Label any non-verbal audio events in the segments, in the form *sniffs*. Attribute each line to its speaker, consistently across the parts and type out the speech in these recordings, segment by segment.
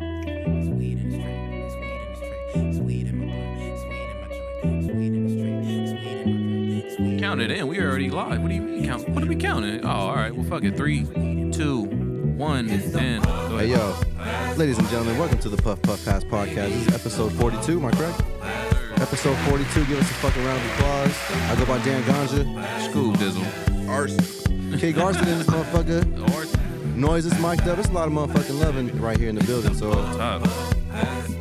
Speaker 1: It's weed in the street. It's weed in the street. It's weed in my blood. It's weed in my joint. It's weed in the street. It's weed in my drink. It's weed.
Speaker 2: Count it in. We already live. What do you mean count? What are we counting? Oh, all right. Well, fuck it. Three, two, one, and go
Speaker 3: Hey
Speaker 2: ahead.
Speaker 3: yo, ladies and gentlemen, welcome to the Puff Puff Pass podcast. This is episode 42. Am I correct? Episode 42. Give us a fucking round of applause. I go by Dan Ganja.
Speaker 2: School dizzle.
Speaker 3: K Garson in this motherfucker. Noise is mic'd up. It's a lot of motherfucking loving right here in the building. So
Speaker 2: Tough.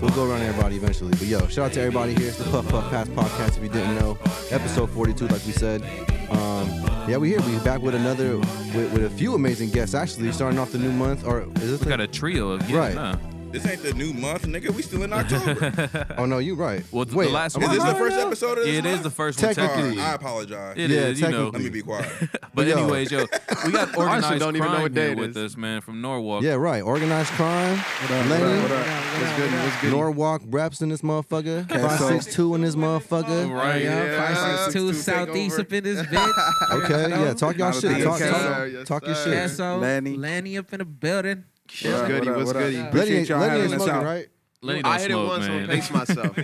Speaker 3: we'll go around everybody eventually. But yo, shout out to everybody here. It's the Puff Puff Pass podcast. If you didn't know, episode 42, like we said. Um, yeah, we here. We back with another with, with a few amazing guests. Actually, starting off the new month. Or is this?
Speaker 2: We got a trio of yeah,
Speaker 3: Right.
Speaker 2: nah.
Speaker 4: This ain't the new month, nigga. We
Speaker 2: *laughs*
Speaker 4: still in October.
Speaker 3: *laughs* oh no, you right.
Speaker 2: Well, the
Speaker 3: Wait,
Speaker 2: last
Speaker 3: am I
Speaker 4: is
Speaker 2: one-
Speaker 4: this
Speaker 3: high
Speaker 4: the
Speaker 3: right
Speaker 4: first
Speaker 3: now?
Speaker 4: episode of
Speaker 2: Yeah,
Speaker 4: this?
Speaker 2: it is
Speaker 4: month?
Speaker 2: the first one.
Speaker 3: Technically.
Speaker 2: Technically,
Speaker 4: All right, I apologize.
Speaker 2: It
Speaker 3: Yeah,
Speaker 2: is, you
Speaker 3: technically.
Speaker 2: know.
Speaker 4: Let me be quiet.
Speaker 2: *laughs* But
Speaker 3: Yo.
Speaker 2: anyways, yo,
Speaker 3: *laughs*
Speaker 5: *laughs*
Speaker 2: we got organized
Speaker 5: don't even know
Speaker 2: crime
Speaker 5: what day
Speaker 2: here
Speaker 5: it
Speaker 2: with
Speaker 5: is.
Speaker 2: us, man, from Norwalk.
Speaker 3: Yeah, right. Organized crime. Lenny. Norwalk reps in this motherfucker. Five six two in this motherfucker.
Speaker 2: Right.
Speaker 6: Yeah,
Speaker 5: Yeah,
Speaker 6: five six two
Speaker 5: six, two, take
Speaker 6: southeast
Speaker 5: over. *laughs*
Speaker 6: up in this bitch.
Speaker 3: Okay, yeah. Talk y'all
Speaker 5: Not a
Speaker 3: shit.
Speaker 5: big
Speaker 3: Talk,
Speaker 5: cat,
Speaker 3: talk,
Speaker 5: sir. Yes,
Speaker 3: talk your
Speaker 5: sir.
Speaker 3: shit.
Speaker 5: Yes,
Speaker 6: Queso,
Speaker 7: Lanny.
Speaker 6: Lanny. Lanny up in the building.
Speaker 5: What's goody? What's E? goody?
Speaker 3: Lenny
Speaker 7: Appreciate
Speaker 3: ain't,
Speaker 7: y'all
Speaker 3: Lenny ain't
Speaker 7: having us
Speaker 3: smoking,
Speaker 7: out.
Speaker 3: right?
Speaker 2: Lenny don't
Speaker 5: I hit it
Speaker 2: smoke,
Speaker 5: once, so
Speaker 2: man.
Speaker 5: I'm pace myself.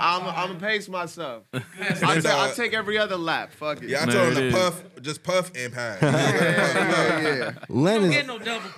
Speaker 5: I'm I'm gonna pace
Speaker 2: *laughs*
Speaker 5: myself. I
Speaker 4: There's,
Speaker 5: ta- I
Speaker 4: uh,
Speaker 5: take every other lap. Fuck it.
Speaker 4: Yeah, I
Speaker 2: There
Speaker 4: told
Speaker 2: it
Speaker 4: him to
Speaker 2: is.
Speaker 4: puff, just puff
Speaker 2: *laughs*
Speaker 4: and pass. Yeah,
Speaker 5: yeah, yeah.
Speaker 3: Len is
Speaker 6: Get
Speaker 4: *laughs*
Speaker 6: no double.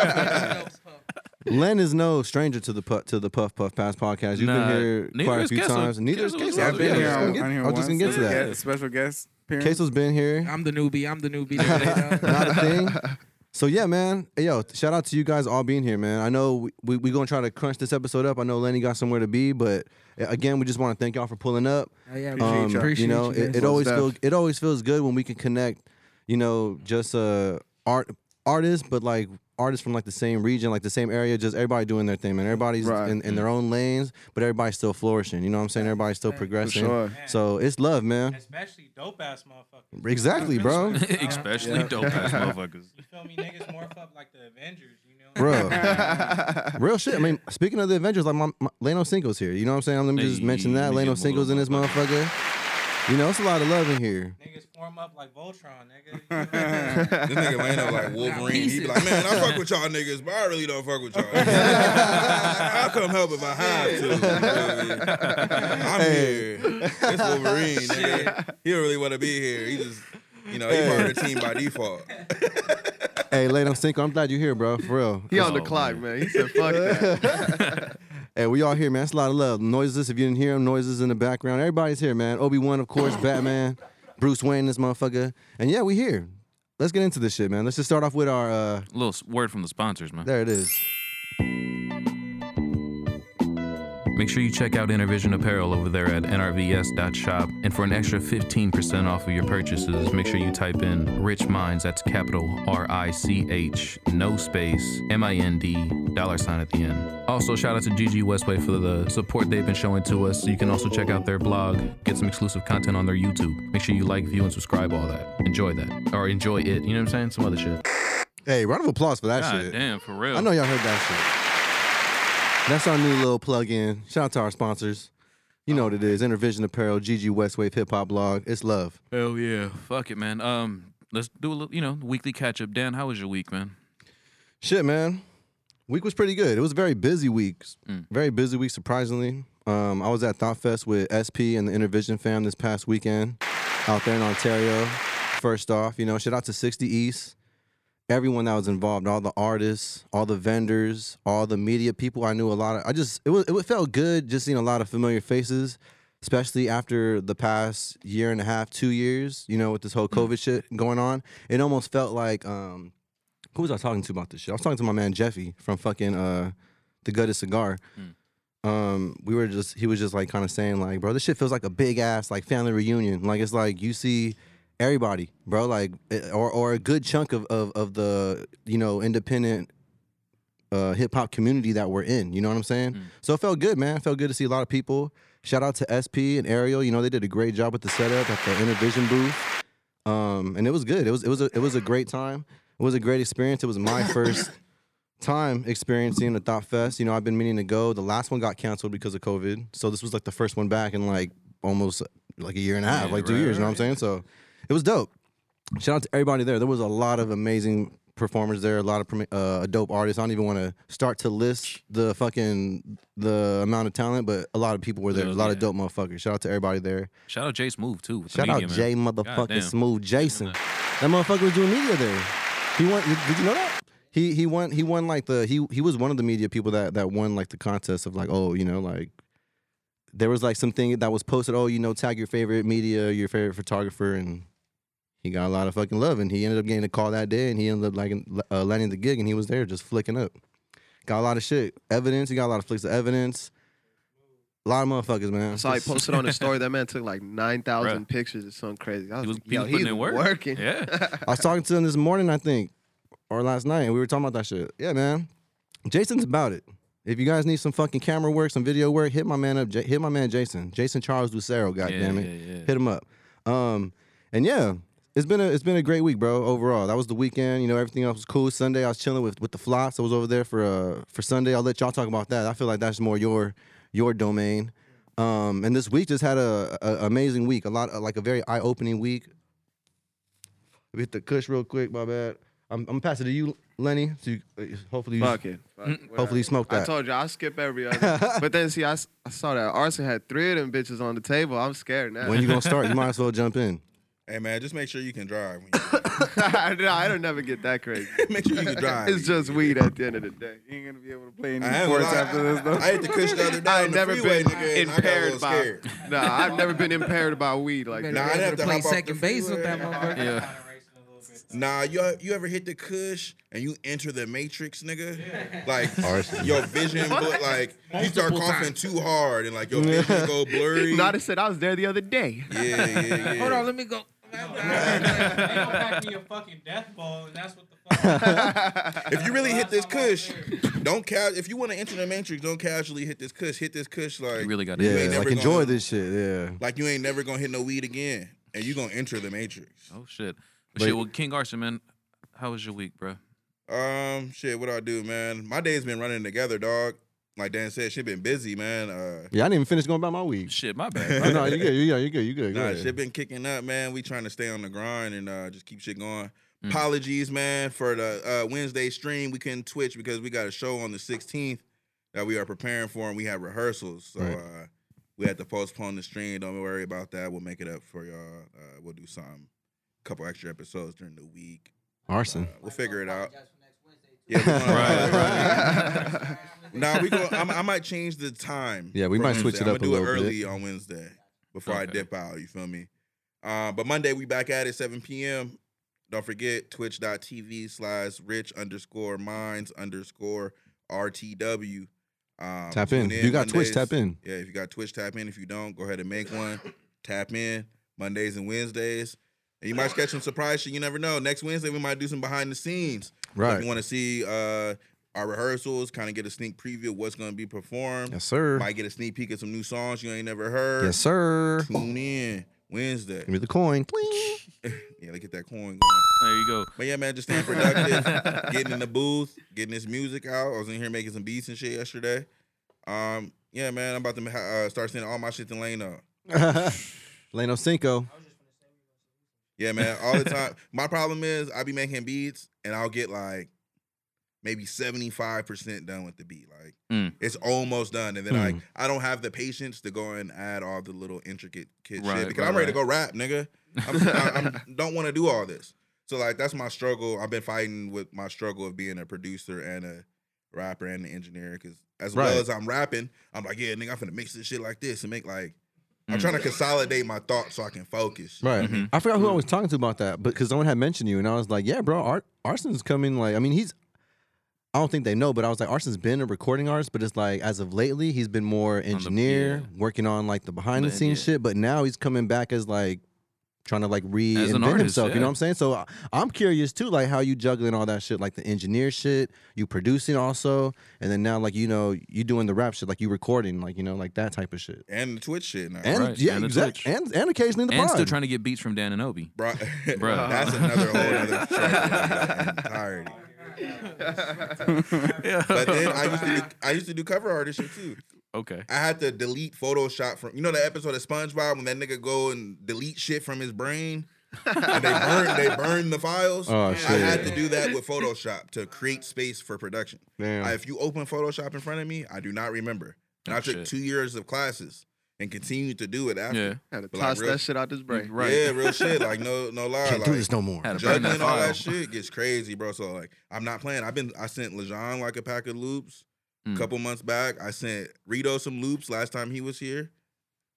Speaker 2: *laughs*
Speaker 3: Len is no stranger to the puff to the puff puff pass podcast. You've
Speaker 2: Nah,
Speaker 3: been here
Speaker 2: neither
Speaker 3: quite a
Speaker 2: is
Speaker 3: few
Speaker 2: Kessel.
Speaker 3: times. Neither is
Speaker 2: Kessel was
Speaker 3: Queso.
Speaker 2: on
Speaker 7: I've
Speaker 2: Yeah,
Speaker 7: been here.
Speaker 2: I was
Speaker 3: I'm
Speaker 7: on-
Speaker 3: gonna
Speaker 7: on
Speaker 3: get-
Speaker 7: here
Speaker 3: I was just gonna
Speaker 7: once.
Speaker 3: get to
Speaker 7: Yeah,
Speaker 3: that.
Speaker 7: Special guest. appearance.
Speaker 3: Queso's been here.
Speaker 6: I'm the newbie. I'm
Speaker 3: *laughs*
Speaker 6: the newbie. There it is.
Speaker 3: not a thing. *laughs* So yeah, man. Hey, yo, shout out to you guys all being here, man. I know we we, we gonna try to crunch this episode up. I know Lenny got somewhere to be, but uh, again, we just want to thank y'all for pulling up.
Speaker 6: Oh, yeah,
Speaker 7: Appreciate
Speaker 3: Um,
Speaker 7: y'all.
Speaker 3: you
Speaker 6: Appreciate
Speaker 3: know,
Speaker 6: you
Speaker 3: it,
Speaker 6: guys.
Speaker 3: it always
Speaker 7: Most
Speaker 3: feels it always feels good when we can connect. You know, just uh art artists, but like artists from like the same region, like the same area. Just everybody doing their thing, man. Everybody's
Speaker 7: Right.
Speaker 3: in, in their own lanes, but everybody's still flourishing. You know what I'm saying? Everybody's still progressing.
Speaker 7: sure.
Speaker 3: So it's love, man.
Speaker 8: Especially dope ass motherfuckers.
Speaker 3: Exactly, bro.
Speaker 9: *laughs*
Speaker 2: Especially dope
Speaker 4: *laughs*
Speaker 2: ass motherfuckers.
Speaker 8: You feel me? Niggas morph up like the Avengers, you know?
Speaker 5: *laughs*
Speaker 3: Bro, real shit. I mean, speaking of the Avengers, like my, my Leno Singles here. You know what I'm saying? Let me just
Speaker 2: Hey,
Speaker 3: mention that
Speaker 2: let me
Speaker 3: Leno
Speaker 2: get
Speaker 3: Singles in this
Speaker 2: moving,
Speaker 3: motherfucker. You know, it's a lot of love in here.
Speaker 8: Niggas form up like Voltron, nigga.
Speaker 4: yeah. This nigga laying up like Wolverine. He be like, man, I fuck with y'all niggas, but I really don't fuck
Speaker 2: *laughs*
Speaker 4: with y'all. I'll come help if I have to. You know what I mean? I'm here. It's Wolverine, nigga. He don't really want to be here. He just, you know, he part of the team by default.
Speaker 3: Hey, Leno Cinco, I'm glad you're here, bro. For real.
Speaker 5: He on the
Speaker 2: Oh,
Speaker 5: clock, man. He
Speaker 2: *laughs*
Speaker 5: said, "Fuck *laughs* that."
Speaker 3: Hey, we all here, man. It's a lot of love. Noises, if you didn't hear them, noises in the background. Everybody's here, man. Obi Wan, of
Speaker 5: *laughs*
Speaker 3: course, Batman, Bruce Wayne, this motherfucker, and yeah, we here. Let's get into this shit, man. Let's just start off with our. uh
Speaker 2: Little s- word from the sponsors, man.
Speaker 3: There it is.
Speaker 2: Make sure you check out Intervision Apparel over there at nrvs.shop. And for an extra 15% off of your purchases, make sure you type in Rich Minds, that's capital R I C H, no space, M I N D, dollar sign at the end. Also, shout out to GG Westway for the support they've been showing to us. You can also check out their blog, get some exclusive content on their YouTube. Make sure you like, view, and subscribe, all that. Enjoy that. Or enjoy it. You know what I'm saying? Some other shit.
Speaker 3: Hey, round of applause for that shit.
Speaker 2: damn, for real.
Speaker 3: I know y'all heard that shit. That's our new little plug-in. Shout out to our sponsors. You know what it is. Intervision Apparel, GG Westwave Hip Hop Blog. It's love.
Speaker 2: Hell yeah. Fuck it, man. Um, Let's do a little, you know, weekly catch up. Dan, how was your week, man?
Speaker 3: Shit, man. Week was pretty good. It was a very busy week. Very busy week, surprisingly. Um, I was at Thought Fest with SP and the Intervision fam this past weekend out there in Ontario. First off, you know, shout out to 60 East. Everyone that was involved, all the artists, all the vendors, all the media people. I knew a lot of. I just it was it felt good just seeing a lot of familiar faces, especially after the past year and a half, two years. You know, with this whole COVID shit going on, it almost felt like um, who was I talking to about this shit? I was talking to my man Jeffy from fucking uh the gutted cigar. Um, we were just he was just like kind of saying like, bro, this shit feels like a big ass like family reunion. Like it's like you see everybody, bro, like eh, or or a good chunk of of, of the you know independent uh, hip hop community that we're in. You know what I'm saying?
Speaker 2: Mm.
Speaker 3: So it felt good, man. It felt good to see a lot of people. Shout out to SP and Ariel. You know they did a great job with the setup at the Intervision booth, um, and it was good. It was it was a, it was a great time. It was a great experience. It was
Speaker 2: *coughs*
Speaker 3: my first time experiencing the Thought Fest. You know I've been meaning to go. The last one got canceled because of COVID, so this was like the first one back in like almost like a year and a half,
Speaker 2: Yeah,
Speaker 3: like two
Speaker 2: right,
Speaker 3: years. You know what I'm saying? So it was dope. Shout out to everybody there. There was a lot of amazing performers there, a lot of prom- uh, dope artists. I don't even want to start to list the fucking the amount of talent, but a lot of people were there.
Speaker 2: Yeah,
Speaker 3: a lot of
Speaker 2: yeah.
Speaker 3: dope motherfuckers. Shout out to everybody there.
Speaker 2: Shout out Jay Smooth too. with the
Speaker 3: Shout
Speaker 2: media,
Speaker 3: out
Speaker 2: man.
Speaker 3: Jay
Speaker 2: Goddamn.
Speaker 3: motherfucking Smooth Jason. That motherfucker was doing media there. He won. Did, did you know that? He he won. He won like the he he was one of the media people that that won like the contest of like oh you know like there was like something that was posted oh you know tag your favorite media your favorite photographer and he got a lot of fucking love and he ended up getting a call that day and he ended up like uh, landing the gig and he was there just flicking up. Got a lot of shit evidence. He got a lot of flicks of evidence. A lot of motherfuckers, man.
Speaker 5: I saw he posted on his story. That man took like nine
Speaker 2: Bruh.
Speaker 5: thousand pictures. It's something crazy. I was,
Speaker 2: He was,
Speaker 5: like,
Speaker 2: he
Speaker 5: yo,
Speaker 2: was putting
Speaker 5: he's
Speaker 2: in work.
Speaker 5: working. *laughs*
Speaker 2: Yeah.
Speaker 3: I was talking to him this morning, I think, or last night, and we were talking about that shit. Yeah, man. Jason's about it. If you guys need some fucking camera work, some video work, hit my man up. J- hit my man Jason. Jason Charles Lucero,
Speaker 2: yeah,
Speaker 3: goddamn it.
Speaker 2: yeah, yeah.
Speaker 3: Hit him up. Um, and yeah, it's been a it's been a great week, bro. Overall, that was the weekend. You know, everything else was cool. Sunday, I was chilling with with the flots. I was over there for uh for Sunday. I'll let y'all talk about that. I feel like that's more your your domain. Um, and this week just had a, a amazing week. A lot like a very eye opening week. We hit the cush real quick. My bad. I'm I'm gonna pass it to you, Lenny. So you, uh, hopefully you
Speaker 5: Fuck it.
Speaker 2: Mm-hmm.
Speaker 5: Fuck, whatever.
Speaker 3: hopefully you smoke
Speaker 5: I
Speaker 3: that.
Speaker 5: told you I skip every
Speaker 2: *laughs*
Speaker 5: other. but then see, I, s- I saw that Arson had three of them bitches on the table. I'm scared now.
Speaker 3: when you gonna
Speaker 5: *laughs*
Speaker 3: start? You might as well jump in.
Speaker 4: Hey man, just make sure you can drive. When
Speaker 5: *laughs*
Speaker 4: you
Speaker 5: no, I don't never get that crazy.
Speaker 4: *laughs* make sure you can drive.
Speaker 5: It's just weed at the end of the day. You ain't gonna be able to play any
Speaker 4: I ain't
Speaker 5: sports
Speaker 4: gonna lie.
Speaker 5: after this though.
Speaker 4: I hit the cushion the other
Speaker 5: *laughs*
Speaker 4: day.
Speaker 5: I
Speaker 4: on
Speaker 5: ain't
Speaker 4: the
Speaker 5: never
Speaker 4: freeway,
Speaker 5: been
Speaker 4: nigga, and I got a little
Speaker 5: impaired by.
Speaker 4: scared.
Speaker 5: *laughs* Nah, I've never been impaired by weed like
Speaker 6: Better
Speaker 4: Nah,
Speaker 5: that.
Speaker 4: I'd
Speaker 6: be able
Speaker 4: have
Speaker 6: to
Speaker 4: to
Speaker 6: play
Speaker 4: hop off the
Speaker 6: second base with that
Speaker 4: freeway.
Speaker 6: motherfucker.
Speaker 2: Yeah.
Speaker 4: Nah, you you ever hit the cush and you enter the matrix,
Speaker 5: *laughs*
Speaker 4: nigga? Like your vision, but like you start coughing too hard and like your vision
Speaker 5: *laughs*
Speaker 4: go blurry.
Speaker 5: Nada said I was there the other day.
Speaker 4: yeah, yeah, yeah.
Speaker 6: Hold on, let me go.
Speaker 8: *laughs* They gonna pack me a fucking death ball, and that's what the fuck.
Speaker 4: *laughs* If you really hit this cush,
Speaker 8: Last
Speaker 4: don't ca- If you want to enter the matrix, don't casually hit this cush. Hit this cush like
Speaker 2: You really got
Speaker 4: ain't
Speaker 3: Yeah,
Speaker 2: it.
Speaker 3: like
Speaker 4: never
Speaker 3: enjoy
Speaker 4: gonna-
Speaker 3: this shit. Yeah.
Speaker 4: like you ain't never gonna hit no weed again, and you gonna enter the matrix.
Speaker 2: Oh shit.
Speaker 3: Wait.
Speaker 2: Shit. Well, King Arson, man, how was your week, bro?
Speaker 4: Um, shit, what do I do, man? My day's been running together, dog. Like Dan said, shit been busy, man. Uh,
Speaker 3: Yeah, I didn't even finish going about my week.
Speaker 2: Shit, my bad.
Speaker 3: *laughs* no, you good. You good. You good. You good. Go
Speaker 4: Nah,
Speaker 3: ahead.
Speaker 4: shit been kicking up, man. We trying to stay on the grind and uh, just keep shit going.
Speaker 3: Mm.
Speaker 4: Apologies, man, for the uh, Wednesday stream. We couldn't Twitch because we got a show on the 16th that we are preparing for, and we have rehearsals. So
Speaker 3: Right.
Speaker 4: uh, we had to postpone the stream. Don't worry about that. We'll make it up for y'all. Uh, we'll do some, couple extra episodes during the week. Uh,
Speaker 3: Arson.
Speaker 4: we'll figure it out. Yeah, we gonna-
Speaker 2: Right,
Speaker 4: Nah, we go. I'm, I might change the time.
Speaker 3: Yeah, we
Speaker 4: for
Speaker 3: might switch
Speaker 4: Wednesday.
Speaker 3: it up
Speaker 4: I'm
Speaker 3: a
Speaker 4: gonna do it
Speaker 3: little
Speaker 4: early
Speaker 3: bit.
Speaker 4: on Wednesday before I
Speaker 2: Okay.
Speaker 4: dip out. You feel me? Uh, but Monday we back at it 7 p.m. Don't forget twitch.tv slash rich underscore minds underscore rtw. Um,
Speaker 3: Tap
Speaker 4: tune
Speaker 3: in. You got Twitch, tap in.
Speaker 4: Yeah, if you got Twitch, tap in. If you don't, go ahead and make one. tap in Mondays and Wednesdays. And you might catch some surprise shit. You never know. Next Wednesday we might do some behind the scenes. So If
Speaker 3: Right.
Speaker 4: you want to see uh, our rehearsals, kind of get a sneak preview of what's going to be performed.
Speaker 3: Yes, sir.
Speaker 4: Might get a sneak peek at some new songs you ain't never heard.
Speaker 3: Yes, sir.
Speaker 4: Tune in Wednesday.
Speaker 3: Give me the
Speaker 4: *laughs*
Speaker 3: coin. *laughs*
Speaker 4: Yeah, they get that coin going.
Speaker 2: There you go.
Speaker 4: But yeah, man, just
Speaker 2: *laughs*
Speaker 4: staying productive, getting in the booth, getting this music out. I was in here making some beats and shit yesterday. Um, yeah, man, I'm about to uh, start sending all my shit to Leno.
Speaker 3: Leno Cinco.
Speaker 4: Yeah, man, all
Speaker 2: *laughs*
Speaker 4: the time. My problem is I be making beats and I'll get like maybe 75% done with the beat. Like
Speaker 2: Mm.
Speaker 4: it's almost done. And then like
Speaker 2: Hmm.
Speaker 4: I don't have the patience to go and add all the little intricate kid
Speaker 2: Right,
Speaker 4: shit because
Speaker 2: right,
Speaker 4: I'm ready to
Speaker 2: right.
Speaker 4: go rap, nigga. I'm, I I'm, don't want to do all this. So like that's my struggle. I've been fighting with my struggle of being a producer and a rapper and an engineer because as
Speaker 3: Right.
Speaker 4: well as I'm rapping, I'm like, yeah, nigga, I'm finna mix this shit like this and make like I'm
Speaker 2: Mm.
Speaker 4: trying to consolidate my thoughts so I can focus.
Speaker 3: Right.
Speaker 2: Mhm.
Speaker 3: I forgot who I was talking to about that, but because someone had mentioned you, and I was like, yeah, bro, Ar- Arson's coming. Like, I mean, he's. I don't think they know, but I was like, Arson's been a recording artist, but it's like as of lately, he's been more engineer,
Speaker 2: yeah.
Speaker 3: working on like the behind the
Speaker 2: The-
Speaker 3: scenes
Speaker 2: yeah.
Speaker 3: shit. But now he's coming back as like trying to like
Speaker 2: As an
Speaker 3: reinvent
Speaker 2: artist,
Speaker 3: himself. You
Speaker 2: yeah.
Speaker 3: know what I'm saying? So I- I'm curious too, like how you juggling all that shit, like the engineer shit, you producing also, and then now like you know you doing the rap shit, like you recording, like you know like that type of shit.
Speaker 4: And the Twitch shit now.
Speaker 3: And
Speaker 2: Right,
Speaker 3: yeah,
Speaker 2: and the
Speaker 3: exactly.
Speaker 2: Twitch.
Speaker 3: And and occasionally the
Speaker 2: And
Speaker 3: pod.
Speaker 2: still trying to get beats from Dan and Obi.
Speaker 4: Bro,
Speaker 2: *laughs* Bruh.
Speaker 4: *laughs* that's another
Speaker 2: *laughs*
Speaker 4: whole other struggle entirety.
Speaker 5: *laughs*
Speaker 4: But then I used to do, I used to do cover artist shit too.
Speaker 2: Okay.
Speaker 4: I had to delete Photoshop from you know the episode of SpongeBob when that nigga go and delete shit from his brain. And they burn they burn the files.
Speaker 3: Oh,
Speaker 4: I
Speaker 3: shit.
Speaker 4: had to do that with Photoshop to create space for production.
Speaker 3: Damn.
Speaker 4: I- if you open Photoshop in front of me, I do not remember. And
Speaker 2: Oh,
Speaker 4: I took
Speaker 2: shit.
Speaker 4: two years of classes and continued to do it after.
Speaker 2: Yeah.
Speaker 5: Had to
Speaker 4: But, like,
Speaker 5: toss
Speaker 4: real-
Speaker 5: that shit out this brain.
Speaker 2: Right.
Speaker 4: Yeah, real shit. Like no, no lie.
Speaker 3: Can't
Speaker 4: like,
Speaker 3: do this no more.
Speaker 2: Had to burn
Speaker 4: Juggling
Speaker 2: that
Speaker 4: all
Speaker 2: file.
Speaker 4: that shit gets crazy, bro. So like, I'm not playing. I've been I sent Lejean like a pack of loops
Speaker 2: Mm.
Speaker 4: a couple months back. I sent Rito some loops last time he was here.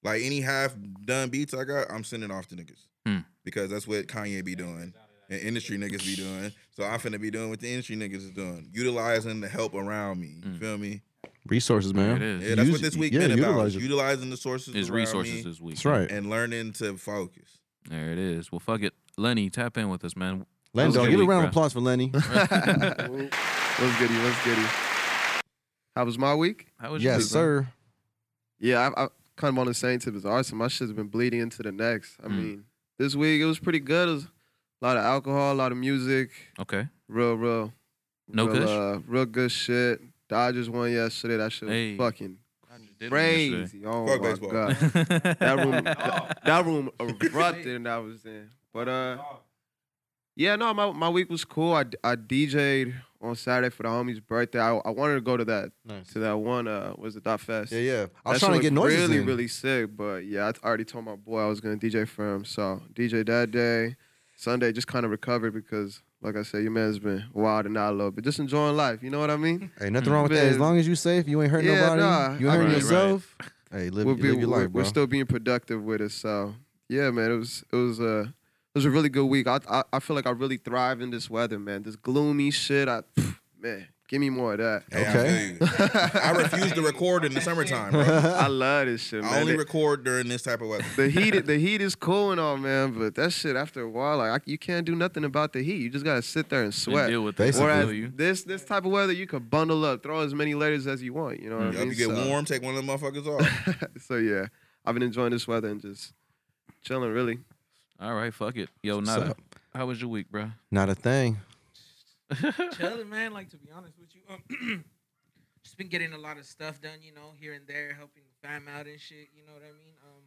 Speaker 4: Like any half done beats I got, I'm sending off to niggas
Speaker 2: Mm.
Speaker 4: because that's what Kanye be doing and industry niggas be doing. So I'm finna be doing what the industry niggas is doing, utilizing the help around me. You
Speaker 2: Mm.
Speaker 4: feel me?
Speaker 3: Resources,
Speaker 2: There it
Speaker 3: man.
Speaker 2: is.
Speaker 4: Yeah, that's
Speaker 3: Use-
Speaker 4: what this week
Speaker 3: yeah,
Speaker 4: been
Speaker 3: utilize
Speaker 4: about.
Speaker 3: it.
Speaker 4: Utilizing the sources
Speaker 2: Is
Speaker 4: around
Speaker 2: resources
Speaker 4: me
Speaker 2: this week.
Speaker 3: That's right.
Speaker 4: and learning to focus.
Speaker 2: There it is. Well, fuck it. Lenny, tap in with us, man.
Speaker 3: Lenny,
Speaker 2: That was a
Speaker 3: dog,
Speaker 2: good
Speaker 3: give a
Speaker 2: week,
Speaker 3: round of
Speaker 2: bruh.
Speaker 3: applause for
Speaker 2: *laughs*
Speaker 3: Lenny. *laughs*
Speaker 5: What's *laughs* goody? What's goody? How was my week?
Speaker 2: How was your
Speaker 3: yes,
Speaker 2: week, bro?
Speaker 3: sir.
Speaker 5: Yeah, I, I kind of on the same tip as Arson. My shit's been bleeding into the next. I
Speaker 2: Mm.
Speaker 5: mean, this week it was pretty good. It was a lot of alcohol, a lot of music,
Speaker 2: Okay.
Speaker 5: real, real,
Speaker 2: No
Speaker 5: real,
Speaker 2: kush?
Speaker 5: uh, real good shit. Dodgers won yesterday. That shit was
Speaker 2: Hey.
Speaker 5: fucking
Speaker 2: Did win yesterday.
Speaker 5: crazy. Oh
Speaker 4: Fuck
Speaker 5: my
Speaker 4: baseball.
Speaker 5: god,
Speaker 2: *laughs*
Speaker 5: that
Speaker 4: *laughs*
Speaker 5: room, that, that room erupted, and I was in. But uh, yeah, no, my my week was cool. I I DJ'd on Saturday for the homie's birthday. I I wanted to go to that to that one uh was it Dot Fest.
Speaker 3: Yeah, yeah. I was
Speaker 5: That
Speaker 3: trying to
Speaker 5: shit
Speaker 3: get
Speaker 5: was
Speaker 3: noises
Speaker 5: Really,
Speaker 3: in.
Speaker 5: really sick. But yeah, I already told my boy I was gonna DJ for him. So DJ that day, Sunday just kind of recovered because, like I said, your man's been wild and out a little bit, just enjoying life. You know what I mean?
Speaker 3: Hey, nothing wrong with that. As
Speaker 5: Man.
Speaker 3: long as you safe, you ain't hurting
Speaker 5: Yeah,
Speaker 3: nobody.
Speaker 5: nah.
Speaker 3: You ain't hurting
Speaker 2: Right, right.
Speaker 3: yourself. Hey, live,
Speaker 5: we'll be,
Speaker 3: live your
Speaker 5: we're,
Speaker 3: life, bro.
Speaker 5: we're still being productive with it. So yeah, man, it was it was a it was a really good week. I I, I feel like I really thrive in this weather, man. This gloomy shit. I *sniffs* man, give me more of that.
Speaker 4: Hey,
Speaker 3: Okay.
Speaker 4: I, feel you. I refuse to record in the
Speaker 3: *laughs*
Speaker 4: summertime, bro.
Speaker 5: I love this shit, man.
Speaker 4: I only
Speaker 5: The-
Speaker 4: record during this type of weather.
Speaker 5: the
Speaker 4: *laughs*
Speaker 5: heat the heat is cool and all, man, but that shit after a while, like I, you can't do nothing about the heat. You just gotta sit there and
Speaker 2: And
Speaker 5: sweat.
Speaker 2: Deal with
Speaker 3: Basically.
Speaker 5: Whereas
Speaker 2: Whereas, you.
Speaker 5: this this type of weather, you could bundle up, throw as many layers as you want. You know what I
Speaker 4: Yup,
Speaker 5: mean?
Speaker 4: you get
Speaker 5: so,
Speaker 4: warm, take one of them motherfuckers off.
Speaker 5: *laughs* so yeah, I've been enjoying this weather and just chilling. Really,
Speaker 2: All right, fuck it. Yo,
Speaker 3: What's
Speaker 2: Nada,
Speaker 3: up?
Speaker 2: how was your week, bro?
Speaker 3: Not a
Speaker 6: *laughs*
Speaker 3: thing.
Speaker 6: Chilling, man. Like to be honest with you, um, *clears throat* just been getting a lot of stuff done, you know, here and there, helping the fam out and shit. You know what I mean? Um,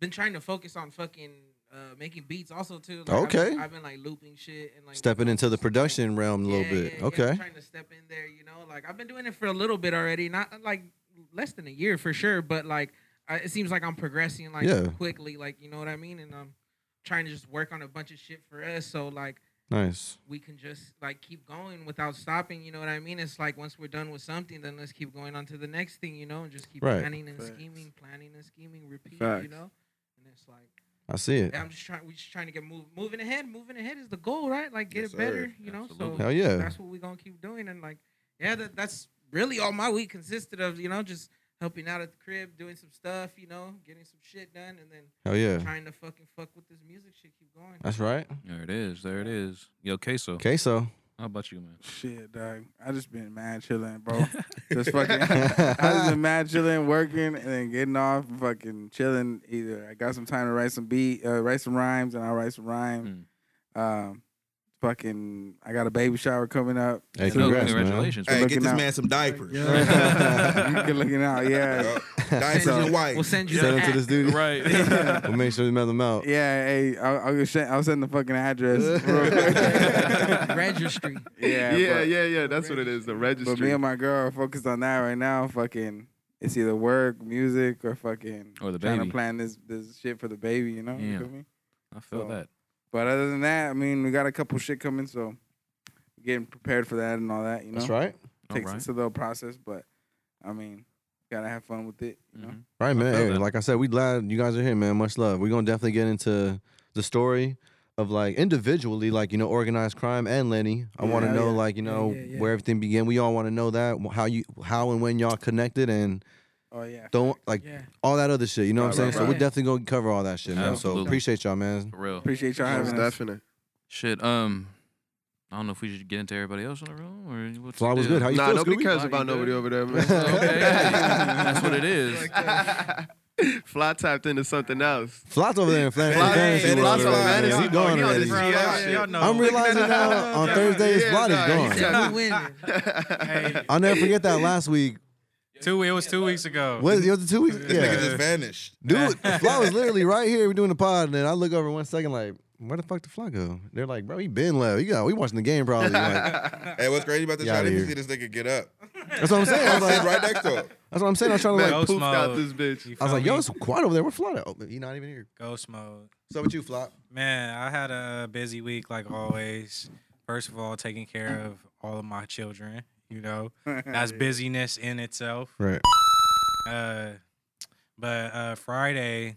Speaker 6: been trying to focus on fucking uh, making beats also too. Like, I've been-
Speaker 3: Okay.
Speaker 6: I've been like looping shit and like
Speaker 3: Stepping into the production realm a little bit. okay.
Speaker 6: trying to step in there, you know. Like I've been doing it for a little bit already, not like less than a year for sure, but like I, it seems like I'm progressing like
Speaker 3: Yeah.
Speaker 6: quickly, like you know what I mean. And I'm trying to just work on a bunch of shit for us, so like
Speaker 3: Nice.
Speaker 6: we can just like keep going without stopping. You know what I mean? It's like once we're done with something, then let's keep going on to the next thing. You know, and just keep
Speaker 3: Right.
Speaker 6: planning and
Speaker 5: Facts.
Speaker 6: scheming, planning and scheming, repeat. You
Speaker 5: Facts.
Speaker 6: know, and it's like.
Speaker 3: I see it.
Speaker 6: I'm just trying. We're just trying to get move, moving ahead. Moving ahead is the goal, right? Like get
Speaker 4: Yes,
Speaker 6: it better,
Speaker 4: sir.
Speaker 6: you know.
Speaker 2: Absolutely.
Speaker 6: So
Speaker 3: Hell yeah.
Speaker 6: that's what we're gonna keep doing. And like, yeah, that, that's really all my week consisted of. You know, just helping out at the crib, doing some stuff, you know, getting some shit done, and then
Speaker 3: Hell yeah.
Speaker 6: trying to fucking fuck with this music shit. Keep going.
Speaker 3: That's right.
Speaker 2: There it is. There it is. Yo, Queso,
Speaker 3: Okay, so
Speaker 2: how about you, man?
Speaker 7: Shit, dog. I just been mad chilling, bro. just fucking. *laughs* I just been mad chilling, working, and then getting off, and fucking chilling. Either I got some time to write some beat, uh, write some rhymes, and I'll write some rhymes. Um, fucking, I got a baby shower coming up.
Speaker 3: Hey,
Speaker 7: So-
Speaker 2: Yo,
Speaker 3: congrats, man.
Speaker 2: congratulations.
Speaker 4: hey,
Speaker 2: bro.
Speaker 4: get
Speaker 7: Looking
Speaker 4: this
Speaker 7: out.
Speaker 4: man some diapers.
Speaker 7: *laughs* you good looking out, yeah,
Speaker 4: Yup.
Speaker 3: *laughs*
Speaker 5: uh,
Speaker 4: Diapers
Speaker 6: So-
Speaker 4: and
Speaker 6: We'll
Speaker 4: wipes.
Speaker 6: send you.
Speaker 3: send them
Speaker 6: the
Speaker 3: to
Speaker 6: *laughs* app.
Speaker 3: this dude.
Speaker 7: *laughs*
Speaker 2: Right.
Speaker 3: *laughs* We'll make sure we mail them out.
Speaker 7: yeah. Hey, I'll, I'll, just send, I'll send the fucking
Speaker 3: *laughs*
Speaker 7: address. real quick.
Speaker 6: registry.
Speaker 7: yeah,
Speaker 5: yeah,
Speaker 7: but-
Speaker 5: yeah, yeah. That's what it is. The registry.
Speaker 7: But me and my girl are focused on that right now. Fucking, it's either work, music, or fucking
Speaker 2: Or the
Speaker 7: trying
Speaker 2: baby.
Speaker 7: to plan this this shit for the baby. You know,
Speaker 2: Yeah.
Speaker 7: you feel me?
Speaker 2: I feel
Speaker 7: So-
Speaker 2: that.
Speaker 7: But other than that, I mean, we got a couple shit coming, so getting prepared for that and all that. You know,
Speaker 3: That's right.
Speaker 2: All
Speaker 7: Takes
Speaker 2: right.
Speaker 7: it's a little process, but I mean, gotta have fun with it. You know,
Speaker 2: Mhm.
Speaker 3: Right, man.
Speaker 2: feel
Speaker 3: Hey,
Speaker 2: that.
Speaker 3: like I said, we glad you guys are here, man. Much love. We're gonna definitely get into the story of like individually, like you know, organized crime and Lenny. I want to
Speaker 7: Yeah,
Speaker 3: know,
Speaker 7: yeah.
Speaker 3: like you know,
Speaker 7: yeah, yeah.
Speaker 3: where everything began. We all want to know that wh- how you, how and when y'all connected, and
Speaker 7: oh yeah,
Speaker 3: don't like
Speaker 6: Yeah.
Speaker 3: all that other shit. You know what I'm
Speaker 5: Right,
Speaker 3: saying?
Speaker 5: right,
Speaker 3: So
Speaker 6: right.
Speaker 3: we're definitely gonna cover all that shit, man.
Speaker 2: Absolutely.
Speaker 3: So appreciate y'all, man.
Speaker 2: For real.
Speaker 7: appreciate y'all
Speaker 5: Most
Speaker 7: having us.
Speaker 5: definite.
Speaker 2: Shit. Um, I don't know if we should get into everybody else in the room or what's the
Speaker 3: Fly was
Speaker 2: deal?
Speaker 3: good. How you
Speaker 5: Nah,
Speaker 3: feel?
Speaker 5: nobody
Speaker 3: Scooby?
Speaker 5: cares about nobody over
Speaker 3: *laughs*
Speaker 5: there, *laughs*
Speaker 2: Okay.
Speaker 5: man.
Speaker 2: That's what it is.
Speaker 5: Fly tapped into something else.
Speaker 3: Fly's over there in Flanders.
Speaker 4: Fly-
Speaker 3: Fantasy
Speaker 4: Fly's
Speaker 3: World
Speaker 4: Fly's
Speaker 3: already,
Speaker 4: Fly's
Speaker 3: man. He
Speaker 4: Fly's Fly's
Speaker 3: gone
Speaker 5: Fly's
Speaker 3: already.
Speaker 5: Fly's
Speaker 3: I'm realizing now
Speaker 9: *laughs*
Speaker 3: Uh, on Thursdays,
Speaker 5: Yeah,
Speaker 3: Vlad
Speaker 5: nah,
Speaker 8: *laughs*
Speaker 3: is
Speaker 5: he's
Speaker 3: gone.
Speaker 5: got-
Speaker 6: We win.
Speaker 3: I'll never forget that last week.
Speaker 9: Two. It was two weeks ago.
Speaker 3: What is the other two weeks?
Speaker 4: Nigga
Speaker 3: Yeah.
Speaker 4: just vanished. *laughs*
Speaker 3: Dude, Fly was literally right here. We're doing the pod, and then I look over one second, like, where the fuck did Fly go? They're like, bro, he been left. He got, we watching the game probably. Like,
Speaker 4: *laughs* Hey, what's crazy about this
Speaker 3: Yeah,
Speaker 4: shot? If you
Speaker 3: dude.
Speaker 4: see this nigga get up,
Speaker 3: that's what I'm saying. I
Speaker 4: *laughs* I'm
Speaker 3: was like,
Speaker 4: sitting right next to him.
Speaker 3: that's what I'm saying. I was trying to
Speaker 5: Man,
Speaker 3: like,
Speaker 9: Ghost
Speaker 5: pooped out
Speaker 9: mode.
Speaker 5: this bitch.
Speaker 9: You
Speaker 3: I was
Speaker 9: feel
Speaker 3: like, yo,
Speaker 9: me?
Speaker 3: it's quiet over there. We're Fly at? Oh, but he not even here.
Speaker 9: ghost mode.
Speaker 3: So with you, Flop?
Speaker 9: Man, I had a busy week like always. First of all, taking care of all of my children. You know, that's busyness in itself.
Speaker 3: Right.
Speaker 9: Uh, but uh, Friday,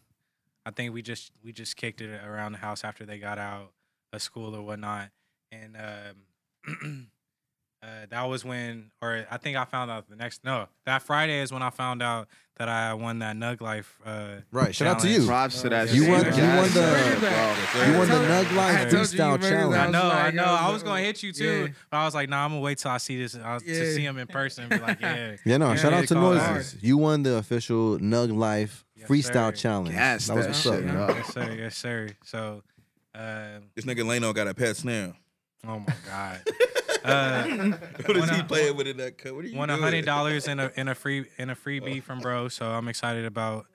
Speaker 9: I think we just we just kicked it around the house after they got out of school or whatnot, and um, *clears throat* uh, that was when, or I think I found out the next no that Friday is when I found out that I won that Nug Life. Uh,
Speaker 3: Right. Shout out to
Speaker 9: Challenge.
Speaker 3: you.
Speaker 5: Props to that.
Speaker 3: You
Speaker 5: shit.
Speaker 3: won- you
Speaker 5: Yes,
Speaker 3: won the-
Speaker 5: sir,
Speaker 4: Bro,
Speaker 3: You won the
Speaker 9: I
Speaker 3: Nug Life
Speaker 9: told you,
Speaker 3: Freestyle
Speaker 6: you remember
Speaker 9: I
Speaker 3: Challenge.
Speaker 6: that
Speaker 9: know, I
Speaker 6: like,
Speaker 9: know.
Speaker 6: I was
Speaker 9: I
Speaker 6: like,
Speaker 9: was gonna hit you too,
Speaker 6: yeah.
Speaker 9: but I was like, nah, I'm gonna wait till I see this, I,
Speaker 6: Yeah.
Speaker 9: to see him in person, and be like, yeah.
Speaker 3: *laughs* Yeah, no,
Speaker 9: Yeah,
Speaker 3: shout out
Speaker 9: they
Speaker 3: to
Speaker 9: call it
Speaker 3: Noises. You won the official Nug Life
Speaker 9: Yes,
Speaker 3: Freestyle
Speaker 9: sir.
Speaker 3: Challenge.
Speaker 5: Gas
Speaker 3: that was
Speaker 5: that
Speaker 3: what's up,
Speaker 5: shit
Speaker 3: man.
Speaker 5: up.
Speaker 9: yes sir, yes sir. So, uh,
Speaker 4: this nigga Leno got a pet snail.
Speaker 9: oh my
Speaker 4: *laughs*
Speaker 9: god. Uh,
Speaker 4: What is
Speaker 9: When
Speaker 4: he
Speaker 9: I-
Speaker 4: playing with in that cut? What are you
Speaker 9: won a
Speaker 4: doing?
Speaker 9: hundred dollars in a in a free in a freebie from bro. So I'm excited about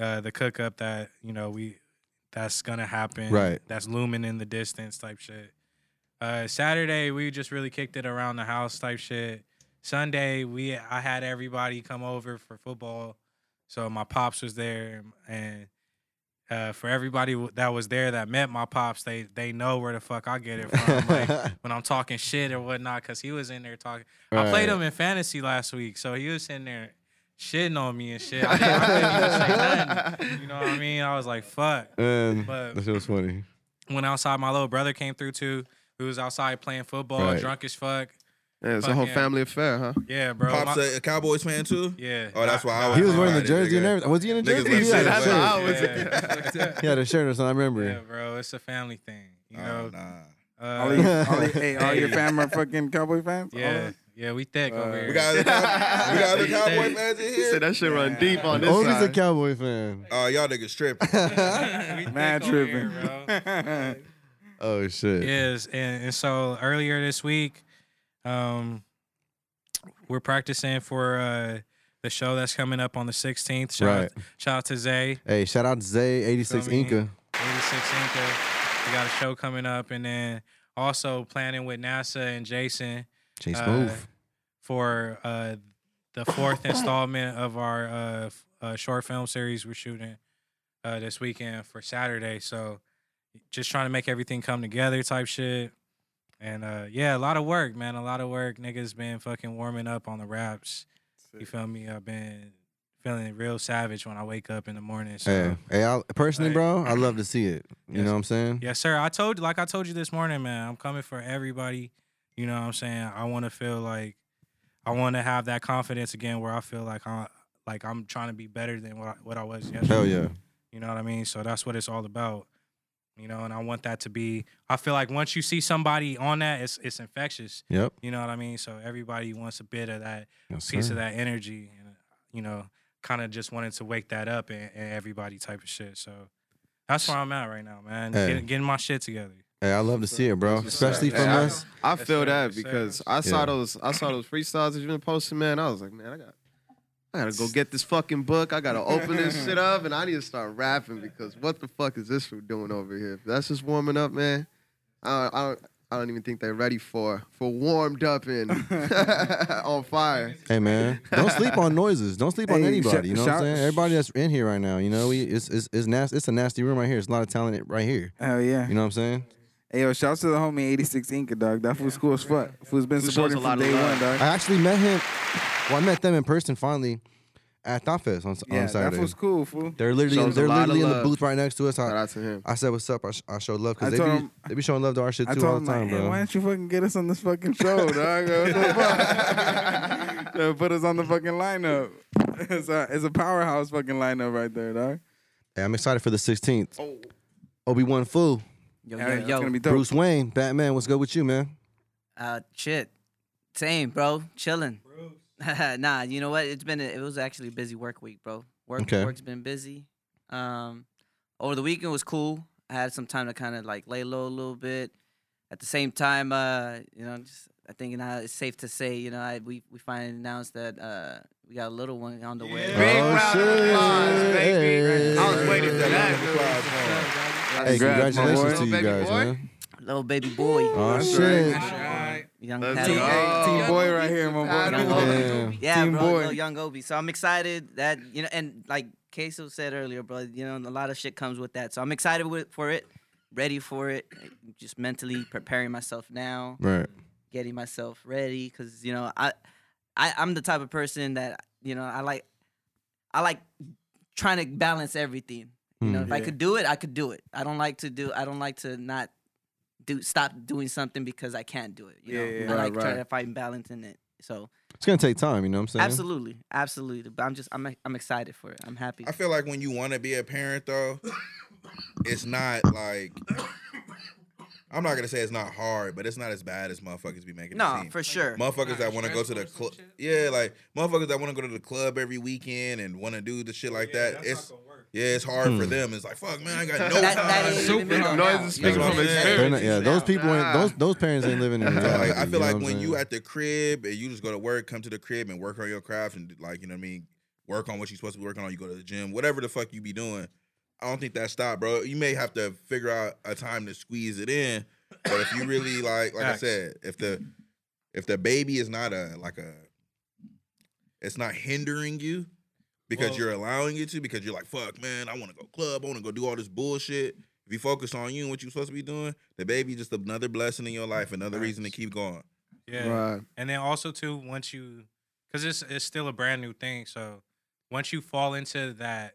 Speaker 9: uh, the cook up that you know we that's gonna happen.
Speaker 3: Right.
Speaker 9: That's looming in the distance type shit. Uh, Saturday we just really kicked it around the house type shit. Sunday we I had everybody come over for football, so my pops was there and. Uh, for everybody w- that was there that met my pops, they they know where the fuck I get it from. Like, when I'm talking shit or whatnot, because he was in there talking. I played
Speaker 3: Right.
Speaker 9: him in fantasy last week, so he was sitting there shitting on me and shit. I, didn't- I couldn't even say
Speaker 3: *laughs*
Speaker 9: nothing. You know what I mean? I was like, fuck.
Speaker 3: And
Speaker 9: But-
Speaker 3: that shit was funny.
Speaker 9: Went outside. My little brother came through too. We was outside playing football,
Speaker 3: Right.
Speaker 9: drunk as fuck.
Speaker 5: Yeah, it's a whole
Speaker 9: Fuck yeah.
Speaker 5: family affair, huh?
Speaker 9: Yeah, bro.
Speaker 4: Pops
Speaker 9: My-
Speaker 4: a, a Cowboys fan too.
Speaker 9: yeah.
Speaker 4: Oh, that's why I
Speaker 3: He was wearing the
Speaker 4: Alright,
Speaker 3: jersey and
Speaker 4: nigga.
Speaker 3: everything. Was he in a
Speaker 4: Niggas
Speaker 3: jersey?
Speaker 4: like
Speaker 3: He had a
Speaker 4: shit,
Speaker 3: shirt.
Speaker 4: I
Speaker 5: was-
Speaker 9: yeah.
Speaker 3: He had a shirt or something. I remember.
Speaker 9: "Oh, Yeah, bro. It's a family thing. You
Speaker 4: Oh,
Speaker 9: know.
Speaker 4: nah.
Speaker 7: all,
Speaker 9: Uh,
Speaker 7: your,
Speaker 5: *laughs*
Speaker 7: all, your, hey, all
Speaker 9: *laughs*
Speaker 7: your fam are fucking cowboy fans. All
Speaker 9: yeah.
Speaker 7: of
Speaker 9: Yeah, we thick
Speaker 7: Uh,
Speaker 9: over
Speaker 7: we
Speaker 9: here.
Speaker 4: We got, we
Speaker 9: *laughs*
Speaker 4: got other Cowboy fans in
Speaker 5: He said
Speaker 4: here.
Speaker 5: that shit run deep on this
Speaker 3: Obi's a
Speaker 5: side.
Speaker 3: Cowboy fan.
Speaker 4: Oh, y'all niggas
Speaker 3: *laughs*
Speaker 4: tripping.
Speaker 9: We
Speaker 7: Mad
Speaker 9: thick over here,
Speaker 7: tripping.
Speaker 9: bro.
Speaker 7: us.
Speaker 3: Oh shit.
Speaker 9: Yes, and, and so earlier this week, um, we're practicing for uh, the show that's coming up on the 16th. Shout,
Speaker 3: Right.
Speaker 9: out, shout out to Zay,
Speaker 3: Hey, shout out to Zay, 86
Speaker 9: Feel me?
Speaker 3: Inca.
Speaker 9: 86 Inca. We got a show coming up, and then also planning with NASA and Jason
Speaker 3: Chase
Speaker 9: Uh,
Speaker 3: Move.
Speaker 9: for uh, the fourth installment of our uh, f- uh, short film series we're shooting uh, this weekend for Saturday. So just trying to make everything come together type shit. And uh, yeah, a lot of work, man. A lot of work. Niggas been fucking warming up on the raps. You feel me? I've been feeling real savage when I wake up in the morning. So.
Speaker 3: Hey, hey I, personally,
Speaker 9: Like-
Speaker 3: bro, I love to see it. You
Speaker 9: Yes.
Speaker 3: know what I'm saying?
Speaker 9: Yes, sir. I told like I told you this morning, man. I'm coming for everybody. You know what I'm saying? I want to feel like I want to have that confidence again where I feel like I like I'm trying to be better than what I, what I was yesterday.
Speaker 3: Hell yeah.
Speaker 9: You know what I mean? So that's what it's all about. You know, and I want that to be I feel like once you see somebody on that, it's it's infectious.
Speaker 3: Yep.
Speaker 9: You know what I mean? So everybody wants a bit of that
Speaker 3: Yes,
Speaker 9: piece
Speaker 3: sir.
Speaker 9: of that energy and you know, kind of just wanted to wake that up and, and everybody type of shit. So that's where I'm at right now, man.
Speaker 3: Hey.
Speaker 9: Getting, getting my shit together.
Speaker 3: Hey, I love to see it, bro.
Speaker 9: what's up.
Speaker 3: Especially
Speaker 5: Yeah,
Speaker 3: from
Speaker 5: I-
Speaker 3: us.
Speaker 5: I
Speaker 9: Yes,
Speaker 5: feel
Speaker 9: sir.
Speaker 5: that
Speaker 9: Yes, sir.
Speaker 5: because I saw
Speaker 3: Yeah.
Speaker 5: those I saw those freestyles that you've been posting, man. I was like, man, I got I gotta go get this fucking book. I gotta open
Speaker 3: *laughs*
Speaker 5: this shit up and I need to start rapping because what the fuck is this for doing over here? If that's just warming up, man. I don't I don't, I don't even think they're ready for for warmed up and *laughs* on fire.
Speaker 3: Hey man, don't sleep on noises. Don't sleep on
Speaker 7: Hey, sh-
Speaker 3: anybody. You know what I'm
Speaker 7: shout-
Speaker 3: saying? Everybody that's in here right now, you know, we it's it's it's nasty. It's a nasty room right here. It's a lot of talent right here.
Speaker 7: Hell yeah.
Speaker 3: You know what I'm saying?
Speaker 7: Hey, yo, shouts to the homie 86 Inca, dog. That fool's cool as fuck. Fool's been
Speaker 5: Who shows
Speaker 7: supporting
Speaker 5: a lot
Speaker 7: from
Speaker 5: of
Speaker 7: day
Speaker 5: love.
Speaker 7: one,
Speaker 3: I
Speaker 7: dog.
Speaker 3: actually met him. Well, I met them in person finally at Thought Fest on,
Speaker 7: Yeah,
Speaker 3: on
Speaker 7: that
Speaker 3: Saturday.
Speaker 7: fool's cool, fool.
Speaker 3: they're literally
Speaker 5: Shows a
Speaker 3: they're
Speaker 5: lot of
Speaker 3: literally in the
Speaker 5: love.
Speaker 3: booth right next to us.
Speaker 5: Shout
Speaker 3: I,
Speaker 5: out to him.
Speaker 3: I said what's up. I, sh- I showed love because
Speaker 7: I
Speaker 3: they be
Speaker 7: told him-
Speaker 3: they be showing love to our shit
Speaker 7: I
Speaker 3: too
Speaker 7: told
Speaker 3: all
Speaker 7: him,
Speaker 3: the time,
Speaker 7: like, hey,
Speaker 3: bro.
Speaker 7: why don't you fucking get us on this
Speaker 3: *laughs*
Speaker 7: fucking show, dog? What the fuck? *laughs* They Put us on the fucking lineup. *laughs* It's a, it's a powerhouse fucking lineup right there, dog.
Speaker 3: Hey, I'm excited for the 16th. Obi Wan Fool,
Speaker 10: Yo,
Speaker 7: Hell Oh. yeah,
Speaker 10: yo,
Speaker 7: it's
Speaker 10: yo.
Speaker 7: gonna be dope.
Speaker 3: Bruce Wayne, Batman. What's good with you, man?
Speaker 10: uh, shit. Same, bro. Chilling. *laughs* nah, you know what? It's been a, it was actually a busy work week, bro. Work
Speaker 3: Okay.
Speaker 10: work's been busy. Um, over the weekend was cool. I had some time to kind of like lay low a little bit. At the same time, uh, you know, just I think now it's safe to say, you know, I, we we finally announced that uh, we got a little one on the way.
Speaker 5: Big round of
Speaker 3: Oh, shit.
Speaker 5: applause, baby. I was waiting for
Speaker 4: Hey.
Speaker 5: that.
Speaker 3: Hey,
Speaker 5: Congrats, my
Speaker 3: congratulations
Speaker 5: boy.
Speaker 3: to you
Speaker 5: Baby
Speaker 3: guys,
Speaker 5: boy.
Speaker 3: man.
Speaker 10: Little baby boy,
Speaker 3: Oh
Speaker 7: That's
Speaker 3: shit.
Speaker 6: All right.
Speaker 10: young
Speaker 5: Let's
Speaker 10: Patty.
Speaker 5: go.
Speaker 7: Hey, team boy right here, my boy.
Speaker 10: Young
Speaker 5: Hey.
Speaker 10: Obi.
Speaker 3: Damn.
Speaker 10: Yeah,
Speaker 7: Team
Speaker 10: bro,
Speaker 7: boy.
Speaker 10: no, young Obi. So I'm excited that you know, and like Queso said earlier, bro, you know, a lot of shit comes with that. So I'm excited with, for it, ready for it, just mentally preparing myself now,
Speaker 3: Right.
Speaker 10: getting myself ready, because you know, I, I, I'm the type of person that you know, I like, I like trying to balance everything. You know, if I could do it, I could do it. I don't like to do. I don't like to not do stop doing something because I can't do it. You know,
Speaker 7: Yeah, yeah,
Speaker 10: I
Speaker 7: right,
Speaker 10: like trying
Speaker 7: right.
Speaker 10: to find balance in it. So.
Speaker 3: It's gonna take time, you know what I'm saying?
Speaker 10: Absolutely, absolutely. But I'm just, I'm, I'm excited for it. I'm happy.
Speaker 4: I feel like when you want to be a parent, though, it's not like I'm not gonna say it's not hard, but it's not as bad as motherfuckers be making. it
Speaker 10: no,
Speaker 4: seem.
Speaker 10: for sure.
Speaker 4: motherfuckers
Speaker 6: Like
Speaker 4: that want to go to
Speaker 6: stressful
Speaker 4: the
Speaker 6: or some
Speaker 4: club.
Speaker 6: shit?
Speaker 4: Yeah, like motherfuckers that want to go to the club every weekend and want to do the
Speaker 6: Oh,
Speaker 4: shit like that. It's yeah, it's hard for them. It's like fuck, man, I got no
Speaker 10: That- that
Speaker 4: time.
Speaker 10: ain't
Speaker 4: So-
Speaker 10: even been on
Speaker 5: Noise
Speaker 10: now.
Speaker 5: is
Speaker 4: speaking
Speaker 10: You know
Speaker 4: from
Speaker 10: what I'm saying?
Speaker 3: They're not- yeah, those people ain't
Speaker 5: Nah.
Speaker 3: those those parents ain't living in
Speaker 4: I feel
Speaker 3: reality.
Speaker 4: like, *laughs* I
Speaker 3: you
Speaker 4: feel
Speaker 3: know
Speaker 4: like
Speaker 3: what I'm
Speaker 4: when you
Speaker 3: saying?
Speaker 4: at the crib and you just go to work, come to the crib and work on your craft and like you know what I mean, work on what you're supposed to be working on. You go to the gym, whatever the fuck you be doing. I don't think that stop, bro. You may have to figure out a time to squeeze it in, but if you really like, like I
Speaker 9: Facts.
Speaker 4: said, if the if the baby is not a like a, it's not hindering you because
Speaker 9: Well-
Speaker 4: you're allowing it to because you're like fuck man, I want to go club, I want to go do all this bullshit. If you focus on you and what you're supposed to be doing, the baby just another blessing in your life, another reason to keep going.
Speaker 9: Yeah.
Speaker 7: Right.
Speaker 9: And then also too, once you, because it's it's still a brand new thing. So once you fall into that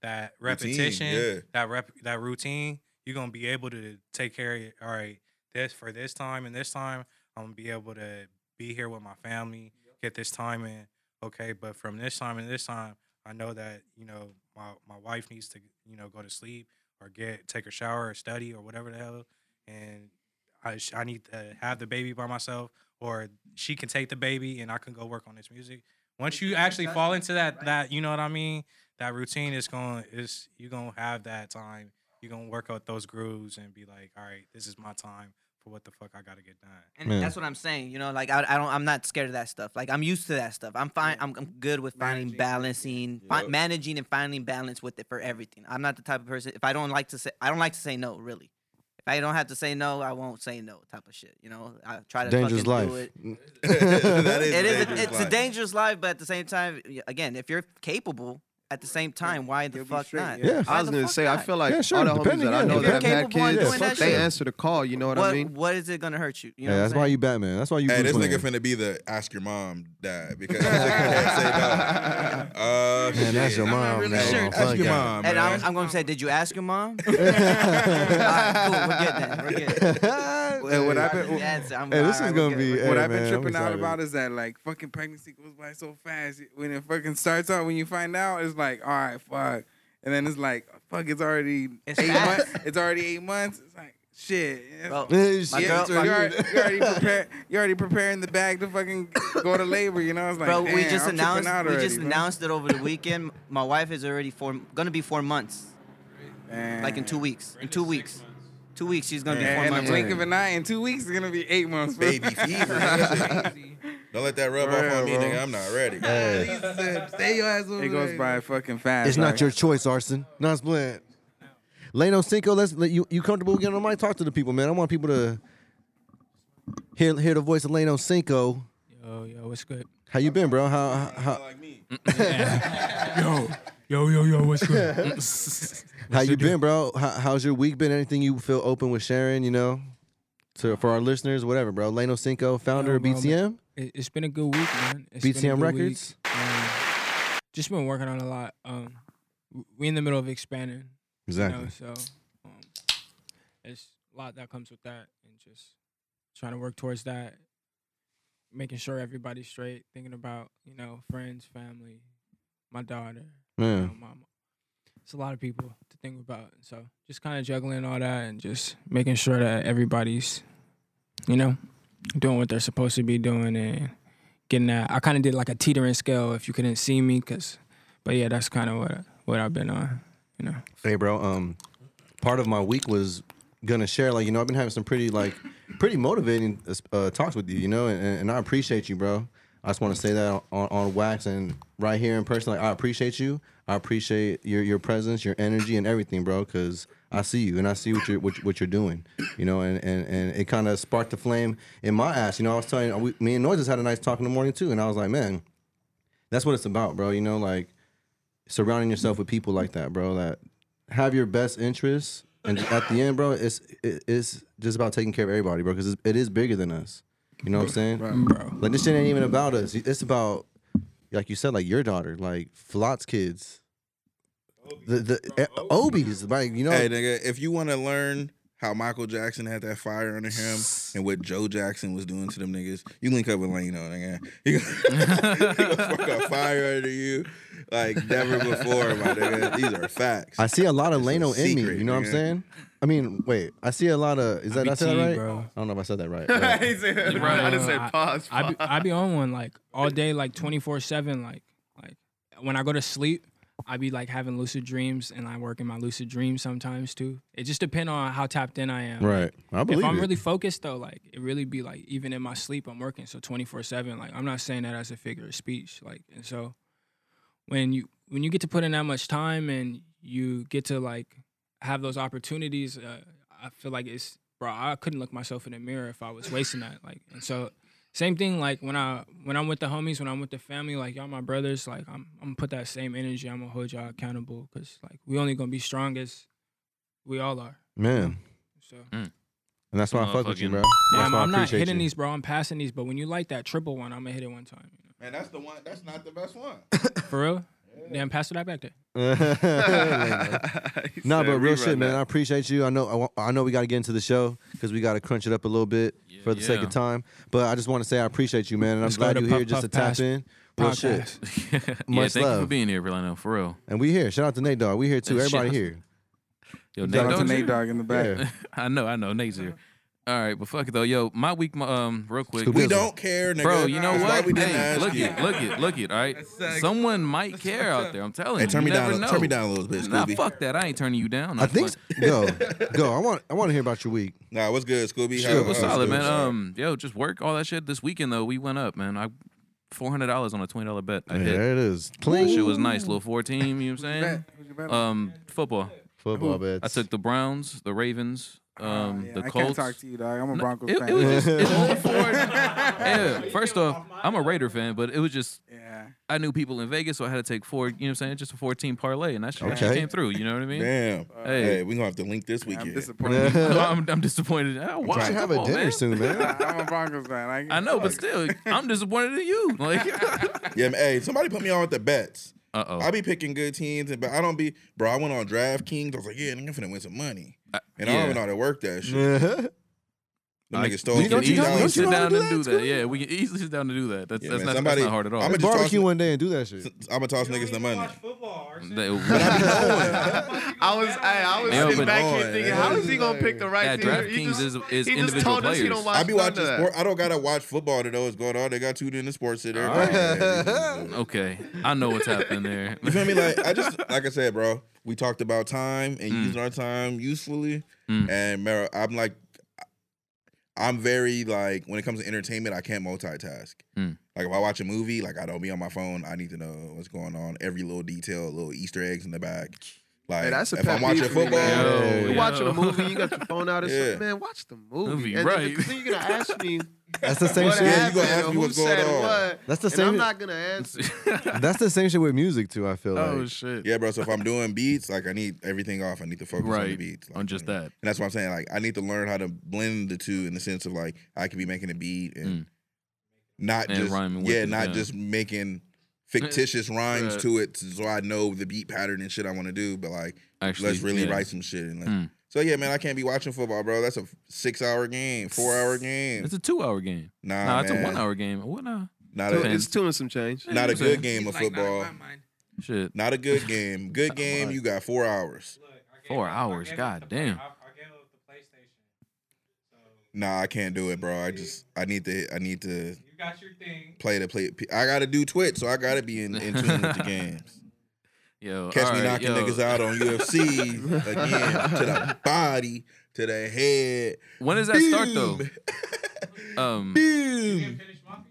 Speaker 9: that
Speaker 4: Routine,
Speaker 9: repetition,
Speaker 4: yeah.
Speaker 9: that rep that routine, you're gonna be able to take care of it. All right, this for this time and this time, I'm gonna be able to be here with my family, get this time in. Okay, but from this time and this time, I know that you know my my wife needs to you know go to sleep or get take a shower or study or whatever the hell, and I sh- I need to have the baby by myself or she can take the baby and I can go work on this music. Once you actually fall into that that you know what I mean, that routine is going is you gonna have that time. You're gonna work out those grooves and be like, all right, this is my time for what the fuck I gotta get done.
Speaker 10: And
Speaker 3: Man.
Speaker 10: that's what I'm saying. You know, like I, I don't, I'm not scared of that stuff. Like I'm used to that stuff. I'm fine. I'm, I'm good with finding balancing, fi- managing and finding balance with it for everything. I'm not the type of person. If I don't like to say, I don't like to say no. Really, if I don't have to say no, I won't say no. Type of shit. You know, I try to
Speaker 3: dangerous
Speaker 10: fucking
Speaker 3: life.
Speaker 10: do it.
Speaker 4: that is
Speaker 10: It
Speaker 4: a
Speaker 10: is. A,
Speaker 4: dangerous
Speaker 10: it's a
Speaker 4: life.
Speaker 10: dangerous life, but at the same time, y- again, if you're capable. At the same time, why the
Speaker 7: You'll be
Speaker 10: fuck
Speaker 7: straight,
Speaker 10: not?
Speaker 7: yeah. Yeah.
Speaker 10: Why
Speaker 5: I was
Speaker 10: the
Speaker 5: gonna
Speaker 10: fuck
Speaker 5: say, I
Speaker 10: not?
Speaker 5: feel like
Speaker 3: Yeah, sure,
Speaker 5: all the homies
Speaker 3: depending,
Speaker 5: that I
Speaker 3: yeah,
Speaker 5: know that
Speaker 10: depending.
Speaker 5: have
Speaker 10: Capable of
Speaker 5: had
Speaker 10: doing that
Speaker 5: kids, they
Speaker 10: shit.
Speaker 5: answer the call. You know what, I
Speaker 10: What,
Speaker 5: mean?
Speaker 10: what is it gonna hurt you? You know
Speaker 3: yeah,
Speaker 10: what
Speaker 3: that's
Speaker 10: I'm
Speaker 3: why
Speaker 10: saying?
Speaker 3: you Batman. That's why you.
Speaker 4: Hey,
Speaker 3: Bruce
Speaker 4: this
Speaker 3: Wayne.
Speaker 4: nigga finna be the ask your mom
Speaker 10: *laughs*
Speaker 4: dad because that nigga can't say no. Uh,
Speaker 3: Man, that's your
Speaker 4: shit.
Speaker 3: mom.
Speaker 6: really
Speaker 3: man.
Speaker 6: sure.
Speaker 3: Oh,
Speaker 4: Ask
Speaker 3: fuck
Speaker 4: your
Speaker 3: yeah.
Speaker 4: mom.
Speaker 10: And
Speaker 4: man.
Speaker 10: I'm, I'm gonna say, did you ask your mom?
Speaker 3: *laughs*
Speaker 10: All right, cool. We're getting that. We're
Speaker 7: *laughs*
Speaker 10: getting that.
Speaker 7: And what I've
Speaker 10: Alright,
Speaker 7: been,
Speaker 10: that's- I'm-
Speaker 3: Hey,
Speaker 10: alright,
Speaker 3: this is
Speaker 10: we're
Speaker 3: gonna
Speaker 10: good,
Speaker 3: be.
Speaker 10: we're
Speaker 3: Hey,
Speaker 7: what I've been
Speaker 3: man, I'm
Speaker 7: tripping out
Speaker 3: excited.
Speaker 7: about is that like fucking pregnancy goes by so fast. When it fucking starts out, when you find out, it's like, all right, fuck. And then it's like, fuck, it's already
Speaker 10: It's
Speaker 7: eight
Speaker 10: fast.
Speaker 7: months. It's already eight months. It's like, shit. It's-
Speaker 10: Bro,
Speaker 3: Hey,
Speaker 10: My
Speaker 3: shit,
Speaker 10: girl-
Speaker 3: it's
Speaker 10: my
Speaker 3: right
Speaker 7: you
Speaker 10: *laughs*
Speaker 3: here.
Speaker 7: already, you already prepare, you already preparing the bag to fucking go to labor, you know? It's like,
Speaker 10: bro, we
Speaker 7: damn,
Speaker 10: just
Speaker 7: I'm tripping
Speaker 10: announced.
Speaker 7: out
Speaker 10: we
Speaker 7: already,
Speaker 10: just
Speaker 7: bro.
Speaker 10: announced it
Speaker 7: *laughs*
Speaker 10: over the weekend. My wife is already four, gonna be four months. Like in
Speaker 7: Damn.
Speaker 10: two weeks. In two weeks. Two weeks, she's gonna be
Speaker 7: And
Speaker 10: four
Speaker 7: in
Speaker 10: months.
Speaker 7: the blink of an eye, in two weeks, it's gonna be eight months. bro.
Speaker 4: baby fever. that shit. Don't let that rub off
Speaker 7: Real,
Speaker 4: on me,
Speaker 7: bro.
Speaker 4: nigga. I'm not ready.
Speaker 5: Stay your ass over
Speaker 7: It goes by fucking fast.
Speaker 3: It's
Speaker 7: like-
Speaker 3: not your choice, Arson. No, it's bland. Leno Cinco, let's let you you comfortable with getting on mic? Talk to the people, man. I want people to hear hear the voice of Leno Cinco.
Speaker 8: Yo, yo, what's good?
Speaker 3: How you been, bro? How, how how
Speaker 8: Yo, yo, yo, what's
Speaker 3: *laughs*
Speaker 8: good?
Speaker 3: *laughs* how you been, bro? How, how's your week been? Anything you feel open with sharing? You know, to for our listeners, whatever, bro. Leno Cinco, founder of
Speaker 8: Yo, bro,
Speaker 3: BTM,
Speaker 8: It, it's been a good week, man. It's been a
Speaker 3: BTM
Speaker 8: good
Speaker 3: Records.
Speaker 8: week. Um, just been working on a lot. Um, w- we in the middle of expanding, you know,
Speaker 3: Exactly.
Speaker 8: so um, it's a lot that comes with that, and just trying to work towards that, making sure everybody's straight, thinking about you know friends, family, my daughter, you
Speaker 3: Yeah.
Speaker 8: know, mama. It's a lot of people to think about, so just kind of juggling all that and just making sure that everybody's, you know, doing what they're supposed to be doing and getting that. I kind of did like a teetering scale if you couldn't see me, cause, but yeah, that's kind of what what I've been on, you know.
Speaker 3: Hey, bro. Um, part of my week was gonna share. Like you know, I've been having some pretty like pretty motivating uh, talks with you. You know, and, and I appreciate you, bro. I just want to say that on, on wax and right here in person. Like I appreciate you. I appreciate your your presence, your energy, and everything, bro. Because I see you and I see what you're what, what you're doing. You know, and and, and it kind of sparked the flame in my ass. You know, I was telling you, we, me and Noises had a nice talk in the morning too, and I was like, man, that's what it's about, bro. You know, like surrounding yourself with people like that, bro. That have your best interests, and at the end, bro, it's it, it's just about taking care of everybody, bro. Because it is bigger than us. You know what I'm saying,
Speaker 8: bro.
Speaker 3: Like this shit ain't even about us. It's about, like you said, like your daughter, like Flot's kids, the the eh, Obies, like you know.
Speaker 4: Hey, nigga, if you want to learn how Michael Jackson had that fire under him and what Joe Jackson was doing to them niggas, you link up with Leno, nigga. You gonna, *laughs* he gonna fuck a fire under you like never before, my nigga. These are facts.
Speaker 3: I see a
Speaker 4: *laughs*
Speaker 3: lot of
Speaker 4: It's a
Speaker 3: Leno in me.
Speaker 4: secret,
Speaker 3: You know what I'm
Speaker 4: man.
Speaker 3: saying? I mean, wait. I see a lot of. Is that did I said that
Speaker 9: IBT,
Speaker 3: right?
Speaker 9: bro.
Speaker 3: I don't know if I said that right.
Speaker 4: *laughs*
Speaker 5: *laughs*
Speaker 3: but-
Speaker 5: He said-
Speaker 9: right.
Speaker 5: I just said
Speaker 8: I-
Speaker 5: pause.
Speaker 8: I be,
Speaker 5: pause.
Speaker 8: I be on one like all day, like twenty four seven. Like like when I go to sleep, I be like having lucid dreams, and I work in my lucid dreams sometimes too. It just depends on how tapped in I am.
Speaker 3: right. I believe
Speaker 8: If I'm
Speaker 3: it.
Speaker 8: really focused though, like it really be like even in my sleep, I'm working so twenty four seven. Like I'm not saying that as a figure of speech. Like and so when you when you get to put in that much time and you get to like have those opportunities, uh, I feel like it's bro. I couldn't look myself in the mirror if I was wasting that. Like and so same thing like when I when I'm with the homies, when I'm with the family, like y'all my brothers. Like I'm I'm gonna put that same energy. I'm gonna hold y'all accountable because like we only gonna be strong as we all are.
Speaker 3: man.
Speaker 8: So.
Speaker 3: And that's why I fuck with you,
Speaker 2: Motherfucking-
Speaker 3: bro.
Speaker 8: Yeah,
Speaker 3: That's
Speaker 8: I'm,
Speaker 3: why I
Speaker 8: I'm not
Speaker 3: appreciate
Speaker 8: hitting
Speaker 3: you.
Speaker 8: these, bro. I'm passing these, but when you like that triple one, I'm gonna hit it one time. you
Speaker 4: Man, that's the one. That's not the best one.
Speaker 8: know. For real? Damn, pass it out
Speaker 3: *laughs*
Speaker 8: back there.
Speaker 3: no,
Speaker 5: He
Speaker 3: but
Speaker 5: said,
Speaker 3: real
Speaker 5: rerun
Speaker 3: shit, man. I
Speaker 5: that.
Speaker 3: appreciate you. I know. I wa- I, know we got to get into the show because we got to crunch it up a little bit for the sake
Speaker 2: Yeah.
Speaker 3: of time. But I just want to say I appreciate you, man, and I'm
Speaker 8: Let's go
Speaker 3: glad
Speaker 8: to
Speaker 3: you're here
Speaker 8: Puff
Speaker 3: just to
Speaker 8: Puff
Speaker 3: tap
Speaker 8: Pass
Speaker 3: in. Real shit.
Speaker 8: Podcast.
Speaker 2: *laughs* yeah,
Speaker 3: Much
Speaker 2: thank you Oh, for
Speaker 3: love.
Speaker 2: being here, Verlano, for real.
Speaker 3: And we here. Shout out to Nate Dog. We here too.
Speaker 2: Shout
Speaker 3: Everybody
Speaker 2: out to-
Speaker 3: here.
Speaker 2: Yo, Nate,
Speaker 7: Shout out to
Speaker 2: don't you-
Speaker 7: Nate Dog in the back.
Speaker 3: Yeah.
Speaker 2: *laughs* I know, I know, Nate's here. All right, but fuck it though. Yo, my week, my, um, real quick.
Speaker 3: Scoop
Speaker 4: We
Speaker 3: Listen.
Speaker 4: don't care, nigga.
Speaker 2: Bro, you know
Speaker 4: That's why
Speaker 2: what?
Speaker 4: we didn't
Speaker 2: Hey,
Speaker 4: ask
Speaker 2: look
Speaker 4: you.
Speaker 2: it, look it, look it. All right,
Speaker 6: like-
Speaker 2: someone might care out there. I'm telling
Speaker 4: Hey,
Speaker 2: you.
Speaker 4: turn me
Speaker 2: you
Speaker 4: down.
Speaker 2: never
Speaker 4: a-
Speaker 2: Know.
Speaker 4: Turn me down a little bit,
Speaker 2: Nah,
Speaker 4: Scooby.
Speaker 2: fuck that. I ain't turning you down.
Speaker 3: I think so. go
Speaker 2: *laughs*
Speaker 3: go. I want I want to hear about your week.
Speaker 4: *laughs* Nah, what's good, Scooby?
Speaker 2: Sure, what's
Speaker 4: how's
Speaker 2: solid,
Speaker 4: Scooby?
Speaker 2: man. Um, yo, just work all that shit. This weekend though, we went up, man. I four hundred dollars on a twenty dollar bet.
Speaker 3: Yeah,
Speaker 2: I did.
Speaker 3: there it is.
Speaker 2: That
Speaker 3: Clean
Speaker 2: shit was nice. Little four team. You know what I'm saying?
Speaker 7: Who's your better?
Speaker 2: Um, football.
Speaker 3: football bets.
Speaker 2: I took the Browns, the Ravens, um,
Speaker 7: Oh, Yeah,
Speaker 2: the
Speaker 7: I can't
Speaker 2: Colts.
Speaker 7: talk to you, dog. I'm a
Speaker 2: No,
Speaker 7: Broncos
Speaker 2: it,
Speaker 7: fan.
Speaker 2: it was
Speaker 3: *laughs*
Speaker 2: just it was all four. Yeah. First off, I'm a Raider fan, but it was just
Speaker 7: yeah.
Speaker 2: I knew people in Vegas, so I had to take four. You know what I'm saying? Just a 14 parlay, and that shit, that shit
Speaker 3: Okay.
Speaker 2: came through. You know what I mean?
Speaker 4: Damn.
Speaker 2: Hey.
Speaker 4: Hey, we gonna have to link this
Speaker 7: I'm
Speaker 4: weekend. *laughs*
Speaker 2: *laughs*
Speaker 7: disappointed.
Speaker 2: I'm, I'm disappointed. Oh, I
Speaker 3: we
Speaker 2: watch
Speaker 3: should have a
Speaker 2: football,
Speaker 3: dinner
Speaker 2: man.
Speaker 3: soon,
Speaker 5: *laughs*
Speaker 3: man.
Speaker 7: I'm a Broncos fan. I,
Speaker 2: I know, but still, I'm disappointed in
Speaker 5: *laughs*
Speaker 2: you. Like,
Speaker 4: yeah, man, hey, somebody put me on with the bets.
Speaker 2: uh oh.
Speaker 4: I be picking good teams, but I don't be. Bro, I went on DraftKings. I was like, yeah, nigga, I'm finna win some money, and I don't even know how to work that shit.
Speaker 3: Uh-huh.
Speaker 4: Them
Speaker 2: I-
Speaker 4: niggas stole
Speaker 2: we can
Speaker 3: don't you
Speaker 4: fifty
Speaker 2: easily
Speaker 3: know- don't you
Speaker 4: dollars.
Speaker 2: sit
Speaker 3: know how
Speaker 2: down
Speaker 3: to
Speaker 2: and
Speaker 3: do
Speaker 2: do
Speaker 3: that?
Speaker 2: that. Yeah, we can easily sit down and do that. That's,
Speaker 4: Yeah,
Speaker 2: that's,
Speaker 4: man,
Speaker 2: not,
Speaker 4: somebody-
Speaker 2: that's not hard at all.
Speaker 4: I'ma
Speaker 3: Let's
Speaker 4: just
Speaker 3: barbecue
Speaker 4: toss-
Speaker 3: one day and do that shit.
Speaker 4: I'm gonna toss niggas the money.
Speaker 5: *laughs*
Speaker 2: They-
Speaker 5: I was, hey, I was
Speaker 2: Yeah,
Speaker 5: sitting
Speaker 2: but-
Speaker 5: back here
Speaker 4: Oh,
Speaker 5: thinking,
Speaker 4: yeah.
Speaker 5: how is he gonna pick the right
Speaker 2: Yeah,
Speaker 5: team? He
Speaker 2: DraftKings
Speaker 5: just-
Speaker 2: is, is
Speaker 5: he just
Speaker 2: individual
Speaker 5: told us he
Speaker 2: players.
Speaker 5: don't watch
Speaker 4: I be
Speaker 5: none
Speaker 4: watching
Speaker 5: of that.
Speaker 4: sport. I don't gotta watch football to know what's going on. They got tuned in the sports today.
Speaker 3: *laughs*
Speaker 2: Okay, I know what's happening there.
Speaker 4: *laughs*
Speaker 2: *laughs*
Speaker 4: You feel me? Like I just like I said, bro. We talked about time and using our time usefully.
Speaker 2: Mm.
Speaker 4: And Mara, I'm like, I'm very like when it comes to entertainment, I can't multitask.
Speaker 2: Mm.
Speaker 4: Like if I watch a movie, like I don't be on my phone. I need to know what's going on, every little detail, little Easter eggs in the back. Like
Speaker 5: Hey, that's a
Speaker 4: if
Speaker 5: pet
Speaker 4: I'm watching
Speaker 5: peeve for me,
Speaker 4: football,
Speaker 5: man.
Speaker 2: Yo,
Speaker 5: You
Speaker 2: yo.
Speaker 5: watching a movie, you got your phone
Speaker 4: *laughs*
Speaker 5: out and
Speaker 4: Yeah.
Speaker 5: shit. Man, watch the movie.
Speaker 2: Movie,
Speaker 5: and
Speaker 2: right.
Speaker 5: Then you're gonna ask me
Speaker 3: That's the same
Speaker 5: what
Speaker 3: shit.
Speaker 4: Yeah,
Speaker 5: happened
Speaker 4: you gonna ask
Speaker 5: or
Speaker 4: me
Speaker 5: who
Speaker 4: what's going
Speaker 5: said
Speaker 4: on.
Speaker 5: what.
Speaker 3: That's the
Speaker 5: and
Speaker 3: same-
Speaker 5: I'm not gonna answer.
Speaker 3: *laughs* That's the same shit with music too. I feel like.
Speaker 2: oh shit!
Speaker 4: yeah, bro. So if I'm doing beats, like I need everything off. I need to focus on the
Speaker 2: Right
Speaker 4: beats. Like,
Speaker 2: on just
Speaker 4: you know.
Speaker 2: that.
Speaker 4: And that's what I'm saying. Like I need to learn how to blend the two in the sense of like I could be making a beat
Speaker 2: Mm.
Speaker 4: and not
Speaker 2: And
Speaker 4: just
Speaker 2: rhyming with
Speaker 4: yeah,
Speaker 2: it,
Speaker 4: not
Speaker 2: yeah. *laughs*
Speaker 4: just making fictitious rhymes
Speaker 2: Right.
Speaker 4: to it, so I know the beat pattern and shit I want to do. But like,
Speaker 2: Actually,
Speaker 4: let's really
Speaker 2: yeah.
Speaker 4: write some shit. And like,
Speaker 2: Mm.
Speaker 4: so yeah, man, I can't be watching football, bro. That's a six hour game, four hour game.
Speaker 2: It's a two-hour game.
Speaker 4: nah,
Speaker 2: nah,
Speaker 4: man.
Speaker 2: it's a one-hour game. What? uh, Nah,
Speaker 4: Not
Speaker 2: Depends.
Speaker 4: a,
Speaker 5: It's two and some change.
Speaker 4: not a
Speaker 2: Depends.
Speaker 4: good game of football.
Speaker 2: shit.
Speaker 4: Not a good game. Good game, you got four hours.
Speaker 2: Four hours. God damn.
Speaker 4: Nah, I can't do it, bro. I just I need to I need to
Speaker 6: You got your thing.
Speaker 4: play to play. I gotta do Twitch, so I gotta be in, in tune with the games.
Speaker 2: Yo,
Speaker 4: Catch
Speaker 2: all
Speaker 4: me
Speaker 2: right, *laughs*
Speaker 4: knocking
Speaker 2: yo.
Speaker 4: niggas out on UFC again to the body, to the head.
Speaker 2: When does that start though?
Speaker 4: Boom.
Speaker 2: Um,
Speaker 4: Boom.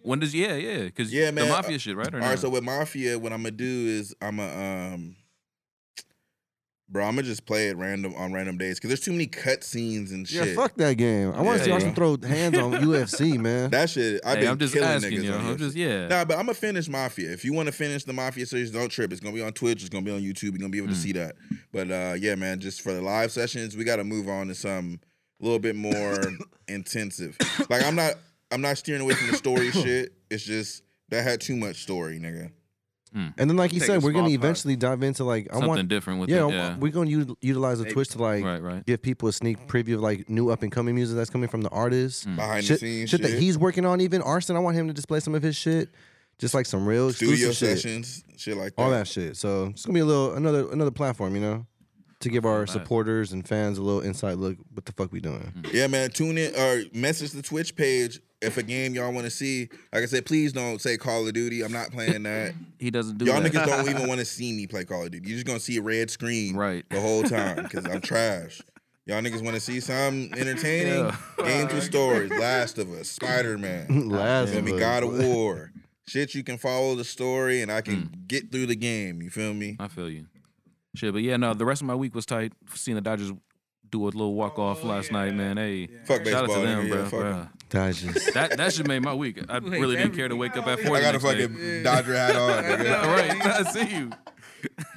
Speaker 2: when does yeah yeah because
Speaker 4: Yeah,
Speaker 2: the
Speaker 4: man.
Speaker 2: mafia shit right or
Speaker 4: All
Speaker 2: no?
Speaker 4: right, so with Mafia, what I'm gonna do is I'm gonna um, bro, I'm gonna just play it random on random days because there's too many cut scenes and
Speaker 3: Yeah,
Speaker 4: shit.
Speaker 3: fuck that game. I want
Speaker 2: Yeah,
Speaker 3: to see Arsenal
Speaker 2: yeah.
Speaker 3: throw hands
Speaker 4: *laughs*
Speaker 3: on UFC, man.
Speaker 4: That shit. I've
Speaker 2: Hey,
Speaker 4: been
Speaker 2: I'm just
Speaker 4: killing
Speaker 2: asking
Speaker 4: niggas
Speaker 2: you.
Speaker 4: on
Speaker 2: I'm
Speaker 4: here.
Speaker 2: just yeah.
Speaker 4: Nah, but I'm gonna finish Mafia. If you want to finish the Mafia series, don't trip. It's gonna be on Twitch. It's gonna be on YouTube. You're gonna be able to
Speaker 2: Mm.
Speaker 4: see that. But uh, yeah, man, just for the live sessions, we gotta move on to some a little bit more
Speaker 2: *coughs*
Speaker 4: intensive. Like I'm not, I'm not steering away from
Speaker 2: *coughs*
Speaker 4: the story shit. It's just that had too much story, nigga.
Speaker 2: hmm.
Speaker 3: And then, like he
Speaker 5: Take
Speaker 3: said,
Speaker 5: a
Speaker 3: we're gonna
Speaker 5: small
Speaker 3: eventually dive into like I
Speaker 2: Something
Speaker 3: want,
Speaker 2: different with
Speaker 3: yeah,
Speaker 2: it.
Speaker 3: I
Speaker 2: Yeah.
Speaker 3: want- we're gonna u- utilize the
Speaker 5: Hey,
Speaker 3: Twitch to like
Speaker 2: right, right.
Speaker 3: give people a sneak preview of like new up and coming music that's coming from the artists.
Speaker 2: Mm.
Speaker 4: Behind
Speaker 3: Shit,
Speaker 4: the scenes,
Speaker 3: shit that he's working on, even Arson. I want him to display some of his shit, just like some real
Speaker 4: studio
Speaker 3: exclusive shit,
Speaker 4: sessions, shit, like that.
Speaker 3: all that shit. So it's gonna be a little another another platform, you know, to give our
Speaker 2: that. Hmm.
Speaker 3: supporters and fans a little inside look what the fuck we doing.
Speaker 4: Yeah, man. Tune in or message the Twitch page if a game y'all want to see. Like I said, please don't say Call of Duty. I'm not
Speaker 2: *laughs*
Speaker 4: playing that.
Speaker 2: He doesn't do
Speaker 4: y'all
Speaker 2: that. *laughs*
Speaker 4: niggas don't even want to see me play Call of Duty. You're just gonna see a red screen
Speaker 2: Right.
Speaker 4: the whole time
Speaker 2: *laughs*
Speaker 4: because I'm trash. Y'all niggas want to see something entertaining?
Speaker 2: Yeah.
Speaker 4: Games with stories, Last of Us, Spider
Speaker 2: *laughs*
Speaker 4: Man.
Speaker 3: Last
Speaker 4: It's gonna be
Speaker 3: of
Speaker 4: God
Speaker 3: Us.
Speaker 4: of War. Shit, you can follow the story and I can
Speaker 2: Mm.
Speaker 4: get through the game. You feel me?
Speaker 2: I feel you. Shit, but yeah, no. The rest of my week was tight. Seeing the Dodgers do a little walk off
Speaker 5: Oh,
Speaker 2: last night, man. Hey,
Speaker 4: Fuck
Speaker 2: shout out
Speaker 4: baseball.
Speaker 2: to them,
Speaker 4: nigga.
Speaker 2: bro.
Speaker 4: Yeah, fuck it.
Speaker 2: bro.
Speaker 3: Digest.
Speaker 2: That that should made my week.
Speaker 5: *laughs*
Speaker 2: I
Speaker 6: You hate
Speaker 2: really didn't care to
Speaker 6: everything.
Speaker 2: wake up at four.
Speaker 4: I
Speaker 2: the
Speaker 4: got a
Speaker 2: next day.
Speaker 4: fucking Dodger
Speaker 2: *laughs*
Speaker 4: hat on. nigga.
Speaker 2: All right, I see you.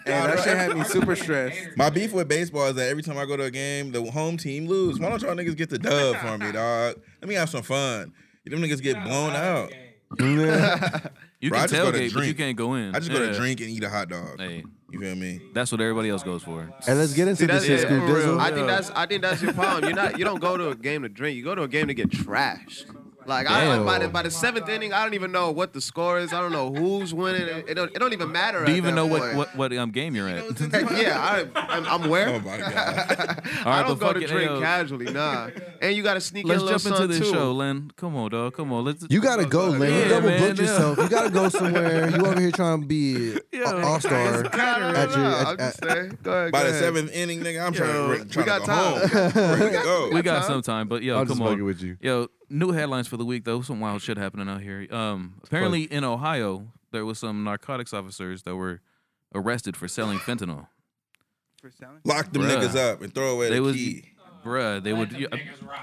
Speaker 7: Hey, that shit
Speaker 5: *laughs*
Speaker 7: had me super stressed.
Speaker 4: My beef with baseball is that every time I go to a game, the home team lose. Why don't y'all niggas get the dub for me, dog? Let me have some fun. You Them niggas get blown out.
Speaker 2: *laughs* You
Speaker 4: Bro, I
Speaker 2: can
Speaker 4: just go
Speaker 2: tailgate,
Speaker 4: to
Speaker 2: but you
Speaker 4: drink.
Speaker 2: can't go in.
Speaker 4: I just go
Speaker 2: Yeah.
Speaker 4: to drink and eat a hot dog.
Speaker 2: Hey,
Speaker 4: You feel me?
Speaker 2: that's what everybody else goes for.
Speaker 3: and let's get into
Speaker 5: See,
Speaker 3: this
Speaker 5: that's
Speaker 3: shit,
Speaker 5: it,
Speaker 3: Scoop
Speaker 5: for real.
Speaker 3: Dizzle.
Speaker 5: I think that's I think that's your problem. You're not you don't go to a game to drink. You go to a game to get trashed. Like I
Speaker 3: Damn.
Speaker 5: by the, by the seventh inning, I don't even know what the score is. I don't know who's winning. It, it don't it don't even matter.
Speaker 2: Do
Speaker 5: at
Speaker 2: you even
Speaker 5: that
Speaker 2: know what
Speaker 5: point.
Speaker 2: what what um game you're at?
Speaker 5: Heck, *laughs* yeah, I, I'm, I'm aware.
Speaker 4: Oh
Speaker 5: *laughs*
Speaker 4: my god.
Speaker 5: I
Speaker 2: Alright,
Speaker 5: don't
Speaker 2: but
Speaker 5: go to
Speaker 2: fucking,
Speaker 5: drink
Speaker 2: ayo.
Speaker 5: casually, nah. And you got to sneak
Speaker 2: Let's
Speaker 5: in a little
Speaker 2: jump into
Speaker 5: sun,
Speaker 2: this
Speaker 5: too.
Speaker 2: show, Len. Come on, dog. Come
Speaker 4: *laughs*
Speaker 2: on. Let's.
Speaker 3: You gotta go, Lane.
Speaker 2: Yeah,
Speaker 3: you double
Speaker 2: man,
Speaker 3: booked
Speaker 2: yeah.
Speaker 3: yourself. You gotta go somewhere. You over here trying to be
Speaker 2: *laughs* Yeah.
Speaker 3: all star.
Speaker 5: I don't
Speaker 3: At your-
Speaker 5: know.
Speaker 3: at-
Speaker 5: I'm just saying. Go ahead.
Speaker 4: By
Speaker 5: go
Speaker 4: the
Speaker 5: ahead.
Speaker 4: seventh inning, nigga, I'm trying,
Speaker 5: Yo,
Speaker 4: to,
Speaker 5: we
Speaker 4: trying
Speaker 5: got
Speaker 4: to go
Speaker 5: time. *laughs*
Speaker 4: home. Ready to go.
Speaker 2: we got some time, but yo,
Speaker 3: I'm
Speaker 2: come
Speaker 3: just
Speaker 2: on.
Speaker 3: fucking with you.
Speaker 2: Yo, new headlines for the week though. Some wild shit happening out here. Um, apparently in Ohio, there was some narcotics officers that were arrested for
Speaker 4: *gasps*
Speaker 2: selling fentanyl.
Speaker 4: Lock them
Speaker 2: Bruh.
Speaker 4: niggas up and throw away
Speaker 2: They
Speaker 4: the
Speaker 2: was,
Speaker 4: key.
Speaker 2: bruh, they would.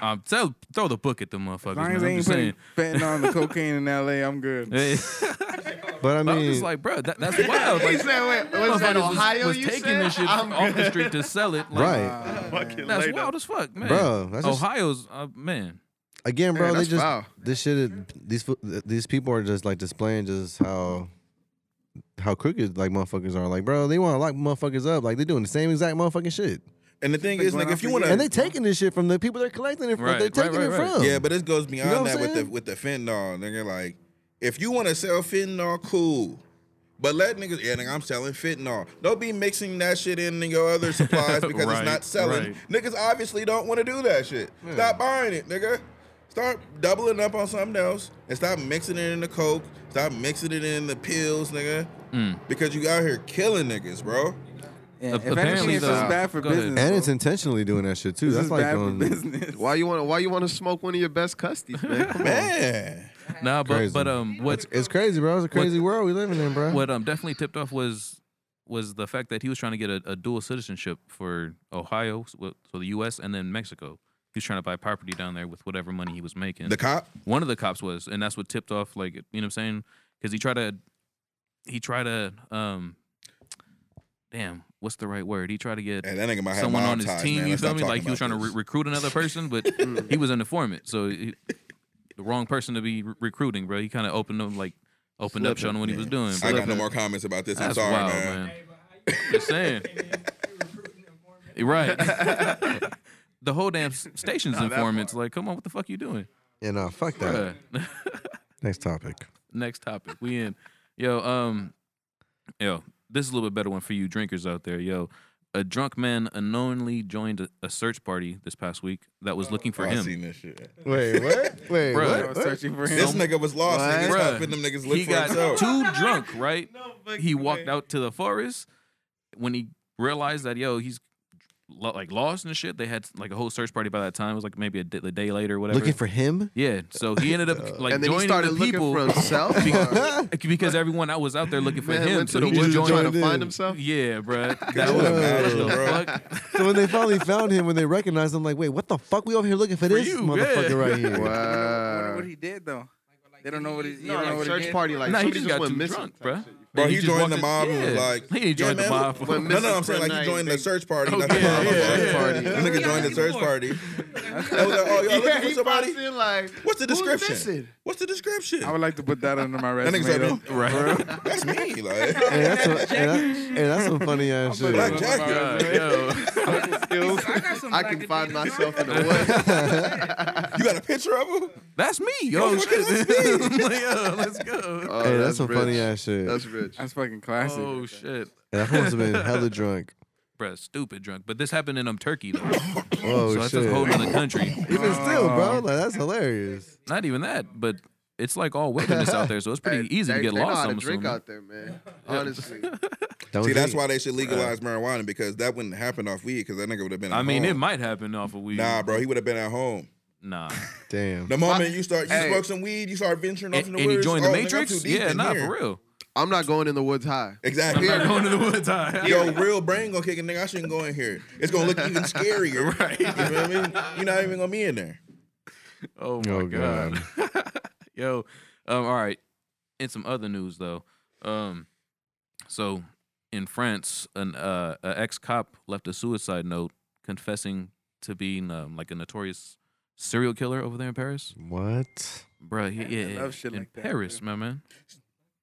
Speaker 2: um, tell, throw the book at them motherfuckers.
Speaker 7: As long
Speaker 2: man.
Speaker 7: as
Speaker 2: I'm
Speaker 7: they ain't
Speaker 2: just saying.
Speaker 7: putting fentanyl
Speaker 2: *laughs*
Speaker 7: on the cocaine in LA, I'm good. *laughs*
Speaker 2: Hey,
Speaker 3: But I
Speaker 2: but I'm
Speaker 3: mean,
Speaker 2: just like, bruh, that, that's
Speaker 5: *laughs*
Speaker 2: wild.
Speaker 5: He
Speaker 2: Like,
Speaker 5: said, wait, was that
Speaker 2: motherfuckers
Speaker 5: Ohio
Speaker 2: was
Speaker 5: you
Speaker 2: taking
Speaker 5: said?
Speaker 2: this shit
Speaker 5: I'm
Speaker 2: off the
Speaker 5: good.
Speaker 2: street to sell it. Like,
Speaker 3: right,
Speaker 2: That's wild as fuck, man.
Speaker 3: Bro, that's just-
Speaker 2: Ohio's uh, man.
Speaker 3: again, bro.
Speaker 5: Man,
Speaker 3: they
Speaker 5: that's
Speaker 3: just
Speaker 5: foul.
Speaker 3: this shit. Is, these fo- these people are just like displaying just how how crooked like motherfuckers are. Like, bro, they want to lock motherfuckers up. Like they're doing the same exact motherfucking shit,
Speaker 4: And the thing is, nigga, if you want
Speaker 3: and
Speaker 4: to.
Speaker 3: they taking this shit from the people they're collecting it from.
Speaker 2: Right,
Speaker 3: They're
Speaker 2: right,
Speaker 3: taking
Speaker 2: right,
Speaker 3: it
Speaker 2: right.
Speaker 3: from.
Speaker 4: Yeah, but this goes beyond
Speaker 3: know what
Speaker 4: that
Speaker 3: I'm
Speaker 4: with the
Speaker 3: saying?
Speaker 4: with the fentanyl, nigga. Like, if you want to sell fentanyl, cool. But let niggas, yeah, nigga, I'm selling fentanyl. Don't be mixing that shit in your
Speaker 2: *laughs*
Speaker 4: other supplies because
Speaker 2: Right,
Speaker 4: it's not
Speaker 2: right.
Speaker 4: selling. Niggas obviously don't want to do that shit. Stop buying it, nigga. Start doubling up on something else and stop mixing it in the coke. Stop mixing it in the pills, nigga.
Speaker 2: Mm.
Speaker 4: Because you out here killing niggas, bro.
Speaker 7: Yeah, if
Speaker 2: apparently
Speaker 7: anything, it's
Speaker 2: the-
Speaker 7: just bad for
Speaker 2: go ahead.
Speaker 7: business.
Speaker 3: and it's
Speaker 7: bro.
Speaker 3: intentionally doing that shit too.
Speaker 7: This
Speaker 3: That's
Speaker 7: is
Speaker 3: like
Speaker 7: bad for
Speaker 3: on-
Speaker 7: business.
Speaker 5: Why you want to? Why you want to smoke one of your best custies, man? Come on. *laughs*
Speaker 4: Man.
Speaker 2: Nah, but
Speaker 3: Crazy.
Speaker 2: but um, what
Speaker 3: it's crazy, bro. It's a crazy world we living in, bro.
Speaker 2: what um definitely tipped off was was the fact that he was trying to get a, a dual citizenship for Ohio, so so the U.S. and then Mexico. He was trying to buy property down there with whatever money he was making.
Speaker 4: The cop?
Speaker 2: One of the cops was, and that's what tipped off. Like you know what I'm saying? Because he tried to he tried to um, damn, what's the right word? He tried to get
Speaker 4: Hey, that nigga might have
Speaker 2: someone
Speaker 4: mob
Speaker 2: on his
Speaker 4: ties,
Speaker 2: team.
Speaker 4: man.
Speaker 2: You
Speaker 4: Let's
Speaker 2: feel
Speaker 4: not
Speaker 2: me?
Speaker 4: talk
Speaker 2: Like he was
Speaker 4: about
Speaker 2: trying to
Speaker 4: this.
Speaker 2: re- recruit another person,
Speaker 4: *laughs*
Speaker 2: but he was an informant, so he, the wrong person to be re- recruiting, bro. He kind of opened them like opened up, showing what he was doing.
Speaker 4: I
Speaker 2: bro.
Speaker 4: got no more comments about this. I'm
Speaker 2: That's
Speaker 4: sorry,
Speaker 2: wild,
Speaker 4: man.
Speaker 2: man. Just saying. right. the whole damn s- station's informants. Like, come on, what the fuck you doing?
Speaker 3: Yeah, no, fuck that.
Speaker 2: Bruh.
Speaker 3: *laughs* Next topic.
Speaker 2: Next topic. We in. Yo, um, yo, this is a little bit better one for you drinkers out there. Yo, a drunk man unknowingly joined a, a search party this past week that was looking for
Speaker 4: Oh, I
Speaker 2: him.
Speaker 4: seen this shit.
Speaker 3: Wait, what? Wait,
Speaker 2: Bruh.
Speaker 3: what?
Speaker 7: I was searching for him.
Speaker 4: This nigga was lost. Nigga. He's
Speaker 2: Bruh,
Speaker 4: helping them niggas look
Speaker 2: he
Speaker 4: for
Speaker 2: got
Speaker 4: himself.
Speaker 2: too
Speaker 5: *laughs*
Speaker 2: drunk, right? he walked out to the forest when he realized that yo, he's lo- like lost and shit. They had like a whole search party by that time. It was like maybe a, d- a day later, or whatever.
Speaker 3: Looking for him?
Speaker 2: yeah, so he ended
Speaker 3: *laughs*
Speaker 2: up like
Speaker 5: and then
Speaker 2: joining
Speaker 5: he started
Speaker 2: the people
Speaker 5: looking for himself.
Speaker 2: be-
Speaker 5: or-
Speaker 2: *laughs* because everyone I was out there looking for
Speaker 5: Man
Speaker 2: him.
Speaker 5: went
Speaker 2: so
Speaker 5: to the
Speaker 2: he just
Speaker 5: woods
Speaker 2: joined.
Speaker 5: trying to
Speaker 3: in.
Speaker 5: find himself.
Speaker 2: yeah, bro. That
Speaker 4: That
Speaker 2: was
Speaker 4: was
Speaker 2: the
Speaker 4: amazing, bro.
Speaker 2: fuck.
Speaker 3: So when they finally found him, when they recognized him, like, wait, what the fuck? We over here looking for, this
Speaker 2: you,
Speaker 3: motherfucker
Speaker 2: yeah.
Speaker 3: right
Speaker 2: *laughs*
Speaker 3: here.
Speaker 7: Wonder
Speaker 5: Wow.
Speaker 7: what he did though.
Speaker 6: like,
Speaker 7: They don't know what he-
Speaker 6: he's-
Speaker 7: you
Speaker 5: No,
Speaker 7: don't know
Speaker 5: like
Speaker 7: what he
Speaker 5: search
Speaker 7: did?
Speaker 5: party, like
Speaker 2: nah, he
Speaker 5: somebody
Speaker 2: just
Speaker 5: just
Speaker 2: got
Speaker 5: went
Speaker 2: too
Speaker 5: missing.
Speaker 2: drunk, bro.
Speaker 4: Bro, he,
Speaker 2: just
Speaker 4: joined
Speaker 2: walked
Speaker 4: the
Speaker 2: in-
Speaker 4: mob and was
Speaker 2: yeah.
Speaker 4: like,
Speaker 2: he
Speaker 4: "Yeah,
Speaker 2: joined the
Speaker 4: man,
Speaker 2: mob. *laughs*
Speaker 4: who-
Speaker 5: When
Speaker 4: No, no, I'm
Speaker 5: Mrs.
Speaker 4: saying like
Speaker 5: Night-
Speaker 4: he joined the search party.
Speaker 2: Oh,
Speaker 4: not the
Speaker 2: yeah,
Speaker 4: mob,
Speaker 2: yeah,
Speaker 4: the
Speaker 2: yeah.
Speaker 4: search party.
Speaker 6: Yeah.
Speaker 4: The nigga
Speaker 6: Yeah,
Speaker 4: joined the
Speaker 6: he
Speaker 4: search
Speaker 6: was.
Speaker 4: party.
Speaker 2: *laughs*
Speaker 4: They was like, oh, y'all
Speaker 5: Yeah,
Speaker 4: looking
Speaker 5: he
Speaker 4: for somebody?
Speaker 5: pops in like,
Speaker 4: What's the
Speaker 5: "Who's
Speaker 4: description?
Speaker 5: missing?"
Speaker 4: What's the description?
Speaker 7: I would like to put that under my
Speaker 4: That
Speaker 7: resume.
Speaker 4: nigga said,
Speaker 2: *laughs*
Speaker 7: though.
Speaker 2: Right.
Speaker 4: that's me. Like,
Speaker 7: *laughs*
Speaker 3: Hey, that's, a, hey, that- hey, that's some funny ass shit.
Speaker 4: Black
Speaker 3: bro.
Speaker 5: Oh
Speaker 4: Jack.
Speaker 2: God, yo.
Speaker 6: He said, I, got some
Speaker 5: I
Speaker 6: black
Speaker 5: can find
Speaker 6: opinions,
Speaker 5: myself
Speaker 6: bro."
Speaker 5: in the woods.
Speaker 6: *laughs*
Speaker 4: you got a picture of him?
Speaker 2: That's me. Yo, shit.
Speaker 3: *laughs*
Speaker 2: Like, yo, let's go.
Speaker 5: Oh,
Speaker 3: Hey, that's, some
Speaker 5: rich.
Speaker 3: funny ass shit.
Speaker 5: That's rich.
Speaker 7: That's fucking classic.
Speaker 2: Oh shit.
Speaker 3: Yeah, that must have
Speaker 2: *laughs*
Speaker 3: been hella drunk.
Speaker 2: Bruh, stupid drunk. But this happened in um Turkey though.
Speaker 3: *coughs* Oh
Speaker 2: so that's
Speaker 3: shit.
Speaker 2: a whole other country.
Speaker 3: *laughs* Even still,
Speaker 7: Uh,
Speaker 3: bro, like that's hilarious.
Speaker 2: Not even that, but it's like all wilderness out there, so it's pretty
Speaker 5: *laughs* Hey,
Speaker 2: easy
Speaker 5: they,
Speaker 2: to get
Speaker 5: they Know
Speaker 2: lost.
Speaker 5: how to
Speaker 2: I'm
Speaker 5: drink
Speaker 2: assuming.
Speaker 5: out there,
Speaker 2: *laughs*
Speaker 5: man. Honestly,
Speaker 3: Don't
Speaker 4: See, that's
Speaker 3: drink.
Speaker 4: why they should legalize marijuana because that wouldn't happen off weed because that nigga would have been. At
Speaker 2: I mean, it
Speaker 4: home.
Speaker 2: might happen off of weed.
Speaker 4: Nah, bro, he would have been at home.
Speaker 2: Nah.
Speaker 3: Damn.
Speaker 4: The moment you start, you
Speaker 5: Hey.
Speaker 4: smoke some weed, you start venturing off
Speaker 2: and
Speaker 4: in the
Speaker 2: and he
Speaker 4: woods.
Speaker 2: joined the
Speaker 4: oh, nigga, I'm too
Speaker 2: Matrix?
Speaker 4: deep
Speaker 2: Yeah,
Speaker 4: in
Speaker 2: nah,
Speaker 4: here.
Speaker 2: for real.
Speaker 5: I'm not going in the woods high.
Speaker 2: I'm
Speaker 4: Exactly.
Speaker 2: not *laughs* going to
Speaker 5: *laughs*
Speaker 2: the woods high.
Speaker 4: Yo, real brain gonna kick a nigga. I shouldn't go in here. It's gonna look
Speaker 2: *laughs*
Speaker 4: even scarier. right. You know what I mean? You're not even gonna be in there.
Speaker 2: Oh my
Speaker 3: Oh,
Speaker 2: god. *laughs* Yo, um, all right. In some other news though, um, so in France, an uh, a ex cop left a suicide note confessing to being um, like a notorious serial killer over there in Paris,
Speaker 3: What?
Speaker 2: Bruh, he- Yeah,
Speaker 7: love shit
Speaker 2: in
Speaker 7: like that,
Speaker 2: Paris, my man.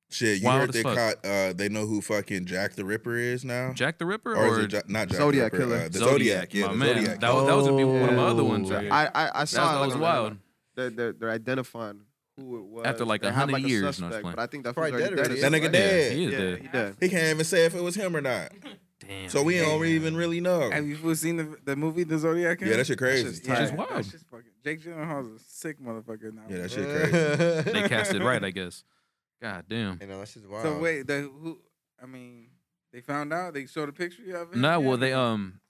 Speaker 4: Shit, you
Speaker 2: Wild
Speaker 4: heard
Speaker 2: as
Speaker 4: they
Speaker 2: fuck.
Speaker 4: caught. Uh, they know who fucking Jack the Ripper is now.
Speaker 2: Jack the Ripper
Speaker 4: or,
Speaker 2: or,
Speaker 4: is it Ja- not Jack
Speaker 5: Zodiac
Speaker 4: the Ripper,
Speaker 5: Killer?
Speaker 4: uh, the Zodiac, yeah,
Speaker 2: my
Speaker 4: the
Speaker 2: man.
Speaker 4: Zodiac.
Speaker 2: That, was- that was gonna be one of my other ones.
Speaker 3: Oh.
Speaker 2: I,
Speaker 5: I I, I
Speaker 2: that,
Speaker 5: saw it,
Speaker 2: that was
Speaker 5: like,
Speaker 2: wild.
Speaker 5: They're, they're, they're identifying who it was
Speaker 2: After, like,
Speaker 5: They
Speaker 2: a
Speaker 5: have,
Speaker 2: hundred
Speaker 5: like,
Speaker 2: years, no, it's
Speaker 5: suspect,
Speaker 2: playing.
Speaker 5: but I think that's
Speaker 3: Probably dead already.
Speaker 4: That nigga
Speaker 2: Yeah, he
Speaker 4: dead.
Speaker 2: is
Speaker 5: Yeah,
Speaker 2: dead.
Speaker 5: he
Speaker 7: Oh,
Speaker 5: dead.
Speaker 4: He can't even say if it was him or not.
Speaker 2: Damn.
Speaker 4: So we don't even really know.
Speaker 7: Have you fools seen the, the movie The Zodiac? Killer?
Speaker 4: Yeah, that shit crazy.
Speaker 7: That's just
Speaker 2: That shit's
Speaker 7: tight.
Speaker 2: wild.
Speaker 7: That's just fucking. Jake Gyllenhaal's a sick motherfucker now.
Speaker 4: Yeah, that
Speaker 7: bro.
Speaker 3: *laughs*
Speaker 4: shit crazy.
Speaker 2: they cast it
Speaker 4: *laughs*
Speaker 2: right, I guess. God damn.
Speaker 3: You know, that shit's wild.
Speaker 7: So wait, the who? I mean, they found out. They showed a picture of it.
Speaker 2: Nah, well
Speaker 7: Yeah.
Speaker 2: they um,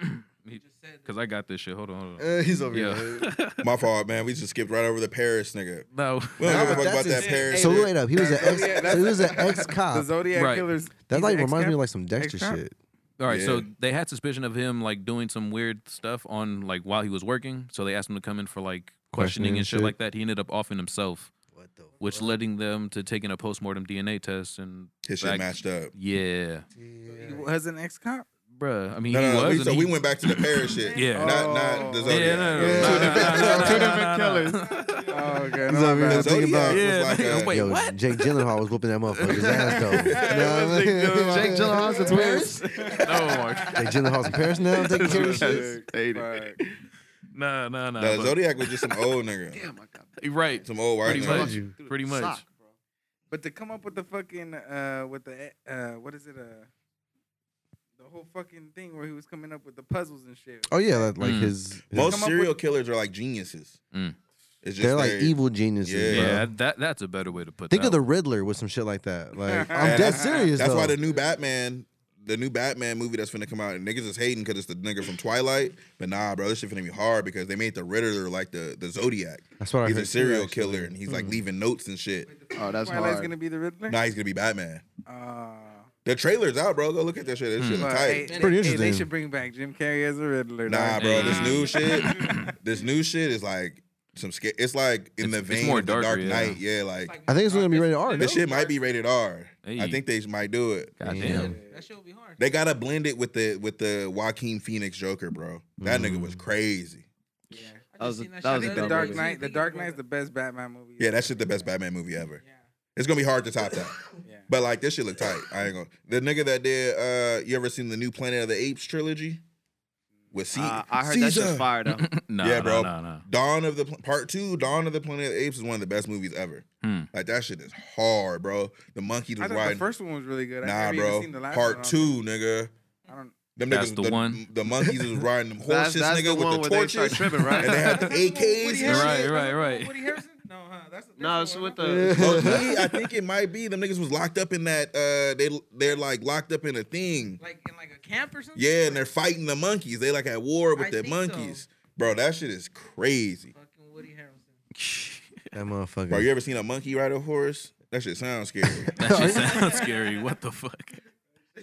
Speaker 6: Just said that.
Speaker 2: cause I got this shit. Hold on, hold on.
Speaker 3: Uh, he's over
Speaker 2: Yeah.
Speaker 3: here.
Speaker 2: *laughs*
Speaker 4: My fault, man. We just skipped right over the Paris nigga.
Speaker 2: No.
Speaker 4: We don't
Speaker 3: Nah,
Speaker 4: give a
Speaker 3: but
Speaker 4: fuck about
Speaker 3: that's
Speaker 4: that
Speaker 3: insane.
Speaker 4: Paris.
Speaker 3: So
Speaker 4: nigga.
Speaker 3: wait up. He was an ex.
Speaker 7: Yeah,
Speaker 3: so he was
Speaker 4: *laughs*
Speaker 3: an ex
Speaker 7: The
Speaker 3: cop.
Speaker 7: Zodiac
Speaker 2: Right.
Speaker 7: killers.
Speaker 3: That
Speaker 7: he's
Speaker 3: like
Speaker 7: an
Speaker 3: reminds me of
Speaker 7: ex-cop?
Speaker 3: like some Dexter
Speaker 7: Ex-cop?
Speaker 3: shit.
Speaker 2: All right, so
Speaker 4: Yeah.
Speaker 2: they had suspicion of him like doing some weird stuff on like while he was working. So they asked him to come in for like questioning,
Speaker 3: Questioning
Speaker 2: and shit
Speaker 3: shit.
Speaker 2: like that. He ended up offing himself,
Speaker 3: What the?
Speaker 2: which letting them to taking a postmortem DNA test and
Speaker 4: His shit
Speaker 2: like,
Speaker 4: matched up.
Speaker 2: Yeah,
Speaker 7: He was an ex cop.
Speaker 2: bruh. I mean,
Speaker 4: No,
Speaker 2: he
Speaker 4: no, no.
Speaker 2: was.
Speaker 4: we-
Speaker 2: and
Speaker 4: So
Speaker 2: he-
Speaker 4: we went back
Speaker 2: *laughs*
Speaker 4: to the
Speaker 5: *laughs*
Speaker 4: Paris shit.
Speaker 2: Yeah.
Speaker 4: Not, not the
Speaker 7: Oh.
Speaker 4: Zodiac.
Speaker 2: Yeah, no, no, no.
Speaker 3: Yeah.
Speaker 2: Nah, nah, nah, nah,
Speaker 7: Two
Speaker 2: nah,
Speaker 7: different
Speaker 2: nah,
Speaker 7: killers.
Speaker 2: nah.
Speaker 7: Oh, okay.
Speaker 3: He's over
Speaker 7: No, my
Speaker 3: here
Speaker 4: The
Speaker 7: bad.
Speaker 3: thinking about.
Speaker 4: Zodiac
Speaker 2: Yeah,
Speaker 4: was like uh,
Speaker 2: nigga,
Speaker 4: a,
Speaker 2: wait,
Speaker 3: Yo,
Speaker 2: what?
Speaker 3: Jake Gyllenhaal was whooping that
Speaker 4: *laughs*
Speaker 3: motherfucker's ass though.
Speaker 5: Jake
Speaker 3: Jake
Speaker 5: Gyllenhaal's in
Speaker 2: *laughs*
Speaker 5: Paris.
Speaker 2: No, Mark.
Speaker 3: Jake Gyllenhaal's in Paris now. Taking care of shit.
Speaker 5: *laughs* That's hated.
Speaker 7: Fuck.
Speaker 2: Nah, nah, nah.
Speaker 4: the
Speaker 2: but-
Speaker 4: Zodiac was just some old nigga.
Speaker 5: Damn, I got
Speaker 2: You're Right.
Speaker 4: Some old white
Speaker 2: Pretty
Speaker 4: nigga.
Speaker 2: much. Pretty much.
Speaker 5: sock, bro.
Speaker 7: But to come up with the fucking uh with the uh what is it uh the whole fucking thing where he was coming up with the puzzles and shit.
Speaker 3: Oh yeah, like, like
Speaker 2: Mm.
Speaker 3: his. his-
Speaker 4: Most
Speaker 7: Come up
Speaker 4: serial killers are like geniuses.
Speaker 2: Mm.
Speaker 4: It's just
Speaker 3: they're like
Speaker 4: they-
Speaker 3: evil geniuses.
Speaker 4: Yeah.
Speaker 2: Yeah,
Speaker 3: bro.
Speaker 2: that that's a better way to put
Speaker 3: Think
Speaker 2: that.
Speaker 3: of the Riddler with some shit like
Speaker 4: *laughs*
Speaker 3: that. Like
Speaker 7: Yeah,
Speaker 3: I'm dead
Speaker 4: that's-
Speaker 3: serious.
Speaker 4: That's
Speaker 3: though.
Speaker 4: why the new Batman, the new Batman movie that's finna come out, and niggas is hating because it's the nigga from Twilight. But nah, bro, this shit finna be hard because they made the Riddler like the the Zodiac.
Speaker 3: That's what I
Speaker 4: He's a
Speaker 3: heard, too,
Speaker 4: serial
Speaker 3: actually. Hmm.
Speaker 4: killer, and he's like leaving notes and shit.
Speaker 5: Oh, that's
Speaker 7: Twilight's
Speaker 5: hard.
Speaker 7: gonna be the Riddler.
Speaker 4: Now he's gonna be Batman.
Speaker 7: Uh,
Speaker 4: The trailer's out, bro. Go look at that shit.
Speaker 3: Hmm.
Speaker 4: That shit look
Speaker 7: but, hey,
Speaker 4: tight.
Speaker 7: hey,
Speaker 3: pretty
Speaker 7: Hey,
Speaker 3: interesting.
Speaker 7: they should bring back Jim Carrey as a Riddler.
Speaker 4: Nah,
Speaker 7: dog.
Speaker 4: bro, this
Speaker 6: Nah.
Speaker 7: *laughs*
Speaker 4: new shit, this new shit is like some scare. It's like
Speaker 2: It's-
Speaker 4: in the
Speaker 2: it's
Speaker 4: vein
Speaker 2: more
Speaker 4: of the
Speaker 2: darker,
Speaker 4: Dark
Speaker 2: yeah.
Speaker 4: Knight. Yeah, like
Speaker 6: Like,
Speaker 3: I think it's gonna be rated
Speaker 6: uh,
Speaker 3: R.
Speaker 4: this shit might be rated R. I
Speaker 2: Hey.
Speaker 4: think they might do it.
Speaker 2: God
Speaker 3: Damn.
Speaker 2: damn.
Speaker 6: That shit will be hard.
Speaker 4: They gotta blend it with the with the Joaquin Phoenix Joker, bro. That nigga was crazy.
Speaker 6: I
Speaker 5: That
Speaker 6: just
Speaker 5: was a-
Speaker 6: seen
Speaker 5: that was
Speaker 6: shit
Speaker 5: a
Speaker 7: I
Speaker 6: other
Speaker 7: think the
Speaker 5: dumb
Speaker 6: day
Speaker 7: Dark
Speaker 6: on
Speaker 5: movie.
Speaker 7: Knight. The
Speaker 6: TV,
Speaker 7: Dark
Speaker 6: bro.
Speaker 7: Knight's the best Batman movie.
Speaker 4: Yeah, that shit the best Batman movie ever.
Speaker 6: Yeah.
Speaker 4: It's gonna be hard to top
Speaker 6: *laughs*
Speaker 4: that.
Speaker 7: Yeah.
Speaker 4: But like this shit look tight. I ain't gonna. The nigga that did uh, you ever seen the new Planet of the Apes trilogy? With C-
Speaker 5: Uh, I heard that's
Speaker 4: Caesar.
Speaker 5: just fire though.
Speaker 2: Nah,
Speaker 4: *laughs* yeah, bro.
Speaker 2: Nah, nah, nah.
Speaker 4: Dawn of the Pl- Part Two, Dawn of the Planet of the Apes is one of the best movies ever.
Speaker 2: Hmm.
Speaker 4: Like that shit is hard, bro. The monkey was
Speaker 7: I thought the
Speaker 4: riding.
Speaker 7: first one was really good. I
Speaker 4: nah,
Speaker 7: never
Speaker 4: bro.
Speaker 7: Even seen the last one,
Speaker 4: Part
Speaker 7: I don't
Speaker 4: two, nigga.
Speaker 7: think. I don't.
Speaker 4: Them
Speaker 2: That's
Speaker 4: niggas,
Speaker 2: the one.
Speaker 4: The monkeys was riding them
Speaker 5: *laughs* That's,
Speaker 4: horses,
Speaker 5: that's
Speaker 4: nigga,
Speaker 5: the one
Speaker 4: with the
Speaker 5: where they
Speaker 4: torches.
Speaker 5: *laughs* start tripping, right?
Speaker 4: and they had the AKs.
Speaker 6: Woody
Speaker 4: and
Speaker 6: Harrelson?
Speaker 2: Right, right, right.
Speaker 6: Woody Harrelson? No, huh? That's the
Speaker 5: No, it's with the.
Speaker 4: Low
Speaker 5: *laughs*
Speaker 4: key, I think it might be them niggas was locked up in that. Uh, they they're like locked up in a thing.
Speaker 6: like in like a camp or something.
Speaker 4: Yeah, and they're fighting the monkeys. They like at war with
Speaker 6: I
Speaker 4: the
Speaker 6: think
Speaker 4: monkeys. Bro, that shit is crazy.
Speaker 6: fucking Woody
Speaker 2: *laughs*
Speaker 6: Harrelson.
Speaker 3: That motherfucker.
Speaker 4: Bro, you ever seen a monkey ride a horse? That shit sounds scary.
Speaker 2: *laughs* That shit sounds scary. What the fuck?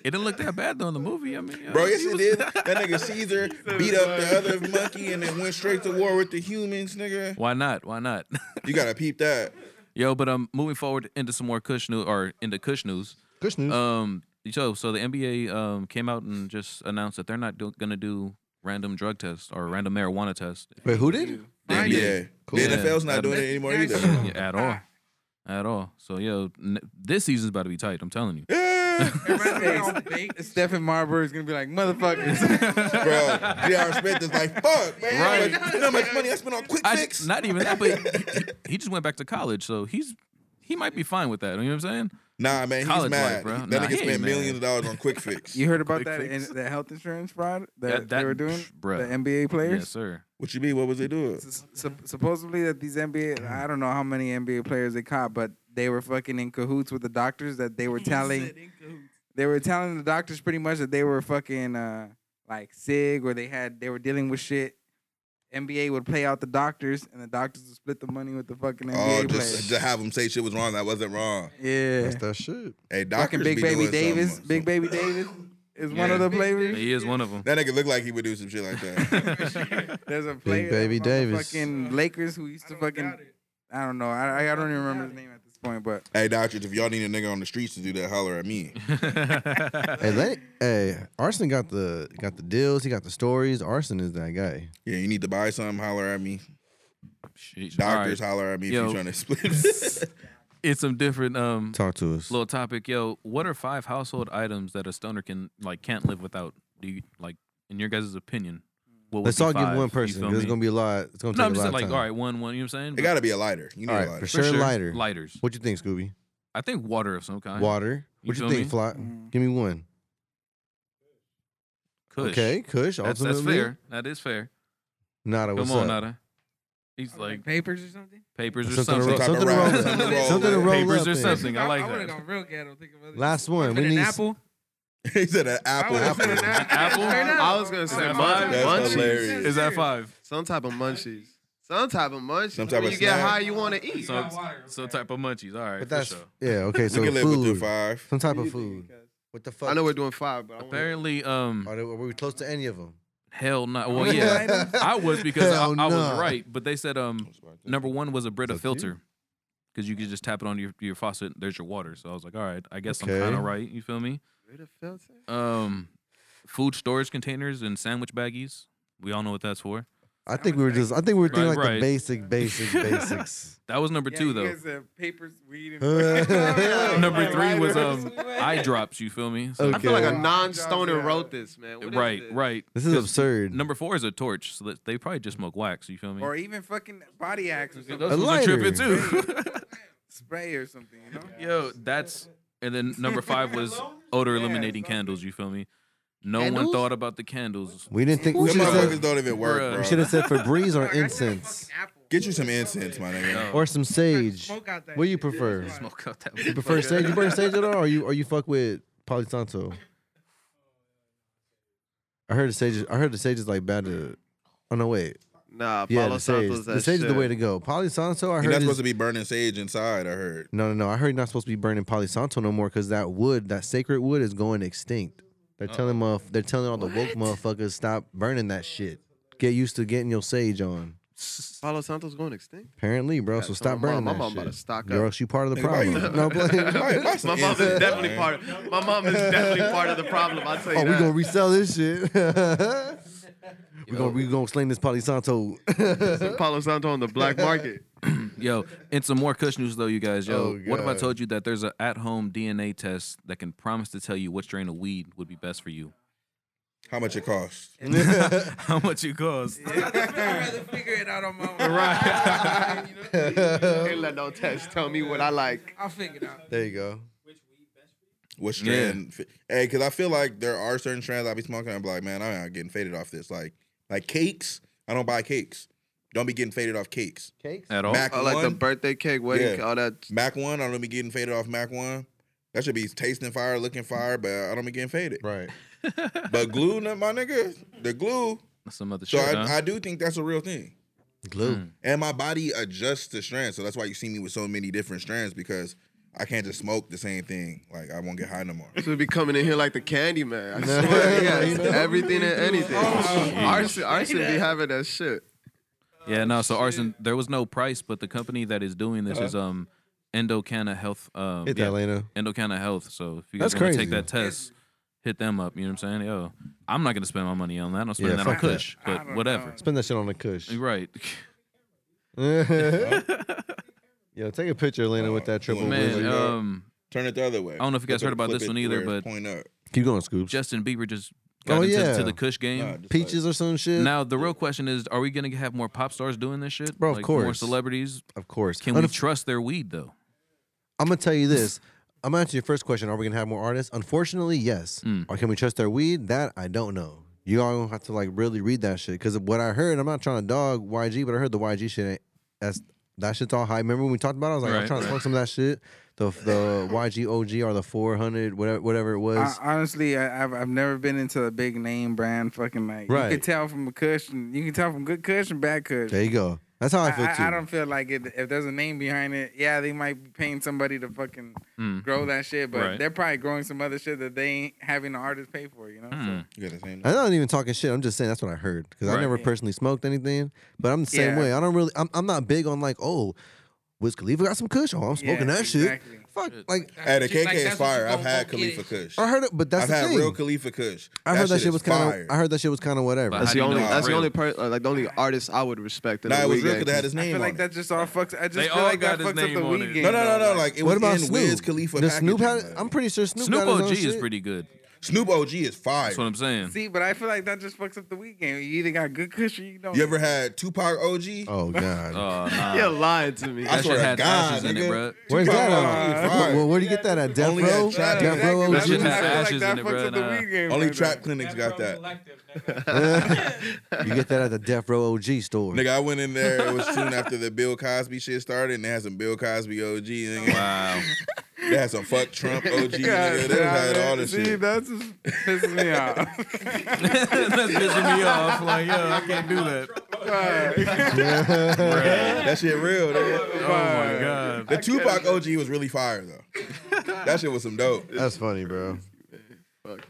Speaker 2: It didn't look that bad though in the movie. I mean, uh,
Speaker 4: Bro, yes
Speaker 2: he
Speaker 4: it
Speaker 2: was- *laughs*
Speaker 4: did. That nigga Caesar beat up the other monkey and then went straight to war with the humans, nigga.
Speaker 2: Why not? Why not? *laughs*
Speaker 4: You gotta peep that.
Speaker 2: Yo, but um, moving forward into some more Kush news or into Kush news.
Speaker 3: Kush news.
Speaker 2: Um, so so the NBA um came out and just announced that they're not do- gonna do random drug tests or random marijuana tests.
Speaker 3: Wait, who did?
Speaker 4: Yeah.
Speaker 3: Cool.
Speaker 4: The NFL's
Speaker 2: Yeah.
Speaker 4: not doing it anymore either.
Speaker 2: Yeah, *laughs* at all, at all. So yo, n- this season's about to be tight. I'm telling you.
Speaker 3: *laughs*
Speaker 4: Yeah.
Speaker 6: Everybody been
Speaker 3: um,
Speaker 6: all baked.
Speaker 7: Stephen Marbury is gonna be like, motherfuckers.
Speaker 4: Bro,
Speaker 7: *laughs*
Speaker 4: J.R. Smith is like, fuck, man. Like, you
Speaker 6: *laughs*
Speaker 4: know how much money I spent on quick
Speaker 2: I-
Speaker 4: fix?
Speaker 2: not even that, but he- he, he just went back to college, so he's he might be fine with that. You know what I'm saying?
Speaker 4: Nah, man, he's
Speaker 2: College
Speaker 4: mad.
Speaker 2: life, bro.
Speaker 4: That
Speaker 2: Nah,
Speaker 4: nigga
Speaker 2: he
Speaker 4: spent
Speaker 2: ain't
Speaker 4: millions
Speaker 2: mad.
Speaker 4: of dollars on
Speaker 3: *laughs*
Speaker 4: quick fix.
Speaker 7: you heard about
Speaker 2: Quick
Speaker 7: that in
Speaker 2: fix.
Speaker 7: the health insurance fraud that,
Speaker 2: That-
Speaker 7: they
Speaker 2: that-
Speaker 7: were doing?
Speaker 2: bruh.
Speaker 7: The NBA
Speaker 2: Yes,
Speaker 7: players?
Speaker 2: sir.
Speaker 4: What you mean? What was they doing?
Speaker 7: S- sup- supposedly that these NBA, I don't know how many NBA players they caught, but they were fucking in cahoots with the doctors that they were telling. they were telling the doctors pretty much that they were fucking uh, like sick or they had they were dealing with shit. NBA would play out the doctors, and the doctors would split the money with the fucking NBA
Speaker 4: Oh, *laughs* just
Speaker 7: players.
Speaker 4: to have them say shit was wrong. That wasn't wrong.
Speaker 7: yeah,
Speaker 3: That's that shit.
Speaker 4: Hey, doctors
Speaker 7: fucking Big
Speaker 4: be
Speaker 7: Baby
Speaker 4: doing
Speaker 7: Davis.
Speaker 4: something.
Speaker 7: Big Baby Davis is one
Speaker 2: Yeah.
Speaker 7: of the
Speaker 6: Big
Speaker 7: players.
Speaker 2: He is one of them.
Speaker 4: That nigga look like he would do some shit like that.
Speaker 7: *laughs* There's a player that
Speaker 3: Baby
Speaker 7: was on the
Speaker 3: Davis.
Speaker 7: fucking Lakers who used to fucking I don't know. I I don't even remember his name at this point, but
Speaker 4: hey, doctors, if y'all need a nigga on the streets to do that, holler
Speaker 2: *laughs*
Speaker 4: at me.
Speaker 3: Hey, let, hey, Arson got the got the deals. He got the stories. Arson is that guy.
Speaker 4: Yeah, you need to buy something, holler at me.
Speaker 2: Sheesh. All right.
Speaker 4: *laughs* Doctors, holler at me
Speaker 2: Yo.
Speaker 4: if you're trying to
Speaker 2: *laughs*
Speaker 4: split.
Speaker 2: It's some different um
Speaker 3: Talk to us.
Speaker 2: little topic, yo. What are five household items that a stoner can like can't live without? Do you like in your guys' opinion? What would
Speaker 3: Let's
Speaker 2: be
Speaker 3: all
Speaker 2: five?
Speaker 3: give one
Speaker 2: You
Speaker 3: person.
Speaker 2: feel
Speaker 3: 'cause It's
Speaker 2: me?
Speaker 3: gonna be a lot. It's gonna take
Speaker 2: No, I'm
Speaker 3: a
Speaker 2: just
Speaker 3: lot
Speaker 2: saying,
Speaker 3: of
Speaker 2: like,
Speaker 3: time.
Speaker 2: all right, one, one. You know what I'm saying?
Speaker 4: it
Speaker 2: But
Speaker 4: gotta be a lighter. You need
Speaker 3: All right,
Speaker 4: a lighter.
Speaker 3: for sure, lighter.
Speaker 2: Lighters.
Speaker 3: What you think, Scooby?
Speaker 2: I think water of some kind.
Speaker 3: Water.
Speaker 2: You
Speaker 3: What you,
Speaker 2: feel
Speaker 3: think,
Speaker 2: me?
Speaker 3: Flop?
Speaker 7: Mm.
Speaker 3: Give me one.
Speaker 2: Kush.
Speaker 3: Okay, Kush.
Speaker 2: That's,
Speaker 3: Ultimately,
Speaker 2: that's fair. That is fair.
Speaker 3: Nada, what's
Speaker 2: Come on,
Speaker 3: up?
Speaker 2: Nada. He's like
Speaker 6: like papers or something.
Speaker 2: papers or
Speaker 3: Something to
Speaker 2: something.
Speaker 3: roll,
Speaker 4: Type of
Speaker 3: something
Speaker 2: *laughs*
Speaker 3: to
Speaker 4: roll-
Speaker 3: roll, with.
Speaker 4: something to roll
Speaker 3: something to
Speaker 4: with.
Speaker 3: roll
Speaker 2: Papers
Speaker 3: up
Speaker 2: or
Speaker 3: in.
Speaker 2: something. I like
Speaker 6: I would have
Speaker 2: that.
Speaker 6: gone real ghetto. Think about it.
Speaker 3: Last one.
Speaker 6: Would've
Speaker 3: We
Speaker 6: been
Speaker 3: need
Speaker 6: an
Speaker 3: s-
Speaker 6: apple.
Speaker 4: *laughs* he said an
Speaker 6: I
Speaker 4: apple.
Speaker 6: would've been an
Speaker 2: Apple?
Speaker 6: Straight up.
Speaker 5: I was gonna
Speaker 2: Is
Speaker 5: say
Speaker 2: that
Speaker 6: I'm
Speaker 5: mine.
Speaker 2: five?
Speaker 6: serious.
Speaker 4: That's
Speaker 6: I'm
Speaker 4: hilarious.
Speaker 6: serious.
Speaker 2: Is that five?
Speaker 5: Some type of munchies. Some type of munchies.
Speaker 4: Some type
Speaker 5: when
Speaker 4: of
Speaker 5: you get
Speaker 4: snack.
Speaker 5: high, you want to eat.
Speaker 2: So, so type of munchies. All right,
Speaker 3: But
Speaker 2: for
Speaker 3: that's
Speaker 2: sure.
Speaker 3: yeah. Okay, so
Speaker 4: *laughs* we can live
Speaker 3: food.
Speaker 4: with the five.
Speaker 3: Some type of food. What the fuck?
Speaker 5: I know we're doing five, but I wanna-
Speaker 2: Apparently, um,
Speaker 3: Are, Oh, they, are we close to any of them?
Speaker 2: hell no. Well, yeah, I was because I,
Speaker 3: Hell
Speaker 2: I was
Speaker 3: nah.
Speaker 2: right. But they said um, number one was a Brita filter because you could just tap it on your your faucet. There's your water. So I was like, all right, I guess I'm
Speaker 3: Okay.
Speaker 2: kind of right. You feel me?
Speaker 5: Brita filter?
Speaker 2: Um, food storage containers and sandwich baggies. We all know what that's for.
Speaker 3: I think we were just. I think we were thinking
Speaker 2: Right,
Speaker 3: like
Speaker 2: right.
Speaker 3: the basic,
Speaker 4: *laughs*
Speaker 3: basic, basics.
Speaker 2: That was number two though.
Speaker 7: papers, weed,
Speaker 3: *laughs*
Speaker 2: number three was
Speaker 7: *laughs*
Speaker 2: um, eye drops. You feel me? So,
Speaker 5: I feel like
Speaker 3: Okay.
Speaker 5: a non-stoner wrote this, man. What is
Speaker 2: right,
Speaker 5: this?
Speaker 2: right.
Speaker 3: This is absurd.
Speaker 2: Number four is a torch. So that they probably just smoke wax. You feel me?
Speaker 7: or even fucking body axe or something,
Speaker 2: Those
Speaker 3: A
Speaker 2: fools are tripping
Speaker 3: lighter.
Speaker 2: too. *laughs*
Speaker 7: spray or something. You know,
Speaker 2: Yo, that's and then number five was odor eliminating candles. You feel me? No one thought about the candles.
Speaker 3: we
Speaker 4: *laughs*
Speaker 3: didn't think
Speaker 4: Them
Speaker 3: we should have
Speaker 4: motherfuckers
Speaker 3: said.
Speaker 4: don't even
Speaker 2: Bruh.
Speaker 4: work,
Speaker 3: We should
Speaker 4: bro.
Speaker 3: have said Febreze or
Speaker 6: Fuck, I said a fucking
Speaker 3: incense
Speaker 6: apple.
Speaker 4: Get you some incense, my nigga.
Speaker 3: or some sage.
Speaker 6: Smoke out that
Speaker 3: What do you
Speaker 6: shit.
Speaker 3: prefer?
Speaker 6: That's
Speaker 2: Smoke out that.
Speaker 3: You prefer sage? You burn sage at all, or you or you fuck with Polisanto? I heard the sage. I heard the sage is like bad to. Oh no, wait.
Speaker 4: Uh,
Speaker 5: Nah,
Speaker 3: Yeah,
Speaker 5: Palo
Speaker 3: the sage.
Speaker 5: Santo's that
Speaker 3: The sage
Speaker 5: shit.
Speaker 3: is the way to go. Polisanto, I
Speaker 4: You're
Speaker 3: heard.
Speaker 4: not
Speaker 3: Is,
Speaker 4: supposed to be burning sage inside, I heard.
Speaker 3: no, no, no. I heard you're not supposed to be burning Polisanto no more because that wood, that sacred wood, is going extinct. They're telling muff. They're telling all the woke motherfuckers stop burning that shit. Get used to getting your sage on.
Speaker 5: Palo Santo's going extinct.
Speaker 3: Apparently, bro. so
Speaker 5: Yeah,
Speaker 3: stop
Speaker 5: my
Speaker 3: burning
Speaker 5: mom- my
Speaker 3: that
Speaker 5: mom
Speaker 3: shit.
Speaker 5: about to stock
Speaker 3: You're
Speaker 5: up.
Speaker 3: actually part of the
Speaker 4: Nigga, why you-
Speaker 3: problem. no, *laughs*
Speaker 5: *laughs*
Speaker 3: blame.
Speaker 4: Buy- buy some
Speaker 5: My mom is
Speaker 4: incense,
Speaker 5: definitely
Speaker 4: man.
Speaker 5: part. Of, my mom is definitely part of the problem. I tell you
Speaker 3: Oh, we
Speaker 5: that.
Speaker 3: gonna resell this shit. *laughs* we gonna we gonna sling this Polisanto.
Speaker 5: Palo Santo on the black market.
Speaker 2: *clears throat* Yo, and some more Kush news though, you guys. Yo,
Speaker 3: Oh,
Speaker 2: what if I
Speaker 3: God.
Speaker 2: told you that there's an at-home DNA test that can promise to tell you what strain of weed would be best for you? *laughs*
Speaker 4: How much it costs?
Speaker 2: How much it costs?
Speaker 6: *laughs* I'd rather figure it out on my own. *laughs* Right.
Speaker 5: Ain't let no test tell me what I like.
Speaker 6: I'll figure it out.
Speaker 3: there you go.
Speaker 4: What strand? fi- Hey, because I feel like there are certain strands I be smoking. I'm like, man, I'm not getting faded off this. Like, like cakes. I don't buy cakes. Don't be getting faded off cakes.
Speaker 2: at all.
Speaker 4: Mac
Speaker 5: Oh, like the
Speaker 4: one,
Speaker 5: birthday cake, wedding,
Speaker 4: Yeah.
Speaker 5: all that.
Speaker 4: Mac one. I don't be getting faded off Mac one. That should be tasting fire, looking fire, but I don't be getting faded.
Speaker 3: Right.
Speaker 4: But glue, n- my nigga, the glue.
Speaker 2: Some other
Speaker 4: So
Speaker 2: shit.
Speaker 4: I,
Speaker 2: huh? Hmm.
Speaker 4: I do think that's a real thing.
Speaker 3: Glue.
Speaker 4: And my body adjusts to strands. So that's why you see me with so many different strands because I can't just smoke the same thing. Like I won't get high no more.
Speaker 5: This would be coming in here like the candy man. I
Speaker 3: *laughs*
Speaker 5: swear, yeah,
Speaker 3: you know?
Speaker 5: everything and anything.
Speaker 2: Oh,
Speaker 5: Arson, Arson be having that shit.
Speaker 2: yeah, no. So arson, there was no price, but the company that is doing this is um Endocana Health. Um,
Speaker 3: Hit
Speaker 2: yeah,
Speaker 3: that, Lena.
Speaker 2: Endocana Health. So if you
Speaker 3: That's
Speaker 2: guys want
Speaker 3: crazy.
Speaker 2: to take that test, hit them up. You know what I'm saying? Yo, I'm not gonna spend my money on that. I'm spending
Speaker 3: Yeah,
Speaker 2: that on
Speaker 3: fuck that.
Speaker 2: Kush,
Speaker 7: I
Speaker 2: but
Speaker 7: don't
Speaker 2: whatever.
Speaker 7: know.
Speaker 3: Spend that shit on the cush.
Speaker 2: You're
Speaker 3: *laughs*
Speaker 2: Right.
Speaker 3: Yo, take a picture, Lena, with that triple.
Speaker 4: Man,
Speaker 3: wizard.
Speaker 2: Man, um,
Speaker 4: Turn it the other way.
Speaker 2: I don't know if you guys
Speaker 4: Flip
Speaker 2: heard
Speaker 4: it-
Speaker 2: about
Speaker 4: flip
Speaker 2: this
Speaker 4: it
Speaker 2: one either,
Speaker 4: where it's
Speaker 2: but-
Speaker 4: point up.
Speaker 3: Keep going, Scoops.
Speaker 2: Justin Bieber just got
Speaker 3: Oh,
Speaker 2: into
Speaker 3: yeah.
Speaker 2: to the Kush game.
Speaker 4: Nah, just
Speaker 3: Peaches or some shit.
Speaker 2: Now the real question is: Are we gonna have more pop stars doing this shit?
Speaker 3: Bro, of
Speaker 2: Like, More
Speaker 3: course.
Speaker 2: celebrities.
Speaker 3: of course.
Speaker 2: Can we trust their weed though?
Speaker 3: I'm gonna tell you this. I'm gonna answer your first question. Are we gonna have more artists? Unfortunately, yes.
Speaker 2: Mm.
Speaker 3: Or can we trust their weed? That I don't know. You all gonna have to like really read that shit. Cause what I heard, I'm not trying to dog YG, but I heard the YG shit. ain't- That's that shit's all high. Remember when we talked about? it? I was like, I'm
Speaker 2: Right,
Speaker 3: trying to smoke some of that shit. The the YG OG or the 400, whatever whatever it
Speaker 7: I,
Speaker 3: was.
Speaker 7: honestly, I, I've I've never been into a big name brand. Fucking like
Speaker 3: Right.
Speaker 7: you can tell from a cushion. You can tell from good cushion, bad cushion.
Speaker 3: there you go. That's how I, feel
Speaker 7: I,
Speaker 3: too.
Speaker 7: I, I don't feel like it. If there's a name behind it, yeah, they might be paying somebody to fucking
Speaker 2: Mm.
Speaker 7: grow that shit, but
Speaker 2: Right.
Speaker 7: they're probably growing some other shit that they ain't having the artist pay for. You know,
Speaker 2: Mm.
Speaker 4: You got the same.
Speaker 3: I'm not even talking shit. I'm just saying that's what I heard because I
Speaker 2: Right.
Speaker 3: never personally smoked anything. But I'm the same
Speaker 7: Yeah.
Speaker 3: way. I don't really. I'm, I'm not big on like, oh, Wiz Khalifa got some Kush. Oh, I'm
Speaker 7: So- Yeah,
Speaker 3: smoking that
Speaker 7: exactly.
Speaker 3: shit. Fuck, like
Speaker 4: Hey, the
Speaker 6: Just like
Speaker 4: KK is
Speaker 6: that's what
Speaker 4: fire.
Speaker 6: you
Speaker 4: I've
Speaker 6: gon'
Speaker 4: had
Speaker 6: go get
Speaker 4: Khalifa
Speaker 6: it.
Speaker 4: Kush.
Speaker 3: I heard it, but that's
Speaker 4: I've
Speaker 3: the
Speaker 4: had
Speaker 3: thing.
Speaker 4: real Khalifa Kush.
Speaker 3: I heard that shit
Speaker 4: is
Speaker 3: was kind
Speaker 4: fire.
Speaker 3: of. I heard that shit was kind of whatever.
Speaker 2: But
Speaker 5: That's
Speaker 2: how
Speaker 5: the
Speaker 2: do you
Speaker 5: only.
Speaker 2: know it's
Speaker 5: That's the
Speaker 2: real?
Speaker 5: only person. Like the only artist I would respect. in
Speaker 4: Nah,
Speaker 5: the
Speaker 4: it was
Speaker 5: weed
Speaker 4: real
Speaker 5: game.
Speaker 4: because it had his
Speaker 7: I
Speaker 4: name
Speaker 7: feel
Speaker 4: on
Speaker 7: like
Speaker 4: it.
Speaker 7: that just all fucks. I just
Speaker 2: They
Speaker 7: feel
Speaker 2: all
Speaker 7: like
Speaker 2: got
Speaker 7: that
Speaker 2: his
Speaker 7: fucks up
Speaker 2: name
Speaker 7: the
Speaker 2: on
Speaker 7: weed
Speaker 2: it.
Speaker 7: game.
Speaker 4: No, no, no,
Speaker 7: though,
Speaker 4: no. Like it
Speaker 3: what
Speaker 4: was
Speaker 3: about
Speaker 4: in
Speaker 3: Snoop?
Speaker 4: Wiz Khalifa.
Speaker 3: the Snoop had.
Speaker 4: packaging,
Speaker 3: I'm
Speaker 4: like.
Speaker 3: pretty sure Snoop.
Speaker 2: Snoop
Speaker 3: got his
Speaker 2: OG
Speaker 3: own shit.
Speaker 2: is pretty good.
Speaker 4: Snoop OG is fire.
Speaker 2: That's what I'm saying.
Speaker 7: See, but I feel like that just fucks up the weed game. You either got good cushion, you don't.
Speaker 4: You ever had Tupac OG?
Speaker 3: Oh god.
Speaker 2: Oh, nah.
Speaker 5: You're lying to me.
Speaker 4: I
Speaker 2: That shit
Speaker 4: swear to
Speaker 2: had
Speaker 4: God,
Speaker 2: ashes in
Speaker 4: nigga.
Speaker 2: it, bro.
Speaker 3: Where's
Speaker 4: Tupac
Speaker 3: that
Speaker 4: OG
Speaker 3: at?
Speaker 4: is fire.
Speaker 3: Well, where do you get that at? Death
Speaker 4: Only
Speaker 3: Row?
Speaker 4: at trap.
Speaker 3: Death Row
Speaker 7: Exactly.
Speaker 2: That shit
Speaker 7: That's what
Speaker 2: had
Speaker 7: I feel
Speaker 2: ashes
Speaker 7: like
Speaker 2: in
Speaker 7: that
Speaker 2: it,
Speaker 7: fucks
Speaker 2: bruh,
Speaker 7: up the
Speaker 2: nah.
Speaker 7: weed game.
Speaker 4: Only
Speaker 7: right there.
Speaker 4: trap clinics got that. *laughs*
Speaker 3: *laughs* You get that at the Death Row OG store.
Speaker 4: Nigga, I went in there. It was soon after the Bill Cosby shit started, and they had some Bill Cosby OG. Nigga.
Speaker 2: Wow.
Speaker 4: They had some fuck Trump OG. nigga.
Speaker 7: God
Speaker 4: They
Speaker 7: damn
Speaker 4: had
Speaker 7: it.
Speaker 4: all this
Speaker 7: See, *laughs*
Speaker 4: shit.
Speaker 7: *laughs* that just pisses me off.
Speaker 2: That's pissing me
Speaker 4: *laughs*
Speaker 2: off. *laughs* Like, yo, I can't do that.
Speaker 4: That shit real. Nigga.
Speaker 2: Oh my god.
Speaker 4: The Tupac OG was really fire though. That shit was some dope.
Speaker 3: That's funny, bro.
Speaker 4: *laughs*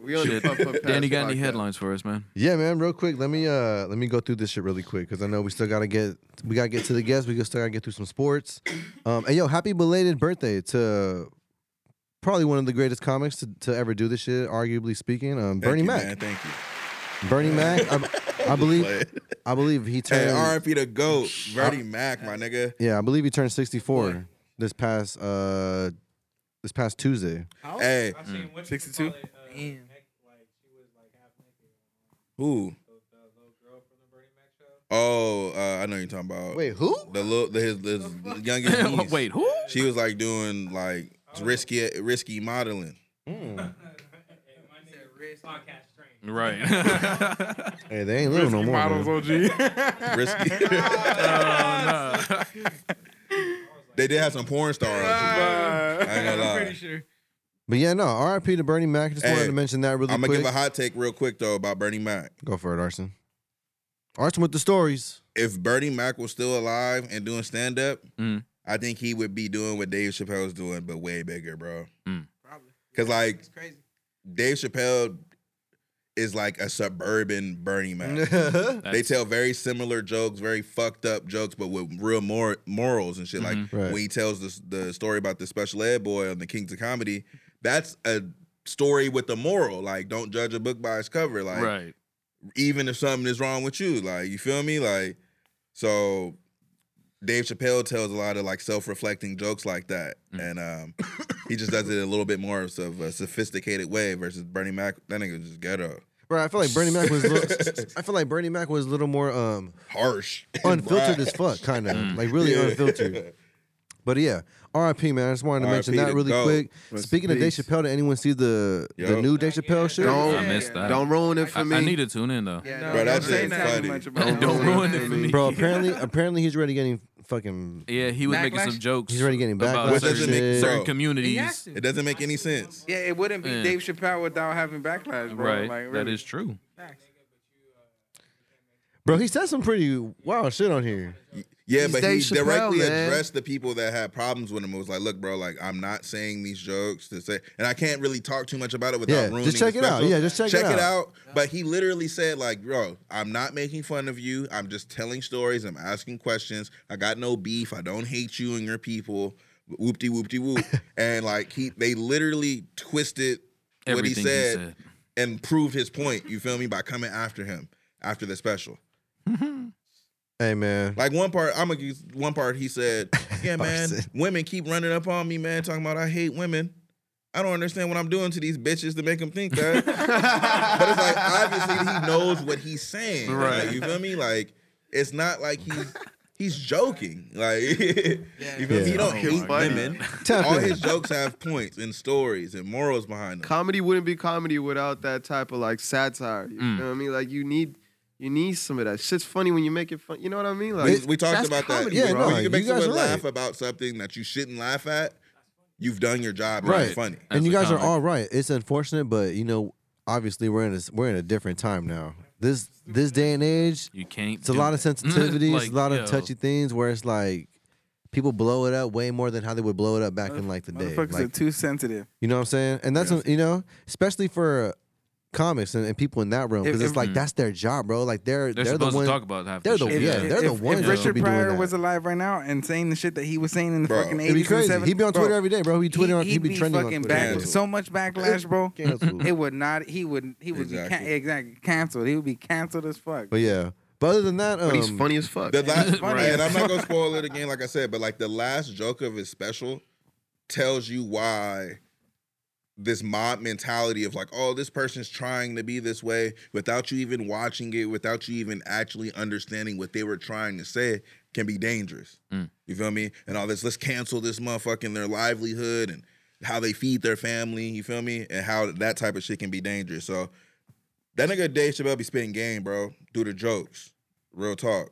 Speaker 5: We only
Speaker 2: Shit.
Speaker 5: pump up past
Speaker 2: Danny, got
Speaker 5: like
Speaker 2: any
Speaker 5: that.
Speaker 2: headlines for us,
Speaker 3: *laughs*
Speaker 2: man?
Speaker 3: Yeah, man. Real quick, let me uh let me go through this shit really quick because I know we still gotta get we gotta get to the guests. We still gotta get through some sports. Um, and yo, happy belated birthday to probably one of the greatest comics to, to ever do this shit. Arguably speaking, um,
Speaker 4: Thank
Speaker 3: Bernie
Speaker 4: you,
Speaker 3: Mac.
Speaker 4: man. Thank you.
Speaker 3: Bernie Mac. I, I
Speaker 4: *laughs*
Speaker 3: believe.
Speaker 4: But-
Speaker 3: I believe he turned.
Speaker 4: Hey, RP the GOAT, Verdi Mac, my nigga.
Speaker 3: Yeah, I believe he turned 64 this past uh this past Tuesday.
Speaker 4: Hey,
Speaker 2: Mm.
Speaker 7: Sixty-two.
Speaker 6: Damn.
Speaker 4: who? Oh, uh, I know you're talking about.
Speaker 3: who?
Speaker 4: the little the, his, his youngest.
Speaker 2: *laughs*
Speaker 4: niece.
Speaker 2: Wait, who?
Speaker 4: she was like doing like risky risky modeling.
Speaker 2: Mm.
Speaker 8: *laughs*
Speaker 2: Right.
Speaker 3: *laughs* Hey, they ain't living no more.
Speaker 7: Models
Speaker 3: man.
Speaker 7: OG.
Speaker 4: *laughs* Risky. They did have some porn star. on too. I ain't gonna lie.
Speaker 3: But yeah, no. R.I.P. to Bernie Mac. Just wanted
Speaker 4: Hey,
Speaker 3: to mention that really
Speaker 4: I'm gonna
Speaker 3: quick.
Speaker 4: give a hot take real quick though about Bernie Mac.
Speaker 3: Go for it, Arson. Arson with the stories.
Speaker 4: If Bernie Mac was still alive and doing stand up,
Speaker 2: Mm.
Speaker 4: I think he would be doing what Dave Chappelle's doing, but way bigger, bro.
Speaker 6: Probably.
Speaker 4: Cause like
Speaker 6: It's crazy.
Speaker 4: Dave Chappelle is like a suburban Bernie *laughs*
Speaker 6: *laughs*
Speaker 4: Mac.
Speaker 3: right.
Speaker 4: they
Speaker 2: That's-
Speaker 4: tell very similar jokes, very fucked up jokes, but with real mor- morals and shit. Like when he tells this, the story about the special ed boy on the Kings of Comedy, that's a story with a moral. Like, don't judge a book by its cover. Like,
Speaker 2: Right.
Speaker 4: even if something is wrong with you, like, you feel me? Like, so Dave Chappelle tells a lot of like self-reflecting jokes like that,
Speaker 2: Mm.
Speaker 4: and um, he just does it a little bit more of a sophisticated way versus Bernie Mac. That nigga was just ghetto,
Speaker 3: I feel like Bernie Mac was. Little, I feel like Bernie Mac was a little more um
Speaker 4: harsh, Mm.
Speaker 3: unfiltered
Speaker 4: Right. *laughs*
Speaker 3: as fuck, kind of like really unfiltered. But yeah, R.I.P. Man. I just wanted to mention
Speaker 4: R.I.P.
Speaker 3: that
Speaker 4: to
Speaker 3: really
Speaker 4: go.
Speaker 3: quick.
Speaker 5: Rest
Speaker 3: Speaking of
Speaker 5: in
Speaker 3: Dave
Speaker 5: peace.
Speaker 3: Chappelle, did anyone see the the
Speaker 4: Yo.
Speaker 3: new Dave Chappelle shit?
Speaker 5: Don't-
Speaker 2: I missed that.
Speaker 5: Don't ruin it for
Speaker 2: I,
Speaker 5: me.
Speaker 2: I need to tune in though.
Speaker 6: Yeah,
Speaker 4: Bro, that
Speaker 7: Don't say
Speaker 4: shit's
Speaker 7: nothing
Speaker 4: funny.
Speaker 7: much about
Speaker 2: Don't
Speaker 7: it.
Speaker 2: ruin it for me.
Speaker 3: Bro, apparently, apparently he's already getting fucking.
Speaker 2: Yeah, he was making
Speaker 6: Backlash?
Speaker 2: some jokes.
Speaker 3: He's already getting backlash
Speaker 2: about
Speaker 4: and
Speaker 2: certain,
Speaker 4: shit.
Speaker 2: certain
Speaker 4: Bro.
Speaker 2: communities.
Speaker 6: has to.
Speaker 4: It doesn't make any sense.
Speaker 7: Yeah, it wouldn't be
Speaker 2: Yeah.
Speaker 7: Dave Chappelle without having backlash, bro.
Speaker 2: Right,
Speaker 7: Like,
Speaker 2: that
Speaker 7: really.
Speaker 2: is true.
Speaker 6: Facts.
Speaker 3: Bro, he said some pretty wild shit on here.
Speaker 4: Yeah,
Speaker 5: He's
Speaker 4: but
Speaker 5: Dave
Speaker 4: he
Speaker 5: Chappelle,
Speaker 4: directly
Speaker 5: man.
Speaker 4: addressed the people that had problems with him. It was like, look, bro, like I'm not saying these jokes to say, and I can't really talk too much about it without
Speaker 3: Yeah,
Speaker 4: ruining.
Speaker 3: just check
Speaker 4: the
Speaker 3: it out.
Speaker 4: special.
Speaker 3: Yeah, just check,
Speaker 4: check it out. But he literally said, like, bro, I'm not making fun of you. I'm just telling stories. I'm asking questions. I got no beef. I don't hate you and your people. Whoop de whoop
Speaker 3: *laughs*
Speaker 4: de whoop. and like he, they literally twisted what he
Speaker 2: Everything
Speaker 4: said, and proved his point. You feel me? By coming after him after the special.
Speaker 3: Hey man,
Speaker 4: Like one part, I'm gonna use one part.
Speaker 3: *laughs*
Speaker 4: He said, "Yeah, man,
Speaker 3: Parson.
Speaker 4: women keep running up on me, man, talking about I hate women. I don't understand what I'm doing to these bitches to make them think that." but it's like obviously he knows what he's saying, right? you feel me? Like it's not like he's he's joking. *laughs* Like you feel me? He don't hate women.
Speaker 3: Tap
Speaker 4: All
Speaker 3: in.
Speaker 4: his jokes have points and stories and morals behind them.
Speaker 5: comedy wouldn't be comedy without that type of like satire.
Speaker 2: Hmm.
Speaker 5: You know what I mean? Like you need you need some of that. Shit's funny when you make it fun. You know what I mean? Like
Speaker 4: we, we talked
Speaker 5: that's
Speaker 4: about
Speaker 5: comedy,
Speaker 4: that.
Speaker 3: Yeah,
Speaker 4: When
Speaker 3: no,
Speaker 4: you can make
Speaker 3: you guys
Speaker 4: someone
Speaker 3: are right.
Speaker 4: laugh about something that you shouldn't laugh at. You've done your job. and
Speaker 3: right?
Speaker 4: It's funny.
Speaker 3: And you
Speaker 2: That's
Speaker 3: guys
Speaker 2: the
Speaker 3: are
Speaker 2: comment.
Speaker 3: all right. It's unfortunate, but you know, obviously we're in a we're in a different time now. This this day and age,
Speaker 2: You can't.
Speaker 3: it's a
Speaker 2: do
Speaker 3: lot of
Speaker 2: that. *laughs*
Speaker 3: sensitivities,
Speaker 2: Like,
Speaker 3: a lot of
Speaker 2: yo,
Speaker 3: touchy things where it's like people blow it up way more than how they would blow it up back in like the day.
Speaker 7: Motherfuckers are
Speaker 3: Like,
Speaker 7: too sensitive.
Speaker 3: you know what I'm saying? And that's you know, especially for comics and, and people in that room because
Speaker 7: If-
Speaker 3: it's like that's their job, bro. Like they're
Speaker 2: They're,
Speaker 3: they're, the
Speaker 2: supposed
Speaker 3: one.
Speaker 2: to talk about half
Speaker 3: they're
Speaker 2: the
Speaker 3: the-
Speaker 2: shit.
Speaker 3: yeah,
Speaker 7: if,
Speaker 3: they're the
Speaker 7: if-
Speaker 3: ones
Speaker 7: If
Speaker 3: that should be
Speaker 7: Richard
Speaker 3: doing
Speaker 7: Pryor
Speaker 3: that.
Speaker 7: was alive right now and saying the shit that he was saying in the
Speaker 4: Bro,
Speaker 7: fucking
Speaker 4: it'd
Speaker 3: It'd be
Speaker 7: eighties and
Speaker 3: crazy.
Speaker 7: seventies,
Speaker 3: He'd be on Twitter every day, bro. He'd be tweeting.
Speaker 7: He'd,
Speaker 3: on, he'd be trending
Speaker 7: fucking
Speaker 3: on Twitter.
Speaker 7: back.
Speaker 4: Canceled.
Speaker 7: So much backlash, bro.
Speaker 3: Canceled.
Speaker 7: It would not. He would. He would be
Speaker 4: Exactly.
Speaker 7: can- exactly canceled. He would be canceled as fuck.
Speaker 3: But yeah. But other than that, um,
Speaker 5: but he's funny as fuck.
Speaker 3: *laughs*
Speaker 4: The last,
Speaker 7: funny.
Speaker 4: and I'm not gonna spoil it again, like I said, but like the last joke of his special tells you why this mob mentality of like, oh, this person's trying to be this way without you even watching it, without you even actually understanding what they were trying to say, can be dangerous.
Speaker 2: Mm.
Speaker 4: You feel me? And all this, let's cancel this motherfucking their livelihood and how they feed their family. You feel me? And how that type of shit can be dangerous. So that nigga Dave Chappelle be spitting game, bro. Do the jokes. Real talk.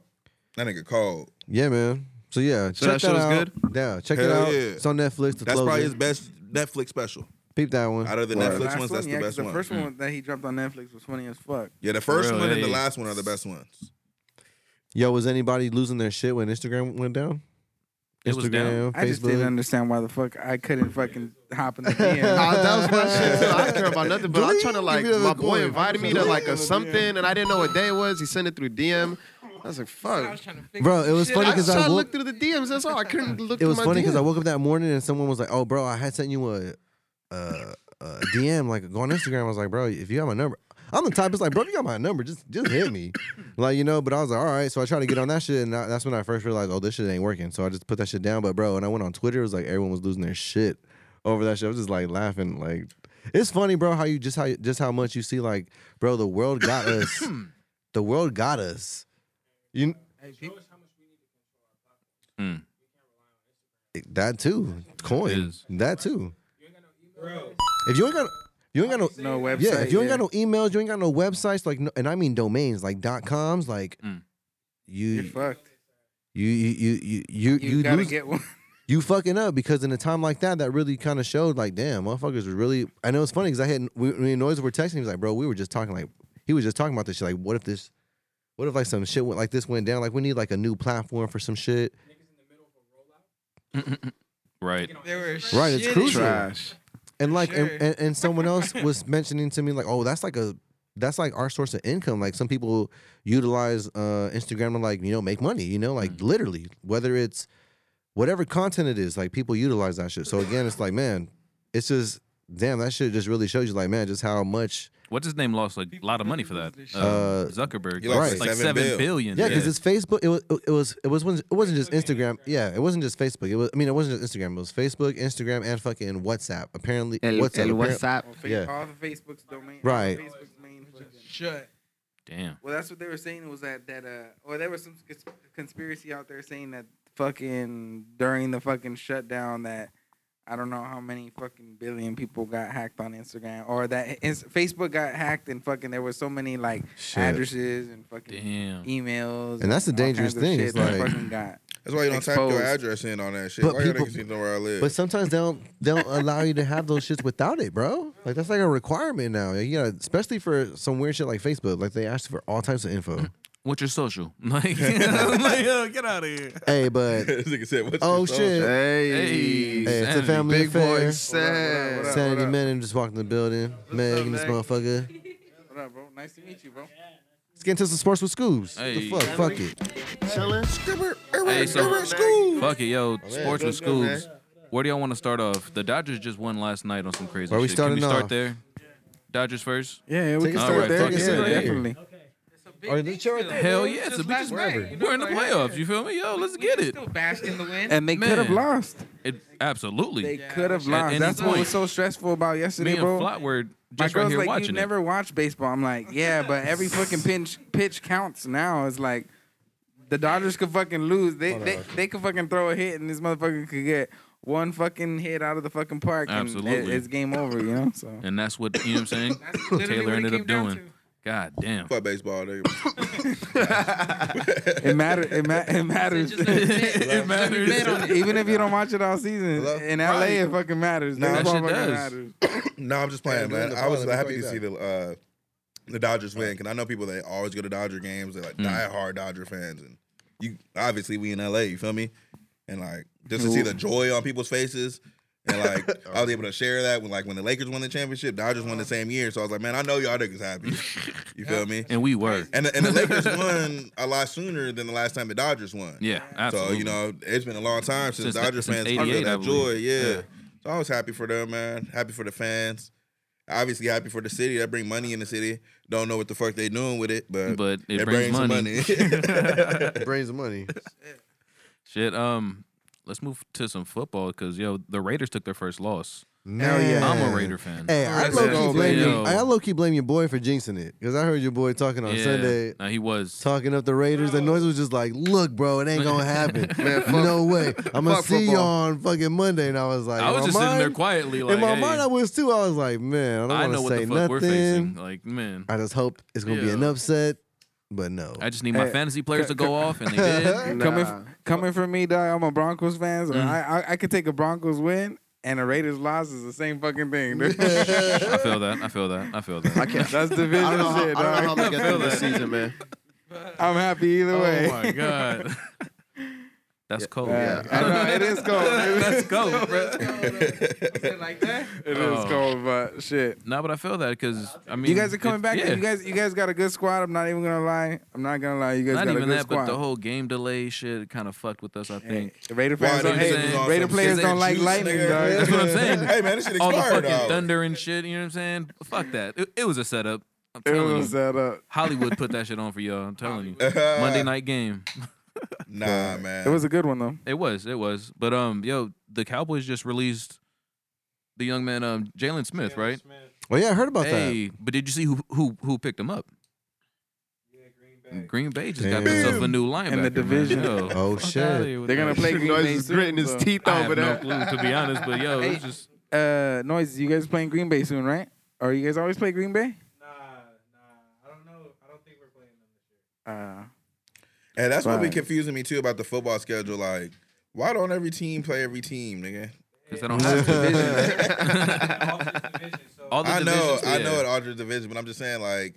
Speaker 4: That nigga cold.
Speaker 3: yeah, man. So yeah,
Speaker 5: So
Speaker 3: check
Speaker 5: that shit was
Speaker 3: out. Yeah, check it
Speaker 4: Hell
Speaker 3: out.
Speaker 4: yeah.
Speaker 3: It's on Netflix. The
Speaker 4: That's probably his
Speaker 3: closing.
Speaker 4: best Netflix special.
Speaker 3: Peep that one.
Speaker 4: Out of the
Speaker 7: Or
Speaker 4: Netflix
Speaker 7: last
Speaker 4: ones, that's
Speaker 7: one,
Speaker 4: the
Speaker 7: yeah, 'cause
Speaker 4: best
Speaker 7: The
Speaker 4: one.
Speaker 7: first
Speaker 3: Mm.
Speaker 7: one that he dropped on Netflix was funny as fuck.
Speaker 4: Yeah, the first
Speaker 2: Real,
Speaker 4: one and
Speaker 2: yeah,
Speaker 4: the
Speaker 2: yeah.
Speaker 4: last one are the best ones.
Speaker 3: Yo, was anybody losing their shit when Instagram went down?
Speaker 2: It was down.
Speaker 7: I just didn't understand why the fuck I couldn't fucking hop in the
Speaker 3: *laughs*
Speaker 7: DM.
Speaker 5: Nah, that was my shit too. *laughs* I don't care about nothing, but I'm
Speaker 3: Delete.
Speaker 5: trying to like.
Speaker 3: Give me
Speaker 5: My
Speaker 3: another
Speaker 5: boy
Speaker 3: coin.
Speaker 5: invited me to like a something, and I didn't know what day it was. He sent it through DM. I was like,
Speaker 6: I
Speaker 5: fuck.
Speaker 6: was trying to figure
Speaker 3: Bro, it was
Speaker 5: I
Speaker 3: funny
Speaker 5: just
Speaker 3: because
Speaker 5: tried
Speaker 3: I
Speaker 5: to
Speaker 3: woke.
Speaker 5: look through the DMs. That's all. I couldn't look.
Speaker 3: It
Speaker 5: through
Speaker 3: was
Speaker 5: my
Speaker 3: funny because I
Speaker 5: DMs.
Speaker 3: woke up that morning and someone was like, "Oh, bro, I had sent you a, uh, a DM like go on Instagram." I was like, "Bro, if you got my number." I'm the type. It's like, bro, if you got my number, just just hit me, like you know. But I was like, all right. So I tried to get on that shit, and I, that's when I first realized, oh, this shit ain't working. So I just put that shit down. But bro, and I went on Twitter, it was like everyone was losing their shit over that shit. I was just like laughing, like it's funny, bro, how you just how just how much you see, like, bro, the world got us. the world got us. You
Speaker 2: Mm.
Speaker 3: that too, coin
Speaker 2: is.
Speaker 3: that too. If you ain't got, you ain't got no.
Speaker 7: *laughs* No website.
Speaker 3: Yeah, if you ain't got no emails, you ain't got no websites, like, no, and I mean domains, like dot coms, like
Speaker 2: Mm.
Speaker 7: you're
Speaker 3: you,
Speaker 7: fucked.
Speaker 3: you, you, you, you, you,
Speaker 7: You,
Speaker 3: you
Speaker 7: gotta
Speaker 3: lose, *laughs*
Speaker 7: get one.
Speaker 3: you fucking up because in a time like that, that really kind of showed, like, damn, motherfuckers were really. I know it's funny because I had we, me and Noise were texting. He was like, bro, we were just talking, like, he was just talking about this shit, like, what if this, what if like some shit went like this went down, like we need like a new platform for some shit,
Speaker 2: Right.
Speaker 6: out. They were
Speaker 3: right? It's crucial.
Speaker 7: Trash.
Speaker 3: and like and,
Speaker 6: Sure.
Speaker 3: and, and someone else was mentioning to me like oh that's like a that's like our source of income like some people utilize uh instagram to like you know make money you know like literally whether it's whatever content it is like people utilize that shit so again it's like man it's just damn that shit just really shows you like man just how much
Speaker 2: What's his name lost like, a lot of money for that? Uh,
Speaker 3: Uh,
Speaker 2: Zuckerberg.
Speaker 4: he lost
Speaker 2: It's
Speaker 4: like
Speaker 2: like
Speaker 4: seven
Speaker 2: seven
Speaker 4: bill.
Speaker 2: billion.
Speaker 3: yeah because it's facebook it was it was it was it wasn't just instagram yeah it wasn't just facebook it was i mean it wasn't just instagram it was facebook instagram and fucking whatsapp apparently whatsapp, apparent-
Speaker 4: Oh,
Speaker 3: Yeah.
Speaker 7: All the Facebook's domain.
Speaker 3: Right.
Speaker 7: Facebook's main fucking-
Speaker 6: shut.
Speaker 2: damn.
Speaker 7: Well, that's what they were saying was that that uh, or there was some cons- conspiracy out there saying that fucking during the fucking shutdown that I don't know how many fucking billion people got hacked on Instagram or that ins- Facebook got hacked and fucking there were so many like
Speaker 3: Shit.
Speaker 7: addresses and fucking
Speaker 2: Damn.
Speaker 7: emails.
Speaker 3: And that's the
Speaker 7: all
Speaker 3: dangerous
Speaker 7: kinds of
Speaker 3: thing,
Speaker 7: shit
Speaker 3: it's
Speaker 7: that
Speaker 3: like-
Speaker 7: fucking got.
Speaker 4: That's why you don't type your
Speaker 7: Exposed.
Speaker 4: address in on that shit.
Speaker 3: But
Speaker 4: why y'all
Speaker 3: people-
Speaker 4: niggas need to know where I live?
Speaker 3: But sometimes they don't they don't allow you to have those shits without it, bro. Like that's like a requirement now. Like, You gotta, especially for some weird shit like Facebook. Like they ask you for all types of info.
Speaker 2: What's your social? *laughs*
Speaker 7: *laughs*
Speaker 2: Like, like, yo, get out of here.
Speaker 3: hey, but
Speaker 4: this nigga said, "What's
Speaker 3: oh
Speaker 4: your social?"
Speaker 3: shit. Hey,
Speaker 2: Hey,
Speaker 3: it's a
Speaker 2: Sanity.
Speaker 3: family
Speaker 5: Big
Speaker 3: affair.
Speaker 5: boy said.
Speaker 7: What up, what up,
Speaker 3: Sanity
Speaker 7: what up?
Speaker 3: Menon just walked in the building. Meg and this
Speaker 7: Meg?
Speaker 3: motherfucker.
Speaker 7: What up, bro? Nice to meet you, bro.
Speaker 3: Let's get into some sports with Scoobs.
Speaker 2: Hey.
Speaker 3: The fuck? Fuck it.
Speaker 2: Hey, so fuck it,
Speaker 5: Oh,
Speaker 2: yo. Sports with
Speaker 4: Let's Oh, go, man.
Speaker 2: schools. Where do y'all want to start off? The Dodgers just won last night on some crazy
Speaker 3: Where we
Speaker 2: shit. Can we
Speaker 3: starting
Speaker 2: start
Speaker 3: off?
Speaker 2: there? Dodgers first.
Speaker 7: Yeah, we
Speaker 3: Take
Speaker 7: can
Speaker 3: it
Speaker 7: start
Speaker 2: right,
Speaker 7: there.
Speaker 2: fuck it,
Speaker 7: Yeah,
Speaker 2: sit right here.
Speaker 7: definitely.
Speaker 6: It's a big
Speaker 3: Or
Speaker 6: thing
Speaker 3: this chair right
Speaker 6: still.
Speaker 3: there.
Speaker 2: Hell yeah, it's a
Speaker 6: Just last
Speaker 2: biggest
Speaker 6: night, you know,
Speaker 2: We're in the
Speaker 6: like,
Speaker 2: playoffs. You feel me? Yo, let's get
Speaker 6: we
Speaker 2: it.
Speaker 6: Still bask in the win.
Speaker 7: And they could have
Speaker 2: Man.
Speaker 7: lost.
Speaker 2: it absolutely.
Speaker 7: They could have
Speaker 2: At
Speaker 7: lost.
Speaker 2: any
Speaker 7: That's what
Speaker 2: point.
Speaker 7: was so stressful about yesterday,
Speaker 2: Me and
Speaker 7: bro.
Speaker 2: Flot were
Speaker 7: My
Speaker 2: just right
Speaker 7: girl's
Speaker 2: here
Speaker 7: like,
Speaker 2: watching
Speaker 7: you
Speaker 2: it.
Speaker 7: never watch baseball. I'm like, yeah, but
Speaker 6: *laughs*
Speaker 7: every fucking pinch pitch counts now. It's like the Dodgers could fucking lose. They they, they could fucking throw a hit and this motherfucker could get one fucking hit out of the fucking park and it-
Speaker 2: Absolutely.
Speaker 7: it's game over, you know? So
Speaker 2: and that's what you know what I'm saying.
Speaker 6: That's literally
Speaker 2: Taylor
Speaker 6: what it
Speaker 2: ended up
Speaker 6: came down
Speaker 2: doing. God damn.
Speaker 4: Fuck baseball, nigga.
Speaker 7: it matter it, ma- it
Speaker 6: to.
Speaker 7: matters.
Speaker 6: Just let it sit.
Speaker 2: *laughs* It matters.
Speaker 6: bet on it.
Speaker 7: Even if you don't watch it all season,
Speaker 4: Hello?
Speaker 7: in LA it fucking matters.
Speaker 4: Nah,
Speaker 7: This
Speaker 2: that shit does.
Speaker 7: motherfucker
Speaker 4: *clears throat*
Speaker 7: matters.
Speaker 4: No, I'm just playing,
Speaker 3: Yeah,
Speaker 4: man.
Speaker 3: doing
Speaker 4: I was
Speaker 3: the follow-up
Speaker 4: happy to see the uh, the Dodgers win, cause I know people that always go to Dodger games. They're
Speaker 7: Mm.
Speaker 4: like diehard Dodger fans, and you obviously we in LA. You feel me? And like just to see the joy on people's faces, and like I was able to share that when like when the Lakers won the championship, Dodgers won the same year. So I was like, man, I know y'all niggas
Speaker 7: *laughs*
Speaker 4: happy. You feel me?
Speaker 2: And we were.
Speaker 4: And the,
Speaker 2: *laughs*
Speaker 4: and the Lakers won a lot sooner than the last time the Dodgers won.
Speaker 2: Yeah,
Speaker 4: So
Speaker 2: absolutely.
Speaker 4: you know, it's been a long time since,
Speaker 2: Since the-
Speaker 4: Dodgers
Speaker 2: since
Speaker 4: fans felt
Speaker 2: 88, I
Speaker 4: that joy.
Speaker 2: believe.
Speaker 4: Yeah.
Speaker 2: Yeah.
Speaker 4: So I was happy for them, man. Happy for the fans. Obviously happy for the city. That bring money in the city. Don't know what the fuck they doing with it, but
Speaker 2: But it brings
Speaker 4: some
Speaker 2: money.
Speaker 3: *laughs*
Speaker 2: *laughs*
Speaker 3: Brains of money.
Speaker 2: Shit. Um, let's move to some football because yo, the Raiders took their first loss.
Speaker 3: Hell
Speaker 2: I'm a Raider fan.
Speaker 3: Hey, I
Speaker 4: Let's
Speaker 3: low
Speaker 4: go,
Speaker 3: key blame
Speaker 2: man.
Speaker 3: you. I low key blame your boy for jinxing it because I heard your boy talking on
Speaker 2: yeah.
Speaker 3: Sunday,
Speaker 2: Nah, he was.
Speaker 3: talking up the Raiders. The noise was just like, "Look, bro, it ain't gonna
Speaker 2: *laughs*
Speaker 3: happen.
Speaker 5: Man, fuck-
Speaker 3: no way. I'm gonna
Speaker 5: fuck
Speaker 3: see you
Speaker 5: football.
Speaker 3: on fucking Monday." And I was like,
Speaker 2: I
Speaker 3: in
Speaker 2: was
Speaker 3: my
Speaker 2: just sitting
Speaker 3: mind,
Speaker 2: there quietly, like,
Speaker 3: in my
Speaker 2: hey,
Speaker 3: mind, I was too. I was like, "Man, I don't
Speaker 2: I
Speaker 3: want
Speaker 2: know
Speaker 3: to
Speaker 2: what the
Speaker 3: say
Speaker 2: fuck we're facing.
Speaker 3: nothing.
Speaker 2: Like, man,
Speaker 3: I just hope it's gonna be
Speaker 2: Yeah.
Speaker 3: an upset." But no,
Speaker 2: I just need my
Speaker 7: Hey,
Speaker 2: fantasy players to go
Speaker 5: *laughs*
Speaker 2: off, and they did.
Speaker 7: *laughs* Coming,
Speaker 5: Nah.
Speaker 7: f- coming from me, dog. I'm a Broncos fan, so
Speaker 2: Mm.
Speaker 7: I, I I could take a Broncos win and a Raiders loss is the same fucking
Speaker 4: *laughs*
Speaker 7: thing. Dude.
Speaker 2: I feel that. I feel that. *laughs* I feel that.
Speaker 5: I can't.
Speaker 7: That's division
Speaker 5: I don't know how,
Speaker 7: shit,
Speaker 5: I don't know how
Speaker 7: dog.
Speaker 5: they get through this season, man.
Speaker 7: I'm happy either way.
Speaker 2: Oh
Speaker 7: *laughs*
Speaker 2: my god. That's cold.
Speaker 7: Yeah, I know, it is
Speaker 2: *laughs*
Speaker 7: cold. It is,
Speaker 2: Let's go, bro.
Speaker 7: *laughs*
Speaker 6: Was it
Speaker 2: *laughs*
Speaker 6: like that?
Speaker 7: it is
Speaker 2: Oh.
Speaker 7: cold, but shit.
Speaker 2: No, but I feel that because I mean,
Speaker 7: You guys are coming
Speaker 2: it-
Speaker 7: back.
Speaker 2: Yeah.
Speaker 7: You guys, you guys got a good squad. I'm not even gonna lie. I'm not gonna lie. You guys
Speaker 2: Not
Speaker 7: got a
Speaker 2: even
Speaker 7: good
Speaker 2: that,
Speaker 7: squad.
Speaker 2: but the whole game delay shit kind of fucked with us. I
Speaker 7: Hey,
Speaker 2: think.
Speaker 7: Raider
Speaker 4: Why
Speaker 7: fans
Speaker 4: they
Speaker 7: don't.
Speaker 2: just
Speaker 7: Hey,
Speaker 2: saying all
Speaker 7: Raider
Speaker 2: some
Speaker 7: players
Speaker 2: shit
Speaker 7: don't
Speaker 4: that
Speaker 7: like
Speaker 4: juice,
Speaker 7: lightning,
Speaker 4: nigga?
Speaker 7: dog.
Speaker 2: That's what I'm saying.
Speaker 4: *laughs* Hey man, this shit
Speaker 2: All the
Speaker 4: expired.
Speaker 2: fucking
Speaker 4: dog.
Speaker 2: thunder and shit. You know what I'm saying? Fuck that. It, it was a setup. I'm
Speaker 7: It
Speaker 2: telling
Speaker 7: was
Speaker 2: you.
Speaker 7: set up.
Speaker 2: Hollywood put that shit on for y'all. I'm telling
Speaker 4: *laughs*
Speaker 2: you. Monday night game.
Speaker 4: Nah, man.
Speaker 7: It was a good one though.
Speaker 2: It was. It was. But um, yo, the Cowboys just released the young man, um, Jalen Smith, right?
Speaker 4: Oh,
Speaker 3: well, yeah, I heard about that.
Speaker 2: Hey, but did you see who who who picked him up? Yeah, Green Bay just got
Speaker 3: Damn.
Speaker 2: themself a new linebacker.
Speaker 7: the
Speaker 2: man.
Speaker 7: division.
Speaker 2: Yo,
Speaker 3: Oh,
Speaker 2: fuck
Speaker 3: shit.
Speaker 2: outta here with
Speaker 7: They're gonna
Speaker 2: that
Speaker 7: play
Speaker 2: shit.
Speaker 7: Green
Speaker 5: Noise
Speaker 7: Bay
Speaker 5: is
Speaker 7: soon,
Speaker 5: gritting his
Speaker 7: so-
Speaker 5: teeth
Speaker 2: I
Speaker 5: over
Speaker 2: have no
Speaker 5: there.
Speaker 2: clue, to be honest. But yo, it's
Speaker 7: Hey.
Speaker 2: just
Speaker 7: uh noise you guys playing green bay soon right or you guys always play green bay
Speaker 9: Nah, nah. I don't know. I don't think we're playing them this year.
Speaker 7: uh
Speaker 4: And that's what be
Speaker 7: Right.
Speaker 4: confusing me too about the football schedule. Like, why don't every team play every team, nigga?
Speaker 2: because I don't
Speaker 4: *laughs*
Speaker 2: have to. All the
Speaker 4: I know,
Speaker 2: divisions,
Speaker 4: I
Speaker 2: yeah.
Speaker 4: know it alters division, but I'm just saying, like,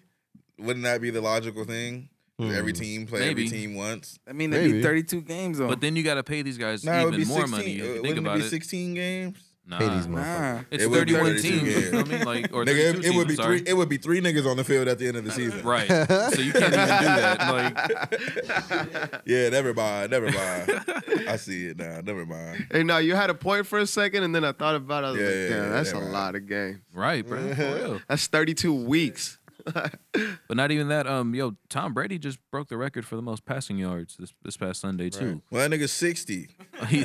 Speaker 4: wouldn't that be the logical thing?
Speaker 3: Hmm.
Speaker 4: Every team play every
Speaker 2: Maybe.
Speaker 4: team once.
Speaker 7: i mean there'd
Speaker 3: Maybe.
Speaker 7: be 32 games though
Speaker 2: But then you got to pay these guys
Speaker 4: Nah, it would
Speaker 2: even
Speaker 4: be
Speaker 2: more
Speaker 4: 16.
Speaker 2: money. If
Speaker 4: uh,
Speaker 2: you think
Speaker 4: wouldn't
Speaker 2: about
Speaker 4: it be
Speaker 2: it,
Speaker 4: 16 games?
Speaker 2: nah.
Speaker 3: Hey, these motherfuckers.
Speaker 7: nah
Speaker 2: It's
Speaker 4: It would be
Speaker 2: 31
Speaker 4: 32
Speaker 2: teams. You *laughs*
Speaker 4: games.
Speaker 2: feel me? Like or
Speaker 4: Nigga,
Speaker 2: 32
Speaker 4: it, it would be
Speaker 2: teams, sorry.
Speaker 4: three. It would be three niggas on the field at the end of the season. *laughs*
Speaker 2: Right. So you can't even do that. Like
Speaker 4: *laughs* Yeah, never mind, never mind. I see it now. Never mind.
Speaker 5: Hey, no, you had a point for a second, and then I thought about it. I was
Speaker 4: Yeah,
Speaker 5: like,
Speaker 4: yeah,
Speaker 5: damn,
Speaker 4: yeah,
Speaker 5: that's a
Speaker 4: right.
Speaker 7: *laughs*
Speaker 5: lot of games.
Speaker 2: right, bro. For real.
Speaker 5: That's 32 weeks.
Speaker 2: But not even that. Um, yo, Tom Brady just broke the record for the most passing yards this this past Sunday too.
Speaker 4: Well, that nigga's 60.
Speaker 2: *laughs* He-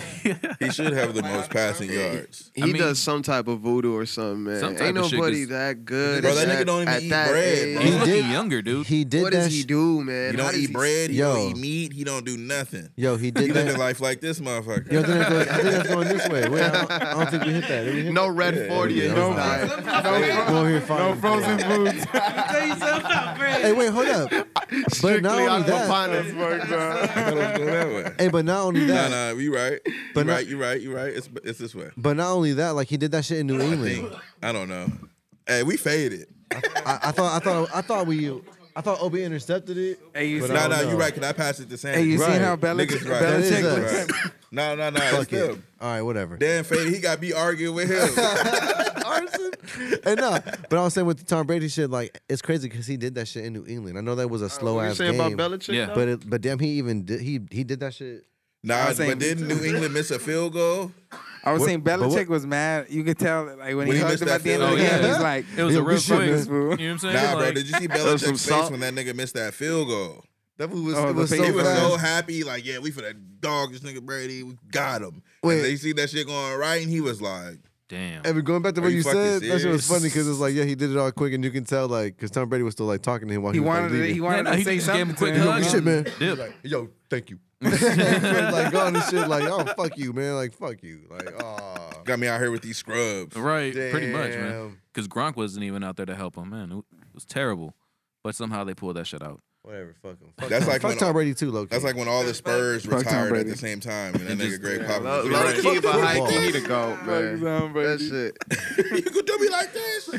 Speaker 4: He should have the most passing yards.
Speaker 5: He
Speaker 2: I mean-
Speaker 5: does some type of voodoo or something, man.
Speaker 2: Some type
Speaker 5: Ain't
Speaker 2: of shit,
Speaker 5: nobody
Speaker 2: 'cause-
Speaker 5: that good.
Speaker 4: Bro,
Speaker 5: at
Speaker 4: that nigga don't even
Speaker 5: at
Speaker 4: eat
Speaker 5: that
Speaker 4: bread,
Speaker 5: age.
Speaker 4: bro.
Speaker 2: He's
Speaker 3: He
Speaker 5: *laughs*
Speaker 2: looking
Speaker 3: did-
Speaker 2: younger, dude.
Speaker 3: He did
Speaker 5: What
Speaker 3: that.
Speaker 5: does he
Speaker 3: sh-
Speaker 5: do, man?
Speaker 4: He
Speaker 5: How
Speaker 4: don't
Speaker 5: does
Speaker 4: eat bread. He
Speaker 3: Yo.
Speaker 4: don't eat meat. He don't do nothing.
Speaker 3: Yo, he
Speaker 4: He
Speaker 3: did
Speaker 4: living
Speaker 3: that.
Speaker 4: life like this motherfucker.
Speaker 3: Yo, I think that's
Speaker 4: *laughs*
Speaker 3: going- I think that's going this way. Wait, I, don't, I don't think we hit that. Did we hit
Speaker 5: No red 40 in his
Speaker 3: No.
Speaker 5: diet. *laughs*
Speaker 3: that? We'll hear
Speaker 7: No
Speaker 3: fine.
Speaker 7: frozen foods.
Speaker 6: Tell you something, Tom Brady.
Speaker 3: Hey, wait, hold
Speaker 5: *laughs*
Speaker 3: up. But not
Speaker 5: Strictly
Speaker 3: only that.
Speaker 5: aquaponics work,
Speaker 4: I
Speaker 5: bro.
Speaker 4: thought it was going that way.
Speaker 3: Hey, but not only
Speaker 4: Nah,
Speaker 3: that.
Speaker 4: nah, you right. You
Speaker 3: But not-
Speaker 4: right, you right, you right. It's it's this way.
Speaker 3: But not only that, like he did that shit in New
Speaker 4: I
Speaker 3: England.
Speaker 4: think. I don't know. Hey, we faded.
Speaker 3: I, I thought, I thought, I thought we, I thought Obi intercepted it.
Speaker 7: Hey, you
Speaker 3: But
Speaker 7: see,
Speaker 3: I
Speaker 4: Nah,
Speaker 3: don't
Speaker 4: nah, you
Speaker 3: know.
Speaker 4: right. Can I pass it to Sam?
Speaker 7: hey, you
Speaker 3: Right.
Speaker 7: seen how Belichick,
Speaker 4: Niggas right.
Speaker 3: That is
Speaker 7: Belichick
Speaker 3: us.
Speaker 7: looks
Speaker 4: Right. *laughs* No, no, no. It's
Speaker 3: Fuck it.
Speaker 4: them.
Speaker 3: All right, whatever.
Speaker 4: Dan faded. He got me arguing with
Speaker 7: *laughs*
Speaker 4: him.
Speaker 3: Arson. and no, but I was saying with the Tom Brady shit, like it's crazy because he did that shit in New England. I know that was a slow
Speaker 5: What you
Speaker 3: ass
Speaker 5: saying
Speaker 3: game,
Speaker 5: about Belichick?
Speaker 2: Yeah.
Speaker 5: though?
Speaker 3: but it, but damn, he even did, he he did that shit.
Speaker 4: nah,
Speaker 7: was saying
Speaker 4: but
Speaker 7: me
Speaker 2: *laughs*
Speaker 4: didn't
Speaker 7: too.
Speaker 4: New England miss a field goal?
Speaker 7: I was
Speaker 3: What-
Speaker 7: saying
Speaker 3: but
Speaker 7: Belichick
Speaker 3: what-
Speaker 7: was mad. You could tell, like when,
Speaker 4: When he
Speaker 7: he
Speaker 4: missed
Speaker 7: hugged him
Speaker 4: that
Speaker 7: at the end of
Speaker 2: field
Speaker 7: the
Speaker 2: goal.
Speaker 7: game,
Speaker 2: Yeah.
Speaker 7: he's like,
Speaker 2: It was
Speaker 3: Yeah,
Speaker 2: a
Speaker 3: we
Speaker 2: real
Speaker 3: should
Speaker 2: quick.
Speaker 7: miss,
Speaker 2: You know
Speaker 7: fool.
Speaker 2: what I'm saying?
Speaker 4: Nah, bro.
Speaker 2: Like, *laughs*
Speaker 4: Did you see
Speaker 5: was some
Speaker 4: Belichick's face
Speaker 5: salt.
Speaker 4: when that nigga missed that field goal? That fool was,
Speaker 7: Oh,
Speaker 4: it
Speaker 7: the
Speaker 4: was so,
Speaker 7: face
Speaker 4: he was
Speaker 7: flash.
Speaker 4: so happy. Like, yeah, we for that dog, this nigga Brady. We got him.
Speaker 3: Wait.
Speaker 4: Wait. And they see that shit going right, and he was like,
Speaker 2: damn.
Speaker 3: And going back to
Speaker 4: Are
Speaker 3: what
Speaker 4: you
Speaker 3: you,
Speaker 4: fucking
Speaker 3: said, that shit was
Speaker 4: serious?
Speaker 3: funny because it's like, yeah, he did it all quick, and you can tell like because Tom Brady was still like talking to him while he,
Speaker 7: he
Speaker 3: was, like,
Speaker 7: wanted to,
Speaker 3: leaving.
Speaker 4: *laughs*
Speaker 7: he
Speaker 2: Yeah,
Speaker 7: wanted
Speaker 2: no,
Speaker 7: to
Speaker 2: he
Speaker 7: say
Speaker 2: just gave him a
Speaker 7: something.
Speaker 2: quick
Speaker 7: to him.
Speaker 2: hug.
Speaker 3: Yo, shit, man.
Speaker 2: Dip.
Speaker 3: Like, yo, thank you. *laughs* like on and shit, like, oh fuck you, man. Like, fuck you. Like, oh
Speaker 4: got me out here with these scrubs.
Speaker 2: Right, pretty much, man.
Speaker 3: Damn.
Speaker 2: Because Gronk wasn't even out there to help him, man. It was terrible, but somehow they pulled that shit out.
Speaker 3: whatever, fuck him. Fuck,
Speaker 4: That's
Speaker 3: Tom-
Speaker 4: like
Speaker 3: fuck
Speaker 4: when-
Speaker 3: Tom Brady too, low.
Speaker 4: That's like when all the Spurs
Speaker 7: Fuck Tom
Speaker 4: retired at
Speaker 7: Brady.
Speaker 4: the same time, and that
Speaker 2: And
Speaker 4: nigga
Speaker 2: just-
Speaker 4: Greg
Speaker 5: Yeah, low,
Speaker 4: Popovich. was
Speaker 5: low
Speaker 4: like,
Speaker 5: key, but high key, he the
Speaker 3: Football.
Speaker 5: goat, man.
Speaker 7: Tom Brady.
Speaker 5: That shit.
Speaker 4: *laughs* you could do me like this.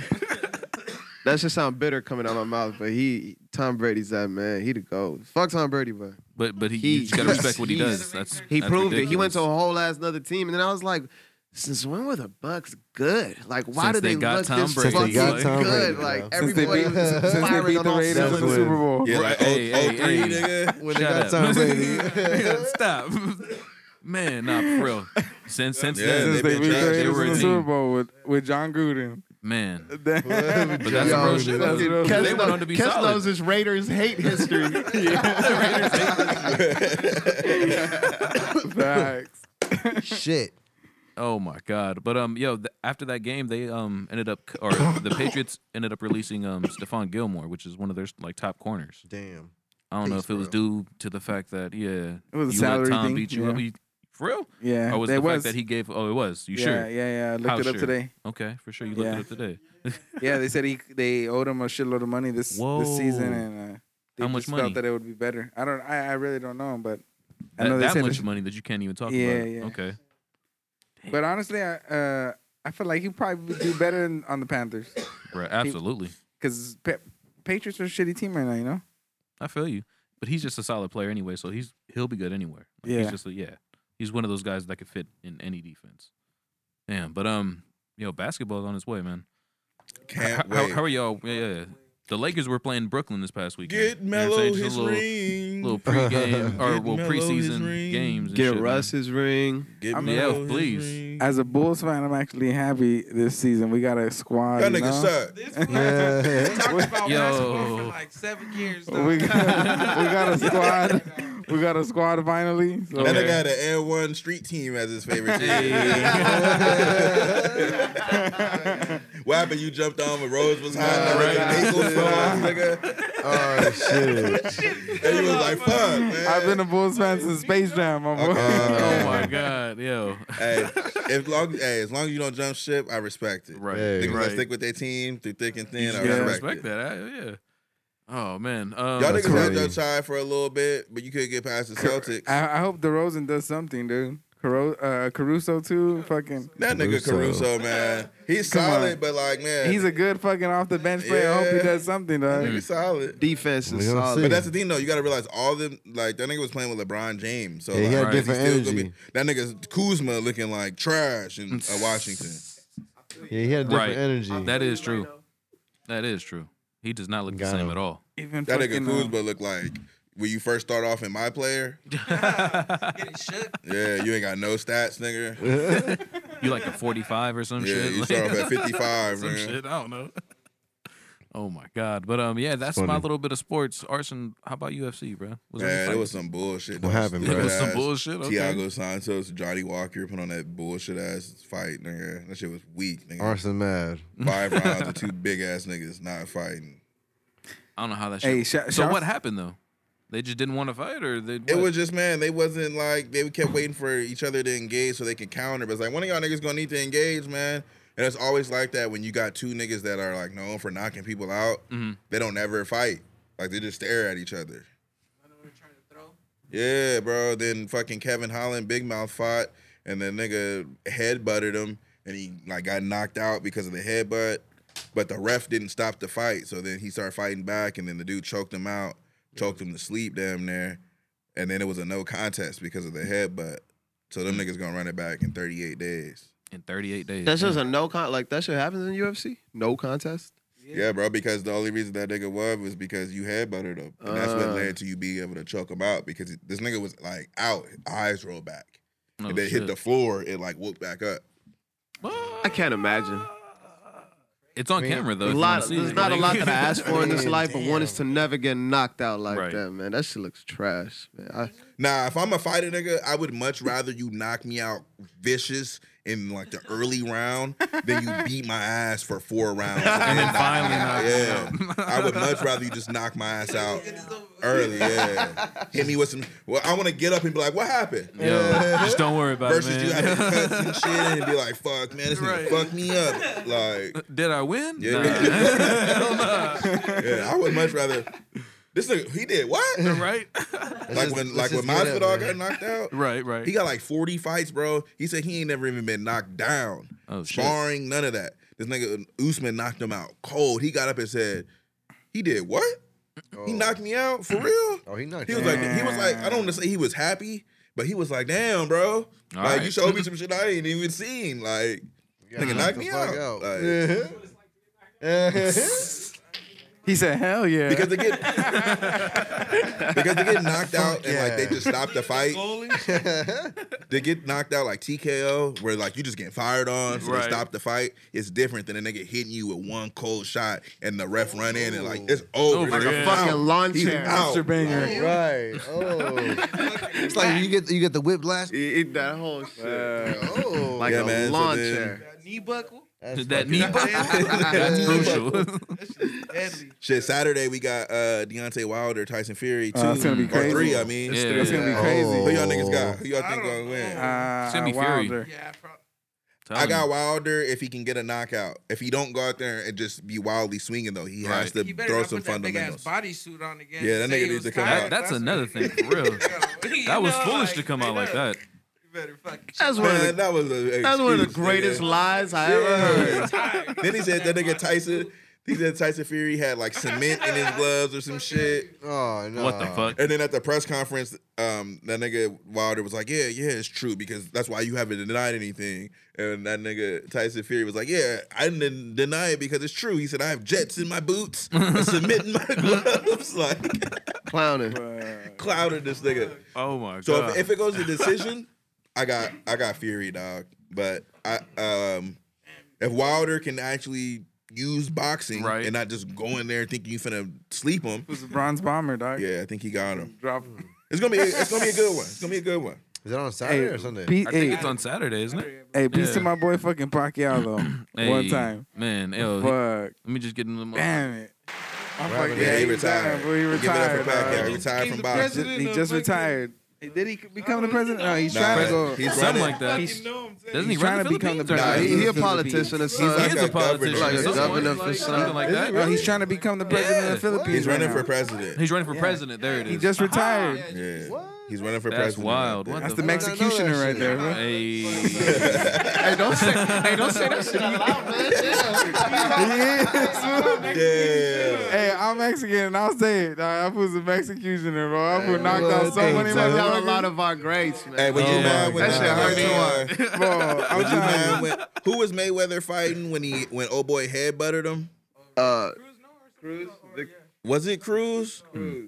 Speaker 5: That shit sound bitter coming out my mouth, but he, Tom Brady's that man. He the goat. Fuck Tom Brady, bro.
Speaker 2: But but he,
Speaker 5: He-
Speaker 2: you just gotta
Speaker 5: he's-
Speaker 2: respect what he
Speaker 5: he's-
Speaker 2: does. That's
Speaker 5: He
Speaker 2: that's
Speaker 5: proved it. He went
Speaker 2: ridiculous.
Speaker 5: to a whole ass another team, and then I was like, since when were the Bucks good? Like, why
Speaker 2: Since
Speaker 5: do
Speaker 2: they
Speaker 5: they,
Speaker 2: got
Speaker 5: look
Speaker 2: Tom
Speaker 5: this
Speaker 2: Brady.
Speaker 5: fucking
Speaker 2: Since they got
Speaker 3: Tom
Speaker 5: good?
Speaker 3: Brady,
Speaker 5: like
Speaker 3: bro.
Speaker 7: Since they
Speaker 5: everybody
Speaker 7: beat,
Speaker 5: was
Speaker 7: since they
Speaker 5: firing
Speaker 7: beat
Speaker 5: on
Speaker 7: the
Speaker 5: all
Speaker 7: Raiders in the
Speaker 5: cylinders.
Speaker 7: Super Bowl.
Speaker 4: Yeah, like
Speaker 2: Hey,
Speaker 4: oh- oh
Speaker 2: hey,
Speaker 4: three,
Speaker 2: hey.
Speaker 4: nigga.
Speaker 3: when they
Speaker 2: Shut
Speaker 3: got
Speaker 2: up.
Speaker 3: Tom Brady.
Speaker 2: *laughs* Stop. Man, not for real. Since since
Speaker 4: Yeah,
Speaker 2: then,
Speaker 7: Since
Speaker 4: they've
Speaker 7: they
Speaker 4: been
Speaker 7: beat
Speaker 4: trash.
Speaker 7: the
Speaker 4: They
Speaker 7: Raiders
Speaker 2: were a
Speaker 7: in the
Speaker 2: team.
Speaker 7: Super Bowl with with John Gruden.
Speaker 2: man.
Speaker 7: but *laughs*
Speaker 2: *laughs*
Speaker 7: that's
Speaker 2: But
Speaker 5: Yo,
Speaker 2: that's some real shit.
Speaker 5: that's
Speaker 2: though.
Speaker 5: real
Speaker 2: They
Speaker 5: shit.
Speaker 2: went on to be
Speaker 5: Kes
Speaker 2: solid.
Speaker 5: knows his Raiders hate
Speaker 2: *laughs*
Speaker 5: history.
Speaker 7: *laughs* Facts.
Speaker 3: Shit.
Speaker 2: Oh my god! But um, yo, th- after that game, they um ended up c- or the Patriots ended up releasing um Stephon Gilmore, which is one of their like top corners.
Speaker 3: Damn.
Speaker 2: I don't know
Speaker 3: Peace,
Speaker 2: if it was
Speaker 3: bro.
Speaker 2: due to the fact that yeah,
Speaker 7: It was a
Speaker 2: you
Speaker 7: salary
Speaker 2: let Tom
Speaker 7: thing,
Speaker 2: beat you
Speaker 7: yeah.
Speaker 2: up. You- for real?
Speaker 7: Yeah,
Speaker 2: Or was
Speaker 7: there
Speaker 2: the
Speaker 7: was.
Speaker 2: fact that he gave? Oh, it was. You
Speaker 7: yeah,
Speaker 2: sure?
Speaker 7: Yeah, yeah. I looked
Speaker 2: How
Speaker 7: it up
Speaker 2: sure?
Speaker 7: today.
Speaker 2: Okay, for sure. You looked
Speaker 7: Yeah.
Speaker 2: it up today. *laughs*
Speaker 7: Yeah, they said he they owed him a shitload of money this this season,
Speaker 2: Whoa.
Speaker 7: and uh, they
Speaker 2: How much
Speaker 7: just
Speaker 2: money?
Speaker 7: felt that it would be better. I don't. I, I really don't know, but I
Speaker 2: That,
Speaker 7: know they
Speaker 2: that
Speaker 7: said.
Speaker 2: much
Speaker 7: it-
Speaker 2: money that you can't even talk
Speaker 7: Yeah,
Speaker 2: about. it.
Speaker 7: yeah.
Speaker 2: Okay.
Speaker 7: But honestly, I uh, I feel like he probably would do better in, on the Panthers
Speaker 2: Right. Absolutely.
Speaker 7: because pa- Patriots are a shitty team right now. You know.
Speaker 2: I feel you. But he's just a solid player anyway, so he's he'll be good anywhere. Like,
Speaker 7: Yeah.
Speaker 2: He's just a, yeah. He's one of those guys that could fit in any defense. Damn. But um, you know, basketball's on its way, man.
Speaker 4: Can't
Speaker 2: how,
Speaker 4: wait.
Speaker 2: how, how are y'all? Yeah, yeah. The Lakers were playing Brooklyn this past weekend.
Speaker 4: Get
Speaker 2: You know what I'm
Speaker 4: Mello
Speaker 2: saying? Just
Speaker 4: his
Speaker 2: a little,
Speaker 4: ring.
Speaker 2: little
Speaker 4: *laughs*
Speaker 2: pregame or
Speaker 4: Get
Speaker 2: well
Speaker 4: Melo his
Speaker 2: preseason
Speaker 4: ring.
Speaker 2: games. And shit,
Speaker 5: Get
Speaker 2: man.
Speaker 5: Russ his ring.
Speaker 4: Get
Speaker 7: I mean,
Speaker 4: Melo
Speaker 2: yeah,
Speaker 4: his
Speaker 2: please.
Speaker 4: ring.
Speaker 7: As a Bulls fan, I'm actually happy this season. We got a squad.
Speaker 4: Y'all
Speaker 7: you
Speaker 4: niggas
Speaker 7: know?
Speaker 4: suck.
Speaker 6: This fool
Speaker 3: Yeah.
Speaker 6: talked about
Speaker 2: Yo.
Speaker 6: basketball for like seven years. dog.
Speaker 7: We got, we got
Speaker 6: *laughs*
Speaker 7: a squad. We got a squad finally. So
Speaker 4: That
Speaker 2: Okay.
Speaker 4: nigga had an N1 street team as his favorite team. *laughs* what happened? You jumped on when Rose was high and right. Naples fell nigga.
Speaker 3: Oh shit.
Speaker 4: And you was like, fuck, man.
Speaker 7: I've been a Bulls fan since Space Jam. My *laughs* boy.
Speaker 2: Oh
Speaker 4: Uh,
Speaker 2: my God, yo.
Speaker 4: hey, if long, hey, as long as you don't jump ship, I respect it.
Speaker 2: Right.
Speaker 3: Hey.
Speaker 4: Niggas
Speaker 2: right.
Speaker 4: that stick with their team through thick and thin, I
Speaker 2: yeah,
Speaker 4: respect,
Speaker 2: respect
Speaker 4: it.
Speaker 2: that. I- yeah. Oh man. Um,
Speaker 4: Y'all
Speaker 3: That's
Speaker 4: niggas
Speaker 3: crazy.
Speaker 4: helped your child for a little bit, but you couldn't get past the Celtics.
Speaker 7: I, I hope DeRozan does something, dude. Caro- uh, Caruso too. Fucking,
Speaker 4: that nigga
Speaker 3: Caruso.
Speaker 4: Caruso, man, he's
Speaker 7: Come on.
Speaker 4: solid, but like, man,
Speaker 7: he's a good fucking off the bench player. I hope he
Speaker 4: Yeah.
Speaker 7: does something, dog.
Speaker 2: Mm-hmm.
Speaker 4: he's solid.
Speaker 5: Defense
Speaker 3: We
Speaker 5: is
Speaker 3: gonna
Speaker 4: But
Speaker 3: see.
Speaker 5: solid.
Speaker 4: that's the thing, though. You got to realize all them, like, that nigga was playing with LeBron James. So,
Speaker 3: Yeah, he
Speaker 4: like,
Speaker 3: had
Speaker 4: is
Speaker 3: different
Speaker 4: still gonna
Speaker 3: energy.
Speaker 4: that nigga's Kuzma looking like trash in uh, Washington.
Speaker 3: Yeah, he had a different
Speaker 2: Right.
Speaker 3: energy.
Speaker 2: That is true. That is true. He does not look the
Speaker 3: Got
Speaker 2: same
Speaker 3: him.
Speaker 2: at all.
Speaker 7: Even
Speaker 4: That nigga
Speaker 7: fucking, uh,
Speaker 4: Kuzma looked like when you first start off in my
Speaker 2: *laughs*
Speaker 4: player.
Speaker 6: Getting shook.
Speaker 4: Yeah, you ain't got no stats, nigga.
Speaker 7: uh,
Speaker 2: *laughs* You like a 45 or some
Speaker 4: Yeah,
Speaker 2: shit.
Speaker 4: you
Speaker 2: like-
Speaker 4: start off at
Speaker 2: *laughs*
Speaker 4: 55,
Speaker 2: some
Speaker 4: man.
Speaker 2: shit. I don't know. Oh my God! But um, yeah, that's my
Speaker 3: Funny.
Speaker 2: little bit of sports. Arson, how about UFC, bro? Was there
Speaker 4: Man,
Speaker 2: any
Speaker 4: it was
Speaker 2: fights?
Speaker 4: some bullshit.
Speaker 3: What
Speaker 4: though.
Speaker 3: happened,
Speaker 4: Stupid
Speaker 3: bro?
Speaker 2: It was some
Speaker 4: ass
Speaker 2: bullshit. Okay.
Speaker 4: Tiago Santos, Johnny Walker put on that bullshit ass fight, nigga. That shit was weak, nigga.
Speaker 3: Arson mad.
Speaker 4: Five
Speaker 2: *laughs*
Speaker 4: rounds of two big ass niggas not fighting.
Speaker 2: I don't know how that. Shit
Speaker 7: Hey, shout,
Speaker 2: so
Speaker 7: shout,
Speaker 2: what happened though? They just didn't want to fight, or they.
Speaker 4: It
Speaker 2: what?
Speaker 4: was just man, they wasn't like they kept waiting for each other to engage so they could counter. But it's like one of y'all niggas gonna need to engage, man. And it's always like that when you got two niggas that are like known for knocking people out.
Speaker 2: Mhm.
Speaker 4: They don't ever fight. Like they just stare at each other. Yeah, bro. Then fucking Kevin Holland, Big Mouth fought, and the nigga head butted him, and he like got knocked out because of the headbutt. But the ref didn't stop the fight, so then he started fighting back, and then the dude choked him out, choked him to sleep, damn near, and then it was a no contest because of the headbutt. So them niggas gonna run it back in 38 days.
Speaker 2: in 38 days.
Speaker 5: That's
Speaker 2: yeah.
Speaker 5: just a no con. Like that shit happens in UFC. No contest.
Speaker 4: Yeah, bro. Because the only reason that nigga won was because you headbutted him, and that's what
Speaker 5: Uh.
Speaker 4: led to you being able to choke him out. Because this nigga was like out, eyes rolled back.
Speaker 2: Oh,
Speaker 4: if it hit
Speaker 2: shit.
Speaker 4: the floor, it like woke back up.
Speaker 5: I can't imagine.
Speaker 2: It's on camera though.
Speaker 5: A
Speaker 2: if you
Speaker 5: lot.
Speaker 2: wanna see
Speaker 5: there's
Speaker 2: it.
Speaker 5: not a lot
Speaker 2: Like- *laughs*
Speaker 5: that I ask for in this
Speaker 4: Man,
Speaker 5: life, but one is to never get knocked out like
Speaker 2: Right.
Speaker 5: that, man. That shit looks trash, man. I,
Speaker 4: Nah, if I'm a fighter, nigga, I would much rather you knock me out vicious in like the early round than you beat my ass
Speaker 2: *laughs*
Speaker 4: for four rounds
Speaker 2: And then finally knock me
Speaker 4: yeah. I would much rather you just knock my ass out early. Yeah, hit me with some. Well, I want to get up and be like, what happened?
Speaker 2: Yo, just don't worry about
Speaker 4: Versus
Speaker 2: it,
Speaker 4: *laughs* you having
Speaker 2: man.
Speaker 4: cuts and shit and be like, fuck, man, this nigga fucked me up. Like,
Speaker 2: Did I win?
Speaker 4: Yeah.
Speaker 2: Nah. *laughs*
Speaker 4: yeah, I would much rather. This nigga, he did
Speaker 2: *laughs*
Speaker 4: what?
Speaker 2: right,
Speaker 4: Like when, like when
Speaker 3: Masvidal
Speaker 4: Masvidal got knocked out.
Speaker 2: right, right.
Speaker 4: He got like 40 fights, bro. He said he ain't never even been knocked down.
Speaker 2: Oh, shit.
Speaker 4: sparring, none of that. This nigga Usman knocked him out cold. He got up and said, He did what? He knocked me out? For real?
Speaker 3: Oh, he knocked
Speaker 4: He was
Speaker 3: you out.
Speaker 4: like, he was like, I don't want to say he was happy, but he was like, damn, bro.
Speaker 2: All
Speaker 4: like you
Speaker 2: right. *laughs*
Speaker 4: showed me some shit I ain't even seen. Like, nigga knocked me out. Like,
Speaker 7: he said, hell yeah.
Speaker 4: Because they get because they get knocked out and like they just stop the fight. *laughs* they get knocked out like TKO, where like you just getting fired on, so
Speaker 2: Right.
Speaker 4: they stop the fight. It's different than a nigga hitting you with one cold shot and the ref run in and like it's over.
Speaker 2: Over, Like a yeah.
Speaker 5: fucking lawn
Speaker 4: He's
Speaker 5: chair.
Speaker 4: out.
Speaker 7: Mr. Banger.
Speaker 3: Right. Oh. it's like you get you get the whiplash.
Speaker 5: Eat that whole shit.
Speaker 3: Oh.
Speaker 5: like
Speaker 4: Yeah,
Speaker 5: a
Speaker 4: man, so
Speaker 5: lawn
Speaker 4: then-
Speaker 5: chair.
Speaker 6: Knee buckle.
Speaker 3: That's
Speaker 2: that
Speaker 3: fucking-
Speaker 2: knee. That's
Speaker 6: *laughs*
Speaker 2: crucial.
Speaker 6: Deadly.
Speaker 4: Shit, Saturday we got uh Deontay Wilder, Tyson Fury, two
Speaker 7: Oh, that's gonna be
Speaker 4: or
Speaker 7: crazy.
Speaker 4: three. I mean,
Speaker 2: Yeah.
Speaker 7: It's gonna be
Speaker 3: Yeah.
Speaker 7: crazy.
Speaker 4: who y'all niggas got?
Speaker 3: Oh.
Speaker 4: Who y'all
Speaker 6: I
Speaker 4: think
Speaker 6: don't
Speaker 4: gonna win?
Speaker 6: know.
Speaker 7: Uh,
Speaker 2: Semi Fury.
Speaker 7: Wilder.
Speaker 6: Yeah, probably.
Speaker 4: I got Wilder if he can get a knockout. If he don't go out there and just be wildly swinging though, he has
Speaker 2: Right.
Speaker 4: to
Speaker 6: He better
Speaker 4: throw
Speaker 6: not
Speaker 4: some
Speaker 6: put that big ass
Speaker 4: fundamentals.
Speaker 6: bodysuit on again.
Speaker 4: Yeah, that
Speaker 6: Say
Speaker 4: nigga
Speaker 6: he
Speaker 4: needs
Speaker 6: was
Speaker 4: to come
Speaker 6: tired.
Speaker 4: out.
Speaker 2: That, that's *laughs* another thing, for real.
Speaker 6: You
Speaker 2: That was
Speaker 6: know,
Speaker 2: foolish
Speaker 6: like,
Speaker 2: to come out like
Speaker 6: you know,
Speaker 2: that.
Speaker 6: You better fucking.
Speaker 5: That's one. Of
Speaker 4: Man,
Speaker 5: the,
Speaker 4: that was a
Speaker 5: that's one of the
Speaker 4: excuse,
Speaker 5: greatest
Speaker 4: nigga.
Speaker 5: lies I ever
Speaker 4: Yeah.
Speaker 5: heard.
Speaker 6: tired.
Speaker 4: *laughs* Then he said that nigga Tyson. He said Tyson Fury had like cement in his gloves or some shit.
Speaker 3: Oh no.
Speaker 2: What the fuck?
Speaker 4: And then at the press conference, um, that nigga Wilder was like, "Yeah, yeah, it's true because that's why you haven't denied anything." And that nigga Tyson Fury was like, "Yeah, I didn't deny it because it's true." He said, "I have jets in
Speaker 2: *laughs*
Speaker 4: my boots, and cement in my *laughs* gloves." Like *laughs*
Speaker 5: Clowning.
Speaker 4: clouded this nigga.
Speaker 2: Oh my god.
Speaker 4: So if, if
Speaker 2: *laughs*
Speaker 4: it goes to decision, I got I got Fury, dog. But I um if Wilder can actually use boxing
Speaker 2: Right.
Speaker 4: and not just go in there thinking you finna sleep him,
Speaker 7: It was a bronze bomber, dog.
Speaker 4: yeah, I think he got him.
Speaker 7: Drop.
Speaker 4: It's gonna be it's gonna be a good one. It's gonna be a good one.
Speaker 3: Is that on Saturday
Speaker 7: Hey,
Speaker 3: or Sunday?
Speaker 7: beat,
Speaker 2: I
Speaker 7: hey,
Speaker 2: think it's on Saturday, isn't it?
Speaker 7: hey, peace
Speaker 2: Yeah.
Speaker 7: to my boy fucking Pacquiao
Speaker 2: *clears throat*
Speaker 7: though. One
Speaker 2: Hey,
Speaker 7: time.
Speaker 2: Man, yo, let
Speaker 7: Fuck.
Speaker 2: me just get in the
Speaker 7: Damn it. I'm
Speaker 3: happened
Speaker 7: fucking
Speaker 3: to
Speaker 4: Yeah,
Speaker 3: Yeah,
Speaker 4: he
Speaker 3: he
Speaker 4: retired.
Speaker 7: Bro, he
Speaker 4: Give it up for
Speaker 7: retired.
Speaker 4: Pacquiao. He
Speaker 7: dog.
Speaker 4: retired from
Speaker 6: the
Speaker 4: boxing.
Speaker 6: president.
Speaker 7: Just- he just retired.
Speaker 6: Did he
Speaker 7: Become the president? No, he's
Speaker 4: Nah,
Speaker 7: trying to go.
Speaker 4: he's
Speaker 2: Something
Speaker 4: running.
Speaker 2: like that.
Speaker 6: You know him,
Speaker 2: Doesn't he
Speaker 7: he's
Speaker 2: run
Speaker 7: trying to become the
Speaker 2: Philippines or-
Speaker 4: Nah,
Speaker 7: president.
Speaker 4: he- he
Speaker 5: He a
Speaker 7: of the
Speaker 5: politician or
Speaker 7: Philippines.
Speaker 4: He's
Speaker 5: something.
Speaker 4: like
Speaker 2: is
Speaker 4: a
Speaker 2: a politician.
Speaker 4: governor.
Speaker 2: or
Speaker 5: Like a
Speaker 2: something
Speaker 5: governor for something.
Speaker 2: like, something like
Speaker 3: Is he
Speaker 2: that.
Speaker 3: really?
Speaker 7: Oh, he's trying to become the president of
Speaker 2: Yeah.
Speaker 7: the Philippines.
Speaker 4: He's running
Speaker 7: right
Speaker 4: for
Speaker 7: now.
Speaker 4: president.
Speaker 2: He's running for president. There it is. Ah,
Speaker 7: He just retired.
Speaker 4: Yeah. He's running for
Speaker 2: That's
Speaker 4: president.
Speaker 2: wild. What
Speaker 7: That's
Speaker 2: the
Speaker 7: the
Speaker 2: fuck?
Speaker 7: Mexicutioner
Speaker 3: that
Speaker 7: right
Speaker 3: shit.
Speaker 4: *laughs*
Speaker 7: there, bro.
Speaker 2: Hey.
Speaker 5: Hey, don't say, hey, don't say that shit.
Speaker 3: *laughs*
Speaker 4: Yeah.
Speaker 7: *laughs* Hey, I'm Mexican and I'll say it. dog. I was a Mexicutioner, bro. I was knocked out so
Speaker 3: Hey,
Speaker 7: many
Speaker 3: tell
Speaker 5: Tell a
Speaker 7: motherfuckers.
Speaker 5: lot of our greats, man.
Speaker 4: Hey, when you
Speaker 2: Oh
Speaker 4: mad
Speaker 2: my
Speaker 4: when
Speaker 5: God. That shit *laughs* hurt
Speaker 4: uh,
Speaker 7: Bro, I'm
Speaker 4: Would you mind
Speaker 7: trying.
Speaker 4: when, who was Mayweather fighting when he when old boy head buttered him?
Speaker 5: Uh,
Speaker 4: Was it Cruz? Hmm.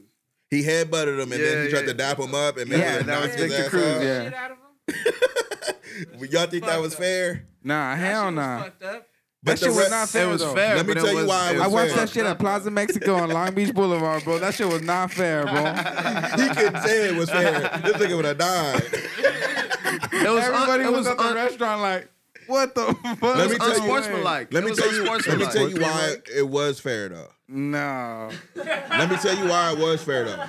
Speaker 4: He head buttered him and then he
Speaker 5: Yeah,
Speaker 4: tried to
Speaker 5: yeah.
Speaker 4: dap him up and
Speaker 7: Yeah,
Speaker 4: Mayweather
Speaker 7: that was
Speaker 4: knocked his
Speaker 7: Victor
Speaker 4: ass
Speaker 7: Cruz.
Speaker 4: out.
Speaker 7: Yeah.
Speaker 4: *laughs* Y'all think that was fair?
Speaker 7: Nah, hell
Speaker 6: Hell no.
Speaker 7: nah.
Speaker 6: Fucked up.
Speaker 7: That
Speaker 4: the
Speaker 7: shit was
Speaker 4: rest-
Speaker 7: not fair.
Speaker 5: it was
Speaker 7: though.
Speaker 5: fair.
Speaker 4: Let me
Speaker 5: but
Speaker 4: tell
Speaker 5: it
Speaker 4: you
Speaker 5: was,
Speaker 4: why it
Speaker 5: It
Speaker 7: I
Speaker 5: was
Speaker 7: watched
Speaker 4: fair.
Speaker 7: that shit at Plaza Mexico on Long Beach Boulevard, bro. That shit was not
Speaker 5: *laughs*
Speaker 7: fair, bro.
Speaker 4: He couldn't say it was fair. This nigga would have died.
Speaker 5: it was un-
Speaker 7: Everybody
Speaker 5: it
Speaker 7: was,
Speaker 5: was
Speaker 7: at the
Speaker 5: un-
Speaker 7: restaurant like, what the fuck?
Speaker 4: Let me tell you-
Speaker 5: unsportsmanlike.
Speaker 4: Let me
Speaker 5: It was
Speaker 4: tell you. Let me
Speaker 5: unsportsmanlike.
Speaker 4: tell you why it was fair though.
Speaker 7: No.
Speaker 4: Let me tell you why it was fair though.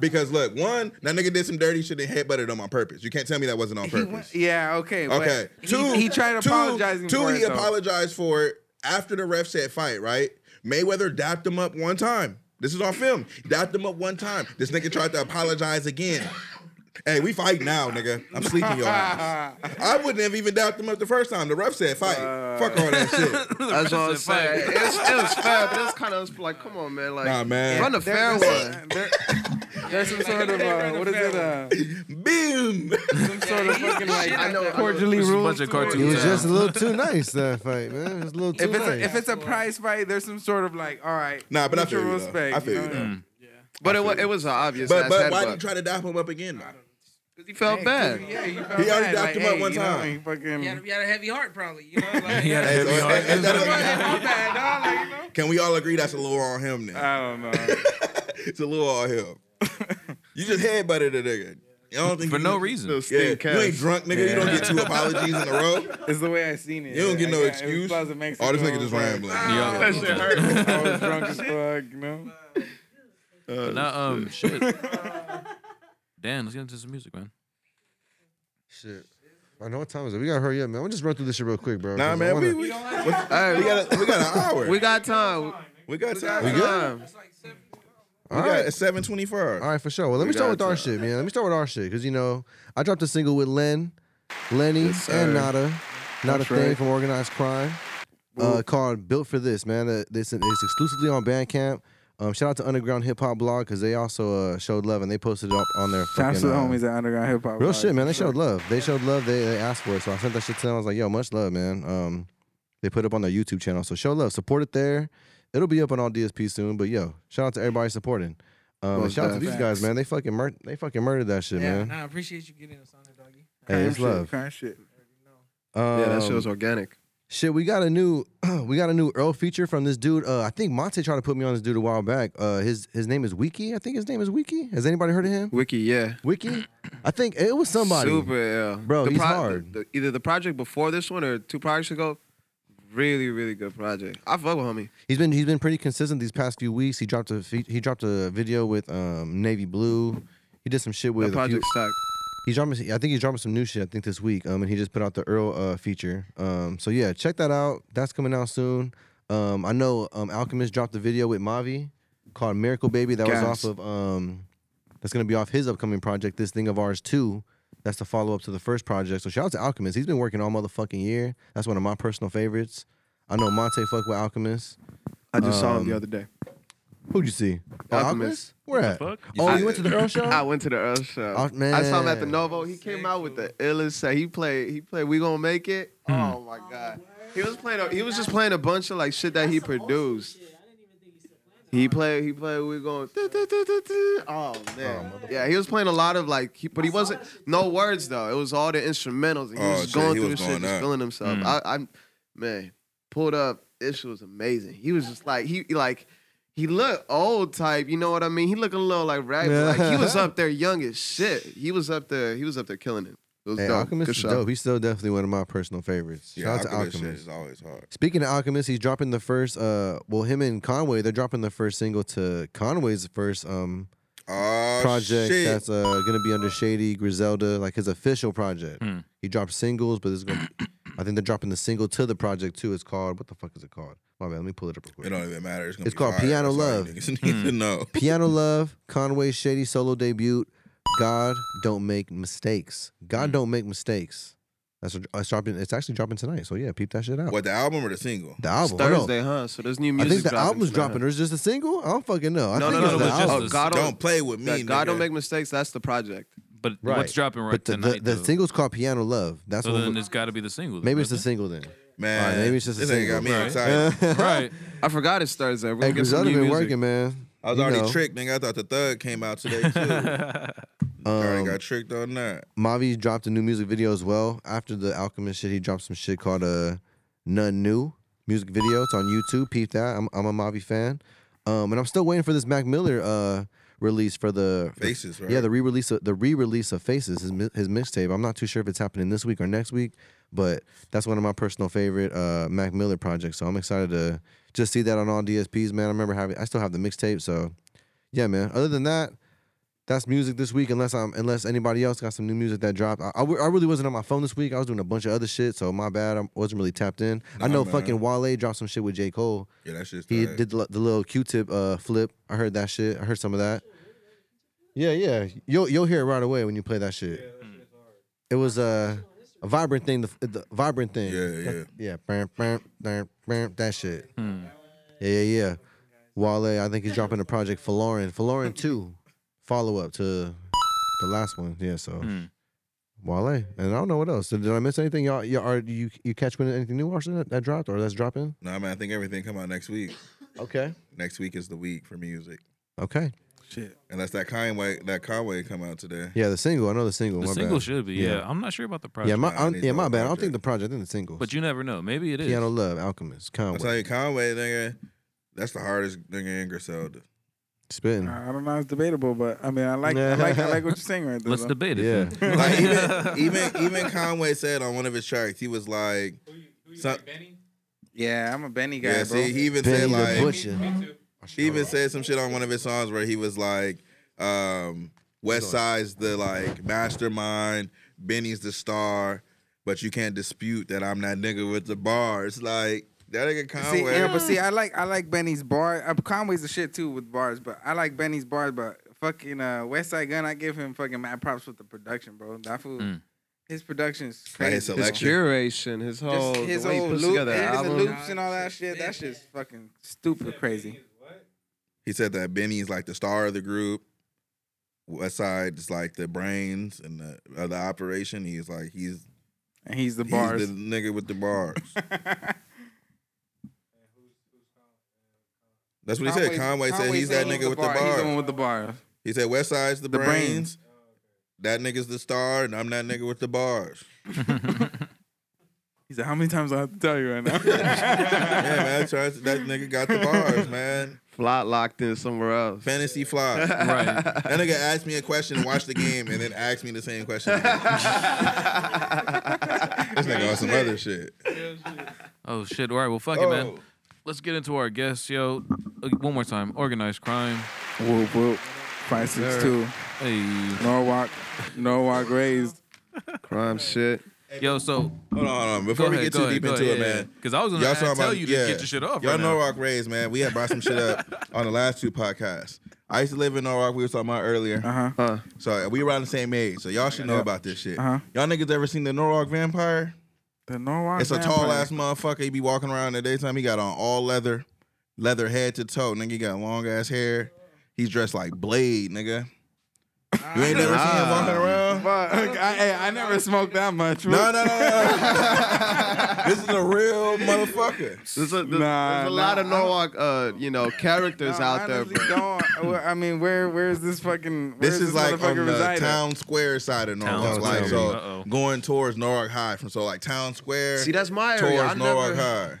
Speaker 4: Because look, one, that nigga did some dirty shit and headbutted him on purpose. You can't tell me that wasn't on
Speaker 7: He went-
Speaker 4: purpose.
Speaker 7: yeah, okay. but
Speaker 4: Okay.
Speaker 7: he-
Speaker 4: two.
Speaker 7: He, tried
Speaker 4: two-
Speaker 7: apologizing
Speaker 4: Two.
Speaker 7: for
Speaker 4: he
Speaker 7: it, though.
Speaker 4: apologized for it after the ref said fight. Right. Mayweather dapped him up one time. This is on film. Dapped him up one time. This nigga tried to apologize again. Hey, we fight now, nigga. I'm sleeping
Speaker 5: *laughs*
Speaker 4: your ass. I wouldn't have even dapped him up the first time. The ref said fight.
Speaker 7: Uh,
Speaker 4: Fuck all that shit.
Speaker 5: That's what I'm saying. It was, it was fair, but it was kind of like, come on, man. Like,
Speaker 4: Nah, man.
Speaker 5: run a fair one.
Speaker 7: There- there's some sort of, uh, what is it? Uh,
Speaker 4: *laughs* Bim.
Speaker 7: some sort of fucking like
Speaker 5: I know.
Speaker 7: cordially
Speaker 2: There's a
Speaker 7: ruled.
Speaker 2: bunch of
Speaker 7: to it.
Speaker 2: cartoons
Speaker 11: It was
Speaker 2: Yeah.
Speaker 11: just a little too nice that fight, man. It was a little too
Speaker 7: If it's,
Speaker 11: nice.
Speaker 7: a, if it's a prize fight, there's some sort of like, all right.
Speaker 4: Nah, but I
Speaker 7: mutual
Speaker 4: feel you, though.
Speaker 7: respect.
Speaker 4: I feel you,
Speaker 7: know?
Speaker 4: though.
Speaker 3: Mm.
Speaker 5: But it, wa- it was an obvious
Speaker 4: But
Speaker 5: ass
Speaker 4: but why did you
Speaker 5: headbutt.
Speaker 4: try to dap him up again? though?
Speaker 5: Because he felt bad.
Speaker 7: Yeah, you
Speaker 4: He already
Speaker 7: bad.
Speaker 4: dapped
Speaker 7: like,
Speaker 4: him up
Speaker 7: hey,
Speaker 4: one
Speaker 7: you know,
Speaker 4: time.
Speaker 7: he fucking.
Speaker 6: He had, a- he had a heavy heart, probably. You know, like,
Speaker 7: *laughs*
Speaker 2: Yeah,
Speaker 4: Hey, so-
Speaker 2: heavy heart.
Speaker 4: and- and that-
Speaker 7: My bad, dog, like, you know?
Speaker 4: Can we all agree that's a little on him now?
Speaker 7: I don't know.
Speaker 4: *laughs* it's a little on
Speaker 7: *laughs*
Speaker 4: him. you just headbutted a nigga. You don't think
Speaker 2: For
Speaker 4: you-
Speaker 2: no reason.
Speaker 5: Those
Speaker 4: Yeah,
Speaker 5: stink
Speaker 4: you ain't
Speaker 5: cats.
Speaker 4: drunk, nigga. You don't get two apologies in a row.
Speaker 2: *laughs*
Speaker 7: It's the way I seen it.
Speaker 4: You don't get
Speaker 7: I
Speaker 4: no
Speaker 7: got- it was
Speaker 4: excuse.
Speaker 7: Plaza
Speaker 4: Oh, this
Speaker 7: Mexico,
Speaker 4: nigga just
Speaker 7: like,
Speaker 4: rambling.
Speaker 2: Yeah.
Speaker 5: That shit hurt.
Speaker 7: *laughs* I was drunk as fuck, you know?
Speaker 4: Oh,
Speaker 2: But not, um, shit. Dan, let's get into some music, man.
Speaker 3: Shit. I know what time is it. We gotta hurry up, man. We'll just run through this shit real quick, bro. 'cause
Speaker 4: Nah,
Speaker 3: I
Speaker 4: man,
Speaker 3: wanna-
Speaker 4: we, we, we
Speaker 5: Hey, we got,
Speaker 4: got a, we got an hour.
Speaker 5: we got time.
Speaker 4: We got time. We
Speaker 3: We
Speaker 4: got,
Speaker 3: good?
Speaker 5: time.
Speaker 3: All
Speaker 4: we got
Speaker 3: right.
Speaker 4: it's seven twenty
Speaker 3: All
Speaker 4: four.
Speaker 3: right, for sure. Well, let me
Speaker 5: We
Speaker 3: start with
Speaker 5: got
Speaker 3: our
Speaker 5: to.
Speaker 3: shit, man. Let me start with our shit because you know I dropped a single with Len, Lenny, and Nada, not a
Speaker 7: That's
Speaker 3: thing
Speaker 7: right.
Speaker 3: from Organized Crime, uh, called "Built for This," man. Uh, this it's exclusively on Bandcamp. Um, shout out to Underground Hip Hop Blog because they also uh, showed love and they posted it up on their.
Speaker 7: Shout out to
Speaker 3: fucking,
Speaker 7: the
Speaker 3: uh,
Speaker 7: homies at Underground Hip Hop.
Speaker 3: Real
Speaker 7: Live.
Speaker 3: shit, man. They showed love. They showed love. They, they asked for it, so I sent that shit to them. I was like, "Yo, much love, man." Um, they put it up on their YouTube channel, so show love, support it there. It'll be up on all DSP soon, but yo, shout out to everybody supporting. Um, and
Speaker 7: Most
Speaker 3: shout out to these
Speaker 7: definitely.
Speaker 3: guys, man. They fucking mur- they fucking murdered that shit,
Speaker 6: yeah,
Speaker 3: man.
Speaker 6: nah, I appreciate you getting us on there, doggy.
Speaker 3: Hey, it's
Speaker 7: Kind of shit,
Speaker 3: love.
Speaker 7: kind
Speaker 6: *laughs*
Speaker 7: of shit.
Speaker 3: Um,
Speaker 5: Yeah, that shit was organic.
Speaker 3: Shit, we got a new *clears throat* we got a new Earl feature from this dude. Uh, I think Monte tried to put me on this dude a while back. Uh, his his name is Wiki. I think his name is Wiki. Has anybody heard of him?
Speaker 5: Wiki, yeah.
Speaker 3: Wiki. I think it was somebody.
Speaker 5: Super, yeah.
Speaker 3: Bro, he's hard.
Speaker 5: the- either the project before this one or two projects ago, really, really good project. I fuck with homie.
Speaker 3: He's been he's been pretty consistent these past few weeks. He dropped a fe- he dropped a video with um, Navy Blue. He did some shit
Speaker 5: The
Speaker 3: with. a few-
Speaker 5: project stack.
Speaker 3: he's dropping. I think he's dropping some new shit. I think this week. Um, and he just put out the Earl uh, feature. Um, so yeah, check that out. That's coming out soon. Um, I know um, Alchemist dropped a video with Mavi called Miracle Baby. That was off
Speaker 5: Gas.
Speaker 3: of um, that's gonna be off his upcoming project, This Thing of Ours Too. That's the follow up to the first project. So shout out to Alchemist. He's been working all motherfucking year. That's one of my personal favorites. I know Monte fuck with Alchemist.
Speaker 5: I just saw him
Speaker 3: Um,
Speaker 5: the other day.
Speaker 3: Who'd you see? Oh,
Speaker 5: Alchemist.
Speaker 3: Where at?
Speaker 2: fuck?
Speaker 3: Oh,
Speaker 5: I-
Speaker 3: you went to the Earl show?
Speaker 5: *laughs* I went to the Earth show.
Speaker 3: Oh,
Speaker 5: I saw him at the
Speaker 3: man.
Speaker 5: Novo. He came out with the illest set. He played. He played. We gonna make it.
Speaker 3: Hmm.
Speaker 5: Oh my god. He was playing. A, he was just playing a bunch of like shit that he produced. He played. He played. We going. Oh man. Yeah. He was playing a lot of like. He, but he wasn't. No words though. It was all the instrumentals. And he
Speaker 4: Oh,
Speaker 5: was just
Speaker 4: shit,
Speaker 5: going
Speaker 4: he
Speaker 5: through
Speaker 4: was
Speaker 5: the
Speaker 4: going
Speaker 5: shit, just
Speaker 4: up.
Speaker 5: feeling himself.
Speaker 3: Mm.
Speaker 5: I, I'm. Man, pulled up. This shit was amazing. He was just like he like he looked old type, you know what I mean? He looked a little like rag, but like he was up there young as shit. He was up there, he was up there killing it. It was
Speaker 3: Hey,
Speaker 5: dope.
Speaker 3: Alchemist is
Speaker 5: Good shot.
Speaker 3: dope. He's still definitely one of my personal favorites. Shout
Speaker 4: Yeah,
Speaker 3: out to
Speaker 4: Alchemist shit
Speaker 3: Alchemist.
Speaker 4: is always hard.
Speaker 3: Speaking of Alchemist, he's dropping the first. Uh, well, him and Conway, they're dropping the first single to Conway's first um
Speaker 4: Oh
Speaker 3: project
Speaker 4: shit.
Speaker 3: that's uh gonna be under Shady Griselda, like his official project.
Speaker 2: Hmm.
Speaker 3: He dropped singles, but it's gonna. I think they're dropping the single to the project too. It's called what the fuck is it called? My bad. Let me pull it up real
Speaker 4: it
Speaker 3: quick.
Speaker 4: don't even matter. It's, gonna
Speaker 3: It's
Speaker 4: be
Speaker 3: called
Speaker 4: fire.
Speaker 3: Piano
Speaker 4: That's all you
Speaker 3: Love.
Speaker 4: niggas *laughs* need to
Speaker 5: Hmm.
Speaker 2: Hmm.
Speaker 4: know.
Speaker 3: *laughs* Piano Love, Conway's Shady solo debut, God Don't Make Mistakes. God
Speaker 5: Hmm.
Speaker 3: Don't Make Mistakes. That's what- it's dropping. It's actually dropping tonight. So yeah, peep that shit out.
Speaker 4: *laughs* What the album or the single?
Speaker 3: The
Speaker 5: It's
Speaker 3: album. I don't-
Speaker 5: Thursday, huh? So there's new
Speaker 3: I
Speaker 5: music.
Speaker 3: think the
Speaker 5: dropping
Speaker 3: album's
Speaker 5: tonight,
Speaker 3: dropping. There's just a single. I don't fucking know. I
Speaker 5: Huh? No,
Speaker 3: think
Speaker 5: no, no,
Speaker 3: it's
Speaker 5: no.
Speaker 3: the
Speaker 5: it's just-
Speaker 3: album.
Speaker 5: oh, God
Speaker 4: Don't play with
Speaker 5: that
Speaker 4: me.
Speaker 5: God
Speaker 4: nigga.
Speaker 5: don't make mistakes. That's the project.
Speaker 2: But
Speaker 3: Right.
Speaker 2: what's dropping right
Speaker 3: but the,
Speaker 2: tonight?
Speaker 3: the, the
Speaker 2: though?
Speaker 3: single's called Piano Love. That's
Speaker 2: So
Speaker 3: what.
Speaker 2: then
Speaker 3: we-
Speaker 2: it's got to be the single.
Speaker 3: maybe it's the
Speaker 2: doesn't
Speaker 3: single then.
Speaker 4: man.
Speaker 3: Alright, maybe it's just a
Speaker 4: this ain't got
Speaker 3: single.
Speaker 4: me
Speaker 2: Right.
Speaker 3: *laughs*
Speaker 4: excited.
Speaker 2: it? Right.
Speaker 5: I forgot it's Thursday. We're gonna
Speaker 3: Hey,
Speaker 5: get some
Speaker 3: Griselda
Speaker 5: new
Speaker 3: been
Speaker 5: music.
Speaker 3: working, man.
Speaker 4: I was
Speaker 3: You
Speaker 4: already
Speaker 3: know.
Speaker 4: tricked, nigga. I thought the thug came out
Speaker 2: *laughs*
Speaker 4: today too. I
Speaker 3: Um,
Speaker 4: already got tricked on that.
Speaker 3: Mavi dropped a new music video as well. After the Alchemist shit, he dropped some shit called uh, None New. music video. It's on YouTube. Peep that. I'm, I'm a Mavi fan. Um, and I'm still waiting for this Mac Miller uh, release for the
Speaker 4: Faces, right?
Speaker 3: yeah, the re-release, of, the re-release of Faces, his mi- his mixtape. I'm not too sure if it's happening this week or next week, but that's one of my personal favorite uh, Mac Miller projects. So I'm excited to just see that on all DSPs, man. I remember having, I still have the mixtape. So yeah, man. Other than that, that's music this week. Unless I'm, unless anybody else got some new music that dropped. I, I, w- I really wasn't on my phone this week. I was doing a bunch of other shit, so my bad. I wasn't really tapped in. I
Speaker 4: Nah,
Speaker 3: know
Speaker 4: man.
Speaker 3: fucking Wale dropped some shit with J Cole.
Speaker 4: yeah, that shit's
Speaker 3: He
Speaker 4: tight.
Speaker 3: did the, the little Q-tip uh, flip. I heard that shit. I heard some of that. Yeah, yeah. You'll you'll hear it right away when you play that shit. It was uh, a vibrant thing. The, the vibrant thing.
Speaker 4: Yeah,
Speaker 3: That-
Speaker 4: yeah.
Speaker 3: yeah. Bam, bam, bam, bam, that shit.
Speaker 2: Hmm.
Speaker 3: Yeah, yeah, yeah. Wale, I think he's dropping a project for Lauren. For Lauren two, follow up to the last one. Yeah, so
Speaker 2: Hmm.
Speaker 3: Wale, and I don't know what else. Did, did I miss anything? Y'all, y'all are you you catch when anything new Washington that, that dropped or that's dropping?
Speaker 4: Nah, man, I think everything come out next week.
Speaker 3: Okay,
Speaker 4: Next week is the week for music.
Speaker 3: okay.
Speaker 7: Shit.
Speaker 4: Unless that Conway, that Conway come out today.
Speaker 3: Yeah, the single. I know the single.
Speaker 2: The
Speaker 3: my
Speaker 2: single
Speaker 3: bad.
Speaker 2: should be, yeah.
Speaker 3: Yeah.
Speaker 2: I'm not sure about the project.
Speaker 3: Yeah, my
Speaker 4: Nah, I
Speaker 3: I'm-
Speaker 4: need
Speaker 3: yeah
Speaker 4: the
Speaker 3: my
Speaker 4: whole
Speaker 3: bad. I don't think
Speaker 4: project.
Speaker 3: the project. I think the single.
Speaker 2: But you never know. Maybe it is.
Speaker 3: Piano Love, Alchemist,
Speaker 4: I'm telling
Speaker 3: Conway,
Speaker 4: you, Conway, nigga, that's the hardest nigga in Griselda.
Speaker 3: spitting.
Speaker 7: I don't know. It's debatable, but I mean, I like, I like, I like what you're saying right there.
Speaker 2: Let's
Speaker 7: though.
Speaker 2: debate it.
Speaker 3: Yeah.
Speaker 2: then.
Speaker 4: Like even, even even Conway said on one of his tracks, he was like, some-
Speaker 7: yeah, I'm a Benny guy,
Speaker 4: yeah,
Speaker 7: bro.
Speaker 4: see, he even
Speaker 3: Benny
Speaker 4: said
Speaker 3: the
Speaker 4: like,
Speaker 3: Butcher.
Speaker 4: *laughs* he even said some shit on one of his songs where he was like, um, West Side's the like mastermind, Benny's the star, but you can't dispute that I'm that nigga with the bars. Like that nigga
Speaker 7: See,
Speaker 4: Conway.
Speaker 7: yeah, but see, I like I like Benny's bar. Uh, Conway's the shit too with bars, but I like Benny's bars. But fucking uh, West Side Gun, I give him fucking mad props with the production, bro. That fool,
Speaker 2: Mm.
Speaker 7: his production's
Speaker 4: Like,
Speaker 7: crazy.
Speaker 4: his
Speaker 5: His
Speaker 4: selection.
Speaker 5: curation, his whole,
Speaker 7: Just his
Speaker 5: the way he
Speaker 7: whole
Speaker 5: puts
Speaker 7: loop, and
Speaker 5: together the
Speaker 7: the
Speaker 5: album.
Speaker 7: loops and all that shit. That shit's fucking stupid crazy.
Speaker 4: He said that Benny's like the star of the group. West Side is like the brains and the of the operation. He's like he's
Speaker 7: And he's the bars.
Speaker 4: He's the nigga with the
Speaker 7: *laughs*
Speaker 4: bars. That's what he said. Conway, said he's that
Speaker 7: the
Speaker 4: nigga with the
Speaker 7: bar. He's the one
Speaker 4: bars.
Speaker 7: with the bars.
Speaker 4: He said West Side's the,
Speaker 7: The
Speaker 4: brains. That nigga's the star, and I'm that nigga with the bars.
Speaker 7: He said, "How many times I have to tell you *laughs* right now?"
Speaker 4: *laughs* yeah, man. That's, that nigga got the
Speaker 7: *laughs*
Speaker 4: bars, man.
Speaker 5: Flat locked in somewhere else. *laughs*
Speaker 4: Fantasy fly.
Speaker 2: Right.
Speaker 4: *laughs* That nigga asked me a question, watched the game, and then asked me the same question. Again. this nigga on some other shit. Oh.
Speaker 2: Oh shit. All right. Well, fuck it, man. Let's get into our guests, yo. Uh, One more time. Organized crime.
Speaker 7: whoop whoop. Five six two.
Speaker 2: Hey.
Speaker 7: Norwalk. Norwalk raised.
Speaker 5: Crime shit.
Speaker 2: Yo. So
Speaker 4: Hold on, hold on. Before we get too deep into it, man.
Speaker 2: Because I was gonna
Speaker 4: Y'all
Speaker 2: ask-
Speaker 4: talking
Speaker 2: tell
Speaker 4: about,
Speaker 2: you to
Speaker 4: yeah.
Speaker 2: get your shit off.
Speaker 4: Y'all
Speaker 2: right
Speaker 4: know
Speaker 2: now.
Speaker 4: Norwalk Rays, man. We had brought some shit up on the last two podcasts. I used to live in Norwalk. We were talking about earlier.
Speaker 7: Uh huh.
Speaker 5: Huh.
Speaker 4: So we around the same age. So y'all should know about this shit.
Speaker 7: Uh-huh.
Speaker 4: Y'all niggas ever seen the Norwalk vampire?
Speaker 7: The Norwalk.
Speaker 4: It's a tall ass motherfucker. He be walking around in the daytime. He got on all leather, leather head to toe. Nigga, he got long ass hair. He's dressed like Blade, nigga. You ain't never seen him walking around?
Speaker 7: Ah. Fuck. I, hey, I never smoked that much.
Speaker 4: No, no, no, no. this is a real motherfucker.
Speaker 5: There's a, there's,
Speaker 7: Nah,
Speaker 5: there's a
Speaker 7: nah,
Speaker 5: lot of
Speaker 7: I
Speaker 5: Norwalk, uh, you know, characters
Speaker 7: No,
Speaker 5: out there,
Speaker 7: honestly,
Speaker 5: bro.
Speaker 7: Don't, well, I mean, where where is this *laughs* fucking? Where
Speaker 4: This is like
Speaker 7: motherfucker
Speaker 4: on the
Speaker 7: reside at?
Speaker 4: town square side of Norwalk,
Speaker 2: Town
Speaker 4: like
Speaker 2: square.
Speaker 4: so
Speaker 2: Uh-oh.
Speaker 4: going towards Norwalk High from so like town square.
Speaker 5: See, that's my
Speaker 4: towards
Speaker 5: area. I
Speaker 4: Norwalk
Speaker 5: never.
Speaker 4: High.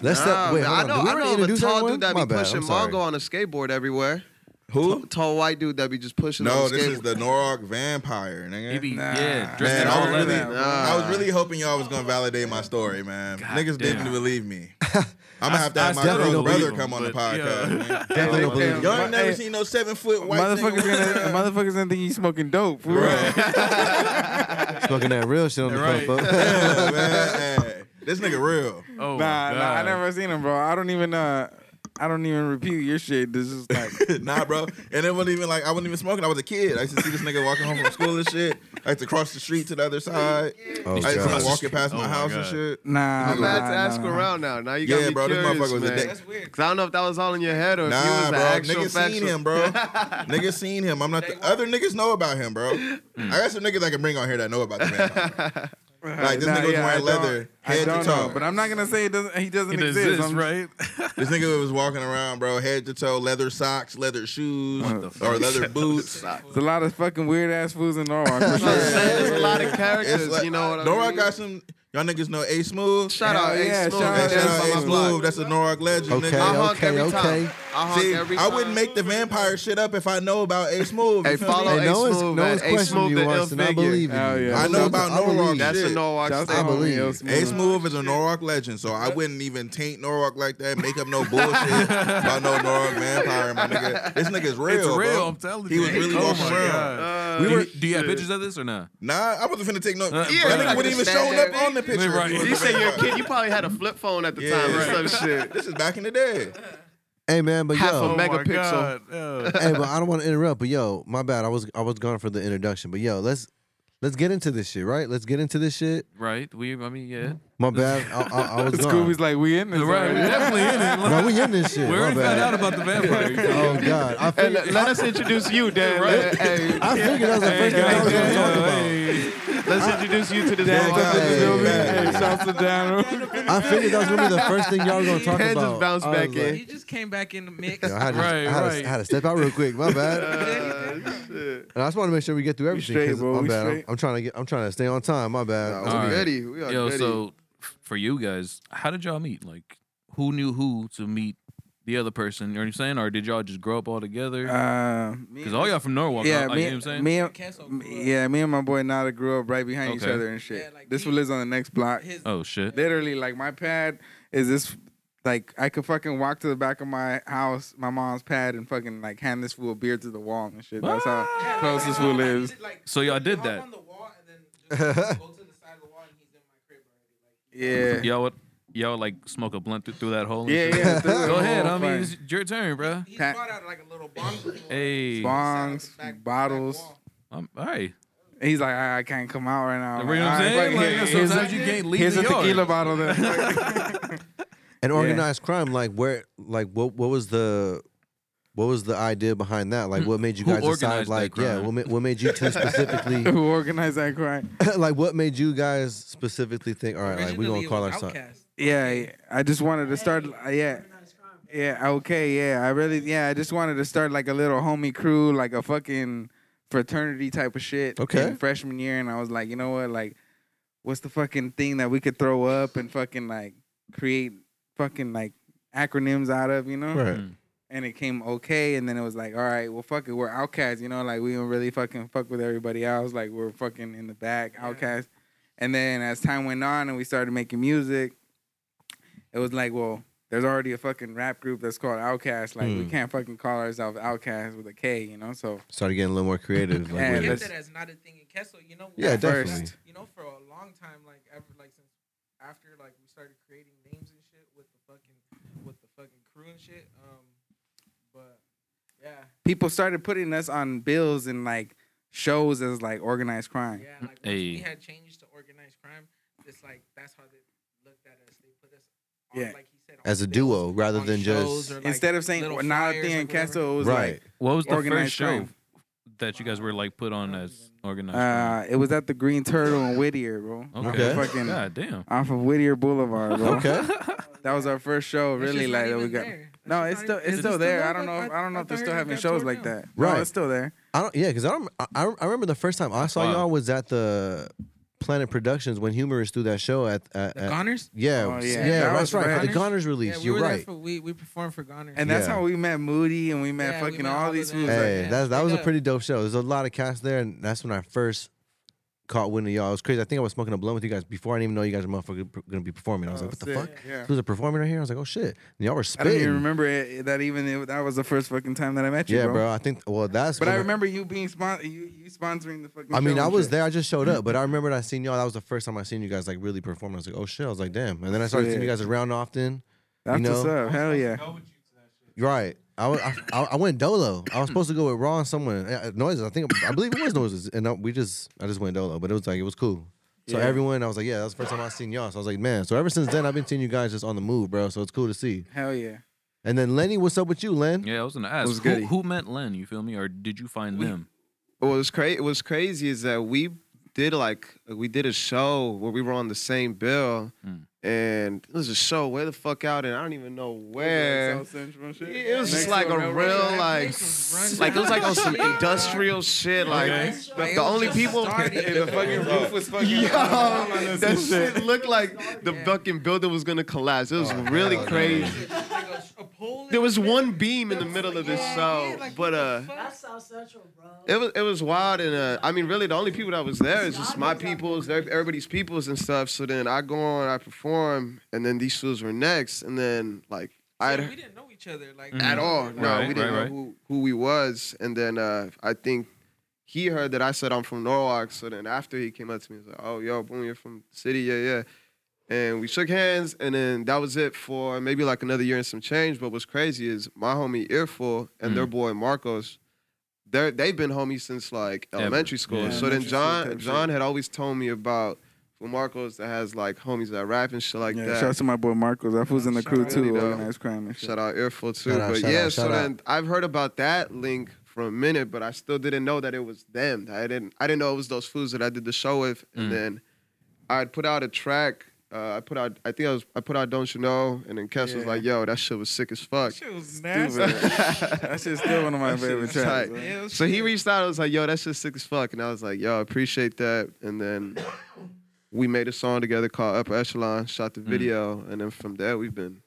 Speaker 3: Let's
Speaker 5: Nah,
Speaker 3: step. Wait,
Speaker 5: man,
Speaker 3: hold
Speaker 5: I
Speaker 3: on.
Speaker 5: know,
Speaker 3: Did we
Speaker 5: I
Speaker 3: already
Speaker 5: know of a
Speaker 3: introduce
Speaker 5: tall
Speaker 3: everyone?
Speaker 5: dude that
Speaker 3: My
Speaker 5: be
Speaker 3: bad. I'm
Speaker 5: pushing
Speaker 3: sorry.
Speaker 5: Mongo on a skateboard everywhere.
Speaker 4: Who?
Speaker 5: Tall white dude that be just pushing on
Speaker 4: No,
Speaker 5: a
Speaker 4: this is
Speaker 5: skateboard.
Speaker 4: the Norwalk Vampire, nigga.
Speaker 2: He be-
Speaker 7: Nah.
Speaker 2: yeah. Dressed
Speaker 4: Man,
Speaker 2: in
Speaker 4: I
Speaker 2: all
Speaker 4: was really,
Speaker 2: leather.
Speaker 7: Nah.
Speaker 4: I was really hoping y'all was gonna validate my story, man. Niggas
Speaker 2: damn.
Speaker 4: didn't believe
Speaker 7: *laughs*
Speaker 4: me. I'm gonna have to
Speaker 2: I-
Speaker 4: have
Speaker 2: I
Speaker 4: my
Speaker 2: still
Speaker 4: little
Speaker 2: don't
Speaker 4: brother
Speaker 2: believe him,
Speaker 4: come on the
Speaker 2: but, yeah.
Speaker 4: podcast.
Speaker 7: *laughs*
Speaker 4: man.
Speaker 3: Definitely don't believe
Speaker 7: Damn.
Speaker 3: you.
Speaker 4: Y'all ain't never
Speaker 7: Hey,
Speaker 4: seen no seven foot white
Speaker 7: Motherfuckers
Speaker 4: nigga.
Speaker 7: gonna, motherfuckers gonna think he's smoking dope. For real.
Speaker 3: Smoking that real shit on the
Speaker 2: Right.
Speaker 3: pump up. *laughs*
Speaker 4: *laughs* Yeah, man. Hey, This nigga real.
Speaker 2: Oh
Speaker 7: Nah, nah, I
Speaker 2: God.
Speaker 7: never seen him, bro. I don't even uh, I don't even repeat *laughs* your shit.
Speaker 4: *laughs*
Speaker 7: This is like
Speaker 4: nah, bro. And it wasn't even like I wasn't even smoking. I was a kid. I used to see this nigga walking home from school and shit. I used to cross the street to the other side.
Speaker 3: Oh,
Speaker 4: I used to see
Speaker 3: God.
Speaker 4: him walking past
Speaker 2: Oh,
Speaker 4: my
Speaker 2: my
Speaker 4: house and
Speaker 2: God.
Speaker 4: shit.
Speaker 7: nah.
Speaker 5: I'm
Speaker 7: nah,
Speaker 5: about to ask
Speaker 7: nah.
Speaker 5: around now. Now you got
Speaker 4: Yeah,
Speaker 5: me
Speaker 4: bro, this
Speaker 5: curious,
Speaker 4: motherfucker was a
Speaker 5: man.
Speaker 4: dick.
Speaker 12: That's weird.
Speaker 5: Cause I don't know if that was all in your head or if you
Speaker 4: Nah,
Speaker 5: was
Speaker 4: bro.
Speaker 5: the actual
Speaker 4: Niggas seen
Speaker 5: factual.
Speaker 4: him,
Speaker 5: *laughs*
Speaker 4: bro. *laughs* niggas seen him. I'm not. The, other niggas know about
Speaker 7: Mm.
Speaker 4: him, bro. I got some niggas I can bring on here that know about the vampire. like this
Speaker 7: Nah, *laughs*
Speaker 4: nigga was
Speaker 7: yeah, I
Speaker 4: wearing
Speaker 7: don't-
Speaker 4: leather.
Speaker 7: I
Speaker 4: Head to
Speaker 7: don't know,
Speaker 4: toe.
Speaker 7: but I'm not gonna say it doesn't. He doesn't
Speaker 13: It
Speaker 7: exist.
Speaker 13: exists,
Speaker 7: I'm- *laughs*
Speaker 13: right?
Speaker 4: This nigga was walking around, bro, head to toe, leather socks, leather shoes, or
Speaker 7: *laughs*
Speaker 4: leather boots.
Speaker 7: There's a lot of fucking weird ass fools in Norwalk. *laughs* for sure.
Speaker 5: There's
Speaker 3: *laughs*
Speaker 5: a lot of
Speaker 4: It's
Speaker 5: characters,
Speaker 4: like,
Speaker 5: you know what I mean?
Speaker 4: Norwalk got some. Y'all niggas know A Smooth.
Speaker 5: Shout out
Speaker 7: Hell
Speaker 5: Ace
Speaker 7: yeah,
Speaker 5: Smooth.
Speaker 7: shout
Speaker 4: Yeah,
Speaker 7: out
Speaker 5: That's
Speaker 4: shout out
Speaker 7: Ace
Speaker 5: on
Speaker 4: A
Speaker 5: my
Speaker 7: Smooth.
Speaker 5: block.
Speaker 4: Smooth. That's a Norwalk legend,
Speaker 3: Okay,
Speaker 5: I
Speaker 4: nigga.
Speaker 5: honk
Speaker 3: okay,
Speaker 5: every
Speaker 3: okay.
Speaker 5: time. I honk
Speaker 4: See,
Speaker 5: every
Speaker 4: I
Speaker 5: time.
Speaker 4: wouldn't make the vampire shit up if I know about A Smooth.
Speaker 5: Hey,
Speaker 4: you feel me?
Speaker 5: follow
Speaker 3: Hey, no
Speaker 5: Ace
Speaker 3: one's,
Speaker 5: Smooth,
Speaker 3: no
Speaker 5: man.
Speaker 3: one's
Speaker 5: Ace
Speaker 3: questioning
Speaker 5: Smooth
Speaker 3: you,
Speaker 5: the ill
Speaker 3: Austin. I
Speaker 5: figure.
Speaker 3: believe in
Speaker 7: Hell
Speaker 3: you.
Speaker 7: yeah.
Speaker 4: I know about
Speaker 3: I believe
Speaker 4: Norwalk
Speaker 3: you.
Speaker 5: That's
Speaker 4: shit.
Speaker 5: a Norwalk
Speaker 7: Shout out to
Speaker 3: I
Speaker 5: thing.
Speaker 7: homie
Speaker 3: believe
Speaker 7: L.
Speaker 3: you.
Speaker 7: Smooth.
Speaker 4: Ace Move is a Norwalk legend, so I wouldn't even taint Norwalk like that, make up
Speaker 3: *laughs*
Speaker 4: no bullshit about no Norwalk vampire, my nigga. This nigga's real.
Speaker 2: it's real,
Speaker 4: bro.
Speaker 2: I'm telling
Speaker 4: He
Speaker 2: you.
Speaker 4: was really
Speaker 2: oh
Speaker 4: walking
Speaker 2: my
Speaker 4: around.
Speaker 2: God.
Speaker 5: Uh,
Speaker 2: do, you, do you have pictures of this or not?
Speaker 4: Nah, I wasn't finna take no.
Speaker 2: Uh,
Speaker 4: yeah, that
Speaker 2: bruh.
Speaker 4: nigga wouldn't even shown up on the picture.
Speaker 2: Right.
Speaker 5: You say you're a kid. You probably had a flip phone at the
Speaker 4: Yeah,
Speaker 5: time or
Speaker 4: right.
Speaker 5: some shit.
Speaker 4: *laughs* This is back in the day.
Speaker 3: Hey man, but
Speaker 5: Half
Speaker 3: yo,
Speaker 5: a
Speaker 2: Oh,
Speaker 5: megapixel.
Speaker 3: *laughs* hey, but I don't want to interrupt. But yo, my bad. I was I was gone for the introduction. But yo, let's let's get into this shit, right? Let's get into this shit.
Speaker 2: Right. We. I mean, yeah.
Speaker 3: My bad. I, I, I
Speaker 4: *laughs*
Speaker 3: was gone.
Speaker 7: *laughs* Scooby's like, we in this.
Speaker 2: Right. We're
Speaker 7: already."
Speaker 2: definitely in
Speaker 3: *laughs*
Speaker 2: it.
Speaker 3: No, we in this
Speaker 2: we
Speaker 3: shit. My
Speaker 2: already found out
Speaker 3: bad.
Speaker 2: about the vampire. you feel me?
Speaker 3: *laughs* Oh god, I
Speaker 5: Hey,
Speaker 3: figured.
Speaker 5: let, let us introduce you, Dan. Let- hey,
Speaker 3: I figured that was the first thing I was gonna talk about.
Speaker 5: let's introduce you to this
Speaker 7: Dan
Speaker 5: Norwalk
Speaker 7: comes in the
Speaker 3: Hey,
Speaker 7: building.
Speaker 3: man.
Speaker 7: Hey, shouts to Dan.
Speaker 3: I figured that was gonna be the first thing y'all were gonna talk
Speaker 5: Dan
Speaker 3: about.
Speaker 5: just bounced
Speaker 3: I was
Speaker 5: back
Speaker 3: like,
Speaker 5: in.
Speaker 6: You just came back in the mix.
Speaker 3: yo, I had to,
Speaker 2: Right,
Speaker 3: I had to-
Speaker 2: right.
Speaker 3: I had to step out real quick. My
Speaker 2: *laughs*
Speaker 3: bad.
Speaker 5: Uh, shit.
Speaker 3: And I just want to make sure we get through everything.
Speaker 7: straight,
Speaker 3: 'cause
Speaker 7: bro,
Speaker 3: my
Speaker 7: we
Speaker 3: bad. I'm,
Speaker 7: straight.
Speaker 3: I'm trying to get. I'm trying to stay on time. My bad.
Speaker 5: Nah,
Speaker 3: I'm
Speaker 5: we
Speaker 2: Alright.
Speaker 5: ready. We are
Speaker 2: Yo,
Speaker 5: ready.
Speaker 2: so f- for you guys, how did y'all meet? Like, who knew who to meet the other person? You know what I'm saying? Or did y'all just grow up all together?
Speaker 7: Uh, me-
Speaker 2: Because all y'all from Norwalk,
Speaker 7: yeah,
Speaker 2: right? like,
Speaker 7: me,
Speaker 2: you know what I'm saying?
Speaker 7: me
Speaker 6: Castle
Speaker 7: and,
Speaker 6: grew up.
Speaker 7: yeah, me and my boy Nada grew up right behind each
Speaker 2: Okay.
Speaker 7: other and shit.
Speaker 6: Yeah, like
Speaker 7: this
Speaker 6: me-
Speaker 7: one lives on the next block.
Speaker 6: His
Speaker 2: oh, shit.
Speaker 7: Literally, like my pad is this. Like I could fucking walk to the back of my house, my mom's pad, and fucking like hand this fool a beer to the wall and shit. That's how close this fool is.
Speaker 6: Like,
Speaker 2: So y'all did
Speaker 6: hop
Speaker 2: that.
Speaker 6: on the wall and
Speaker 2: *laughs*
Speaker 6: then
Speaker 7: *laughs*
Speaker 6: just go to the side of the wall and he's in my crib already. Like,
Speaker 7: Yeah.
Speaker 2: Y'all would, y'all would, like smoke a blunt th- through that hole. and
Speaker 7: Yeah,
Speaker 2: shit? *laughs*
Speaker 7: yeah.
Speaker 2: Go ahead. I mean, it's your turn, bro.
Speaker 6: He
Speaker 7: Pat-
Speaker 6: brought out like a little bomb.
Speaker 2: Hey.
Speaker 7: Bon- Bongs, bottles.
Speaker 2: I'm, all right.
Speaker 7: And he's like, I, I can't come out right now.
Speaker 2: You know what I'm
Speaker 7: All right,
Speaker 2: saying?
Speaker 7: fuck it.
Speaker 2: Like,
Speaker 7: here's
Speaker 2: sometimes
Speaker 7: a,
Speaker 2: you can't leave
Speaker 7: here's
Speaker 2: the
Speaker 7: a
Speaker 2: yard.
Speaker 7: tequila bottle. Then.
Speaker 2: *laughs*
Speaker 7: *laughs*
Speaker 3: And organized crime, like where, like what, what was the, what was the idea behind that?
Speaker 7: Hmm.
Speaker 3: Like, what made you
Speaker 2: Who
Speaker 3: guys decide?
Speaker 2: organized that
Speaker 3: Like, yeah,
Speaker 2: crime?
Speaker 3: what, ma- what made you
Speaker 7: *laughs*
Speaker 3: two specifically?
Speaker 7: Who organized that crime?
Speaker 3: *laughs* like, what made you guys specifically think? All right, like we gonna call our son.
Speaker 7: Yeah, yeah, I just wanted to start. uh, yeah, yeah, okay, yeah. I really, yeah, I just wanted to start like a little homie crew, like a fucking fraternity type of shit.
Speaker 3: Okay.
Speaker 7: in freshman year, and I was like, you know what, like, what's the fucking thing that we could throw up and fucking like create fucking like acronyms out of, you know?
Speaker 3: Right.
Speaker 7: and it came okay. And then it was like, all right, well, fuck it, we're outcasts, you know, like we don't really fucking fuck with everybody else, like we're fucking in the back, outcasts. And then as time went on and we started making music, it was like, well, there's already a fucking rap group that's called Outcast. Like we
Speaker 3: Hmm.
Speaker 7: can't fucking call ourselves Outcast with a K, you know. So
Speaker 3: Started getting a little more creative. Like,
Speaker 7: Yeah,
Speaker 3: with
Speaker 6: I
Speaker 3: it.
Speaker 6: get
Speaker 7: that's-
Speaker 6: that as not a thing in Kessel. You know,
Speaker 3: Yeah,
Speaker 6: like,
Speaker 3: definitely.
Speaker 6: You know, for a long time, like ever, like since after like we started creating names and shit with the fucking with the fucking crew and shit. Um, but yeah,
Speaker 7: people started putting us on bills and like shows as like organized crime.
Speaker 6: yeah. Like once
Speaker 2: Hey.
Speaker 6: we had changed to organized crime. It's like that's how they looked at us. They put us on,
Speaker 7: Yeah.
Speaker 6: like he said, on
Speaker 3: As a
Speaker 6: bills,
Speaker 3: duo rather
Speaker 6: on
Speaker 3: than
Speaker 6: shows,
Speaker 3: just-
Speaker 6: or, like,
Speaker 7: Instead of saying
Speaker 6: little
Speaker 7: well, not a
Speaker 6: flyers
Speaker 7: thing
Speaker 6: or
Speaker 7: in
Speaker 6: whatever.
Speaker 7: Castle, it was
Speaker 3: right.
Speaker 7: like
Speaker 2: What was the first
Speaker 7: Organized
Speaker 2: show
Speaker 7: crime.
Speaker 2: that you guys were like put on as organized? crime?
Speaker 7: uh, it was at the Green Turtle in Whittier, bro.
Speaker 2: okay.
Speaker 7: Fucking-
Speaker 2: God damn.
Speaker 7: off of Whittier Boulevard, bro. *laughs*
Speaker 3: Okay.
Speaker 7: That was our first show,
Speaker 6: It's
Speaker 7: really.
Speaker 6: just not
Speaker 7: Like that we
Speaker 6: even
Speaker 7: got.
Speaker 6: there. just
Speaker 7: No, it's
Speaker 6: not
Speaker 7: still
Speaker 6: even-
Speaker 7: it's
Speaker 6: Is it
Speaker 7: still there.
Speaker 6: there?
Speaker 7: I don't know.
Speaker 6: Like,
Speaker 7: If, I don't know
Speaker 6: I-
Speaker 7: if
Speaker 6: I
Speaker 7: they're still
Speaker 6: thought it
Speaker 7: having
Speaker 6: got
Speaker 7: shows
Speaker 6: torn
Speaker 7: like
Speaker 6: down.
Speaker 7: that.
Speaker 3: Right.
Speaker 7: no, it's still there.
Speaker 3: I don't. Yeah, because I don't. I- I, I remember the first time I saw
Speaker 2: wild.
Speaker 3: y'all was at the Planet Productions when Humorist threw that show at. at,
Speaker 6: The
Speaker 3: at-
Speaker 6: Goners.
Speaker 3: yeah,
Speaker 7: Oh,
Speaker 3: yeah,
Speaker 7: yeah. That
Speaker 3: that's
Speaker 7: was
Speaker 3: right. for The
Speaker 6: Goners?
Speaker 3: Goners release.
Speaker 6: Yeah, we
Speaker 3: You're
Speaker 6: were there
Speaker 3: right.
Speaker 6: for we we performed for Goners. *laughs*
Speaker 7: And that's
Speaker 3: Yeah.
Speaker 7: how we met Moody, and we met
Speaker 6: Yeah, we
Speaker 7: fucking
Speaker 6: met
Speaker 7: all
Speaker 6: all
Speaker 7: these
Speaker 6: of them.
Speaker 7: fools.
Speaker 6: Hey.
Speaker 3: Hey,
Speaker 6: Yeah,
Speaker 3: that's that
Speaker 6: straight
Speaker 3: was a
Speaker 6: up.
Speaker 3: pretty dope show. There's a lot of cast there, and that's when I first caught wind of y'all. It was crazy. I think I was smoking a blunt with you guys before. I didn't even know you guys were motherfucking per- gonna be performing. I was
Speaker 7: Oh,
Speaker 3: like, what the
Speaker 7: sick.
Speaker 3: fuck?
Speaker 7: Yeah.
Speaker 3: Who's a performing right here? I was like, oh shit. And y'all were
Speaker 7: I don't even
Speaker 3: spitting.
Speaker 7: remember it, that even it, that was the first fucking time that I met you,
Speaker 3: Yeah,
Speaker 7: bro.
Speaker 3: bro. I think. Well, that's.
Speaker 7: But I
Speaker 3: when-
Speaker 7: remember you being spon- you, you sponsoring the fucking.
Speaker 3: I mean,
Speaker 7: show
Speaker 3: I
Speaker 7: and
Speaker 3: was
Speaker 7: shit.
Speaker 3: there. I just showed up, but I remembered I seen y'all. That was the first time I seen you guys like really perform. I was like, oh shit. I was like, damn. And then I started seeing you
Speaker 7: Yeah.
Speaker 3: guys around often.
Speaker 7: *laughs* That's
Speaker 3: you
Speaker 7: what's
Speaker 3: know?
Speaker 7: up. Hell yeah.
Speaker 3: Right. I, wa- I, I I went dolo. I was supposed to go with Raw and someone uh, noises. I think I believe it was noises, and I, we just I just went dolo. But it was like it was cool. So
Speaker 7: Yeah.
Speaker 3: everyone, I was like, yeah, that's the first time I seen y'all. So I was like, man. So ever since then, I've been seeing you guys just on the move, bro. So it's cool to see.
Speaker 7: Hell yeah.
Speaker 3: And then Lenny, what's up with you, Len?
Speaker 2: Yeah, I was gonna ask
Speaker 5: was
Speaker 2: who,
Speaker 5: goody.
Speaker 2: who met Len. You feel me, or did you find them?
Speaker 5: What was crazy? What's crazy is that we did like we did a show where we were on the same bill,
Speaker 2: Mm.
Speaker 5: and it was a show where the fuck out, and I don't even know where. *laughs*
Speaker 7: South Central and shit.
Speaker 5: Yeah, it was
Speaker 7: Next
Speaker 5: just like
Speaker 7: to
Speaker 5: a
Speaker 7: railroad
Speaker 5: real
Speaker 7: track.
Speaker 5: like,
Speaker 6: was run
Speaker 5: like it was like on some
Speaker 6: down.
Speaker 5: industrial shit. Like
Speaker 9: Okay.
Speaker 5: the, the only
Speaker 6: just
Speaker 5: people, *laughs*
Speaker 6: started.
Speaker 5: and the fucking roof
Speaker 4: was
Speaker 5: Yo, that shit looked like the fucking building was gonna collapse. It was
Speaker 6: Oh,
Speaker 5: really crazy.
Speaker 6: Like a, a pole.
Speaker 5: There was one beam in the middle of this show, but uh,
Speaker 10: That's South Central, bro.
Speaker 5: it was it was wild. And uh, I mean, really, the only people that was there is just my peoples, ev- everybody's peoples and stuff. So then I go on, I perform, and then these shows were next, and then like I
Speaker 6: we didn't know each other like
Speaker 5: at all. No,
Speaker 2: Mm-hmm. Right,
Speaker 5: we didn't
Speaker 2: right, right.
Speaker 5: know who, who we was. And then uh, I think he heard that I said I'm from Norwalk. So then after he came up to me, he was like, "Oh, yo, boom, you're from the city, yeah, yeah." And we shook hands, and then that was it for maybe like another year and some change. But what's crazy is my homie Earful and
Speaker 2: Mm.
Speaker 5: their boy Marcos. They're, they've been homies since like elementary school.
Speaker 2: Yeah.
Speaker 5: so then
Speaker 7: Elementary school type
Speaker 5: John
Speaker 7: shit.
Speaker 5: John had always told me about for Marcos that has like homies that rap and shit like
Speaker 7: Yeah,
Speaker 5: that.
Speaker 7: shout out to my boy Marcos. That fool's in the crew
Speaker 5: out
Speaker 7: too.
Speaker 5: Nito.
Speaker 7: Organized crime and shit.
Speaker 5: Shout out Earful too.
Speaker 3: Shout out,
Speaker 5: but
Speaker 3: shout
Speaker 5: yeah,
Speaker 3: out,
Speaker 5: so
Speaker 3: shout
Speaker 5: then I've heard about that link for a minute, but I still didn't know that it was them. I didn't I didn't know it was those fools that I did the show with. And then I'd put out a track. Uh, I put out I think I was I put out Don't You Know and then Kes was like, yo, that shit was sick as fuit
Speaker 6: Shit was
Speaker 7: Dude,
Speaker 6: nasty.
Speaker 7: *laughs* that shit's still one of my
Speaker 5: That shit
Speaker 7: favorite
Speaker 5: is
Speaker 7: tracks.
Speaker 5: tight.
Speaker 7: bro.
Speaker 6: Yeah, it was
Speaker 5: So he reached out and was like, yo, that shit's sick as fuck. And I was like, yo, I appreciate that. And then *coughs* we made a song together called Upper Echelon, shot the
Speaker 7: Mm.
Speaker 5: video, and then from there we've been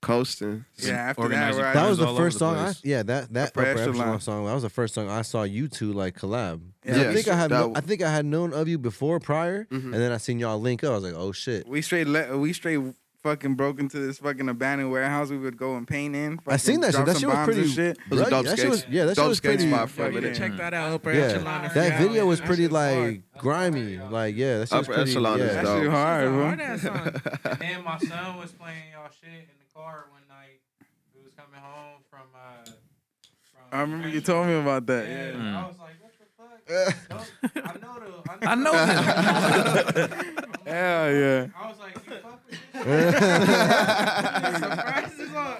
Speaker 5: coasting.
Speaker 7: Yeah, after that,
Speaker 2: Organized
Speaker 7: right?
Speaker 3: That was
Speaker 2: all
Speaker 3: the
Speaker 2: over
Speaker 3: first
Speaker 2: the
Speaker 3: song. I,
Speaker 2: place.
Speaker 3: yeah, that that
Speaker 7: Upper
Speaker 3: upper
Speaker 7: Echelon.
Speaker 3: echelon song. That was the first song I saw you two like collab. And
Speaker 7: Yeah,
Speaker 3: I think I had
Speaker 5: that Mm-hmm.
Speaker 3: kno-
Speaker 5: w-
Speaker 3: I think I had known of you before prior, and then I seen y'all link up. I was like, oh shit.
Speaker 7: we straight le- we straight fucking broke into this fucking abandoned warehouse. We would go and paint in.
Speaker 3: I seen
Speaker 7: fucking
Speaker 3: that shit.
Speaker 7: drop
Speaker 3: That
Speaker 7: some
Speaker 3: shit was
Speaker 7: bombs and
Speaker 3: pretty.
Speaker 7: shit.
Speaker 5: was a
Speaker 3: right?
Speaker 5: dope
Speaker 3: that shit
Speaker 5: skate-
Speaker 3: was yeah. That shit
Speaker 5: dope
Speaker 3: was
Speaker 5: skate
Speaker 3: pretty.
Speaker 5: spot for a
Speaker 6: Yo, you
Speaker 5: minute.
Speaker 6: need to check that out. Upper Echelon.
Speaker 3: Yeah,
Speaker 6: if
Speaker 3: that
Speaker 6: y'all-
Speaker 3: video was
Speaker 6: That
Speaker 3: pretty
Speaker 6: shit's hard.
Speaker 3: like grimy. Like yeah, that shit was
Speaker 5: Upper
Speaker 3: pretty.
Speaker 5: Echelon is
Speaker 3: yeah.
Speaker 7: That
Speaker 5: dope.
Speaker 7: shit hard,
Speaker 6: It's a
Speaker 7: bro.
Speaker 6: hard-ass song.
Speaker 3: *laughs*
Speaker 7: *laughs*
Speaker 9: and my son was playing y'all shit in the car one night. We was coming home from. Uh, from
Speaker 7: I remember you told me about that.
Speaker 9: Yeah,
Speaker 7: Yeah. Mm.
Speaker 9: I was like, what the
Speaker 7: *laughs*
Speaker 9: fuck? I know the. I know. *laughs*
Speaker 7: Hell yeah.
Speaker 9: I was like, you fuck with this? *laughs*
Speaker 7: *laughs*
Speaker 6: Surprise is on.